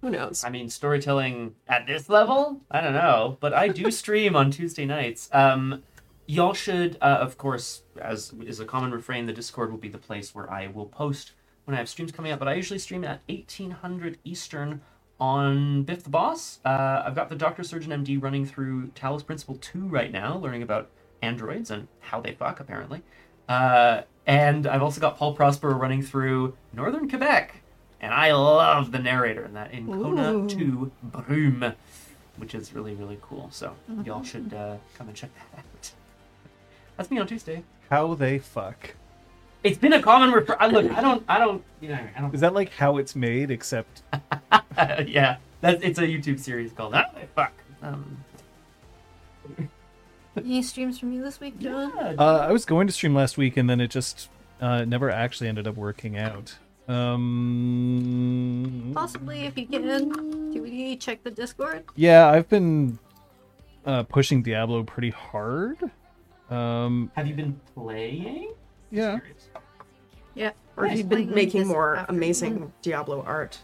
Speaker 2: Who knows?
Speaker 1: I mean, storytelling at this level? I don't know, but I do stream on Tuesday nights. Um, y'all should, uh, of course, as is a common refrain, the Discord will be the place where I will post when I have streams coming up. But I usually stream at 1800 Eastern on Biff the Boss. Uh, I've got the Doctor Surgeon MD running through Talos Principle 2 right now, learning about androids and how they fuck, apparently. Uh, and I've also got Paul Prospero running through Northern Quebec. And I love the narrator in that in Kona 2 Broom, which is really, really cool. So y'all should uh, come and check that out. That's me on Tuesday.
Speaker 4: How they fuck.
Speaker 1: It's been a common refer. I look. I don't. I don't. You know. I
Speaker 4: Is that like how it's made, except
Speaker 1: don't. *laughs* yeah. That's. It's a YouTube series called. Ah, fuck. Um,
Speaker 3: Any streams from you this week, John?
Speaker 1: yeah.
Speaker 4: Uh, I was going to stream last week, and then it just uh, never actually ended up working out. Um,
Speaker 3: Possibly, if you can. Do we check the Discord?
Speaker 4: yeah, I've been uh, pushing Diablo pretty hard. Um,
Speaker 1: Have you been playing?
Speaker 4: yeah,
Speaker 3: Yeah.
Speaker 2: Or have you been making more amazing Diablo art?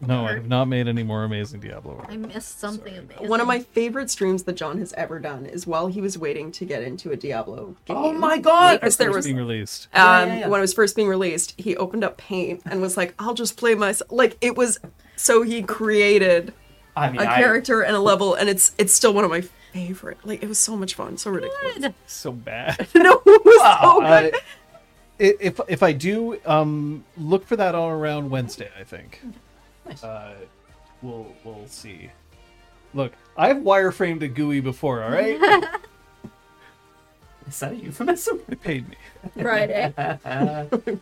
Speaker 4: no, I have not made any more amazing Diablo.
Speaker 3: I missed something amazing.
Speaker 2: One of my favorite streams that John has ever done is while he was waiting to get into a Diablo game.
Speaker 1: Oh my god.
Speaker 2: Because there
Speaker 4: It's
Speaker 2: was
Speaker 4: being released.
Speaker 2: um,
Speaker 1: Yeah, yeah, yeah.
Speaker 2: when it was first being released, he opened up Paint and was like, "I'll just play myself." Like it was, so he created
Speaker 1: I mean,
Speaker 2: a
Speaker 1: I, *laughs*
Speaker 2: character and a level, and it's it's still one of my favorite. Like it was so much fun, so ridiculous.
Speaker 4: So bad.
Speaker 2: *laughs* no, it was so good.
Speaker 4: Uh, i- if if I do, um, look for that all around Wednesday. I think.
Speaker 1: Nice.
Speaker 4: Uh, we'll we'll see. Look, I've wireframed a GUI before,
Speaker 2: *laughs*
Speaker 4: all right?
Speaker 1: Is that a euphemism?
Speaker 4: They paid me.
Speaker 3: *laughs* Friday.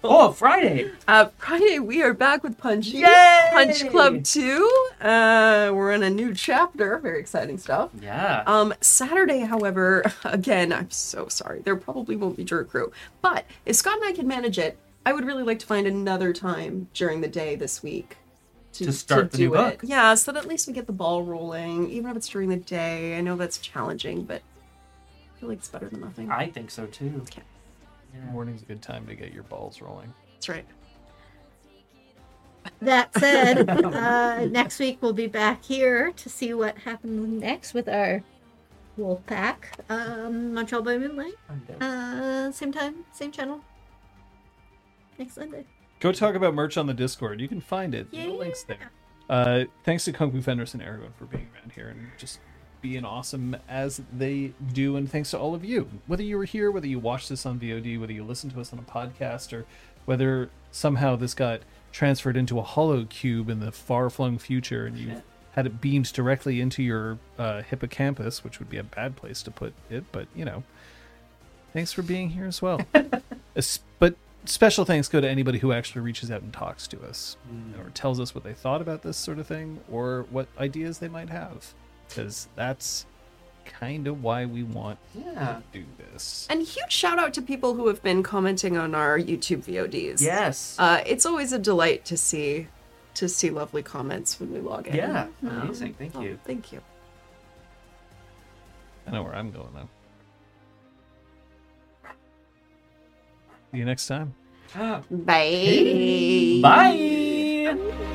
Speaker 1: oh, Friday!
Speaker 2: Uh, Friday, we are back with Punchy.
Speaker 1: Yay!
Speaker 2: Punch Club 2. Uh, we're in a new chapter. Very exciting stuff.
Speaker 1: Yeah.
Speaker 2: Um, Saturday, however, *laughs* again, I'm so sorry. There probably won't be Jerk Crew. But if Scott and I can manage it, I would really like to find another time during the day this week
Speaker 1: To start the new
Speaker 2: do
Speaker 1: book.
Speaker 2: It. Yeah, so that at least we get the ball rolling, even if it's during the day. I know that's challenging, but I feel like it's better than nothing.
Speaker 1: I think so too.
Speaker 2: Okay.
Speaker 4: Morning's a good time to get your balls rolling.
Speaker 2: That's right.
Speaker 3: That said, uh, next week we'll be back here to see what happens next with our wolf pack. Um, Montreal by Moonlight. Uh, same time, same channel. Next Sunday.
Speaker 4: Go talk about merch on the Discord. You can find it. The link's there. Uh, thanks to Kung Fu Fenders and everyone for being around here and just being awesome as they do. And thanks to all of you. Whether you were here, whether you watched this on VOD, whether you listened to us on a podcast, or whether somehow this got transferred into a hollow cube in the far flung future and you had it beamed directly into your uh, hippocampus, which would be a bad place to put it, but you know. Thanks for being here as well. Es- but special thanks go to anybody who actually reaches out and talks to us or tells us what they thought about this sort of thing or what ideas they might have because that's kind of why we want
Speaker 2: uh,
Speaker 1: Yeah.
Speaker 4: to do this
Speaker 2: And huge shout out to people who have been commenting on our YouTube VODs.
Speaker 1: Yes.
Speaker 2: Uh, it's always a delight to see to see lovely comments when we log in.
Speaker 1: yeah. Amazing. Thank
Speaker 2: Oh,
Speaker 1: you.
Speaker 2: Thank you.
Speaker 4: i know where i'm going now see you next time
Speaker 2: Bye.
Speaker 1: Bye.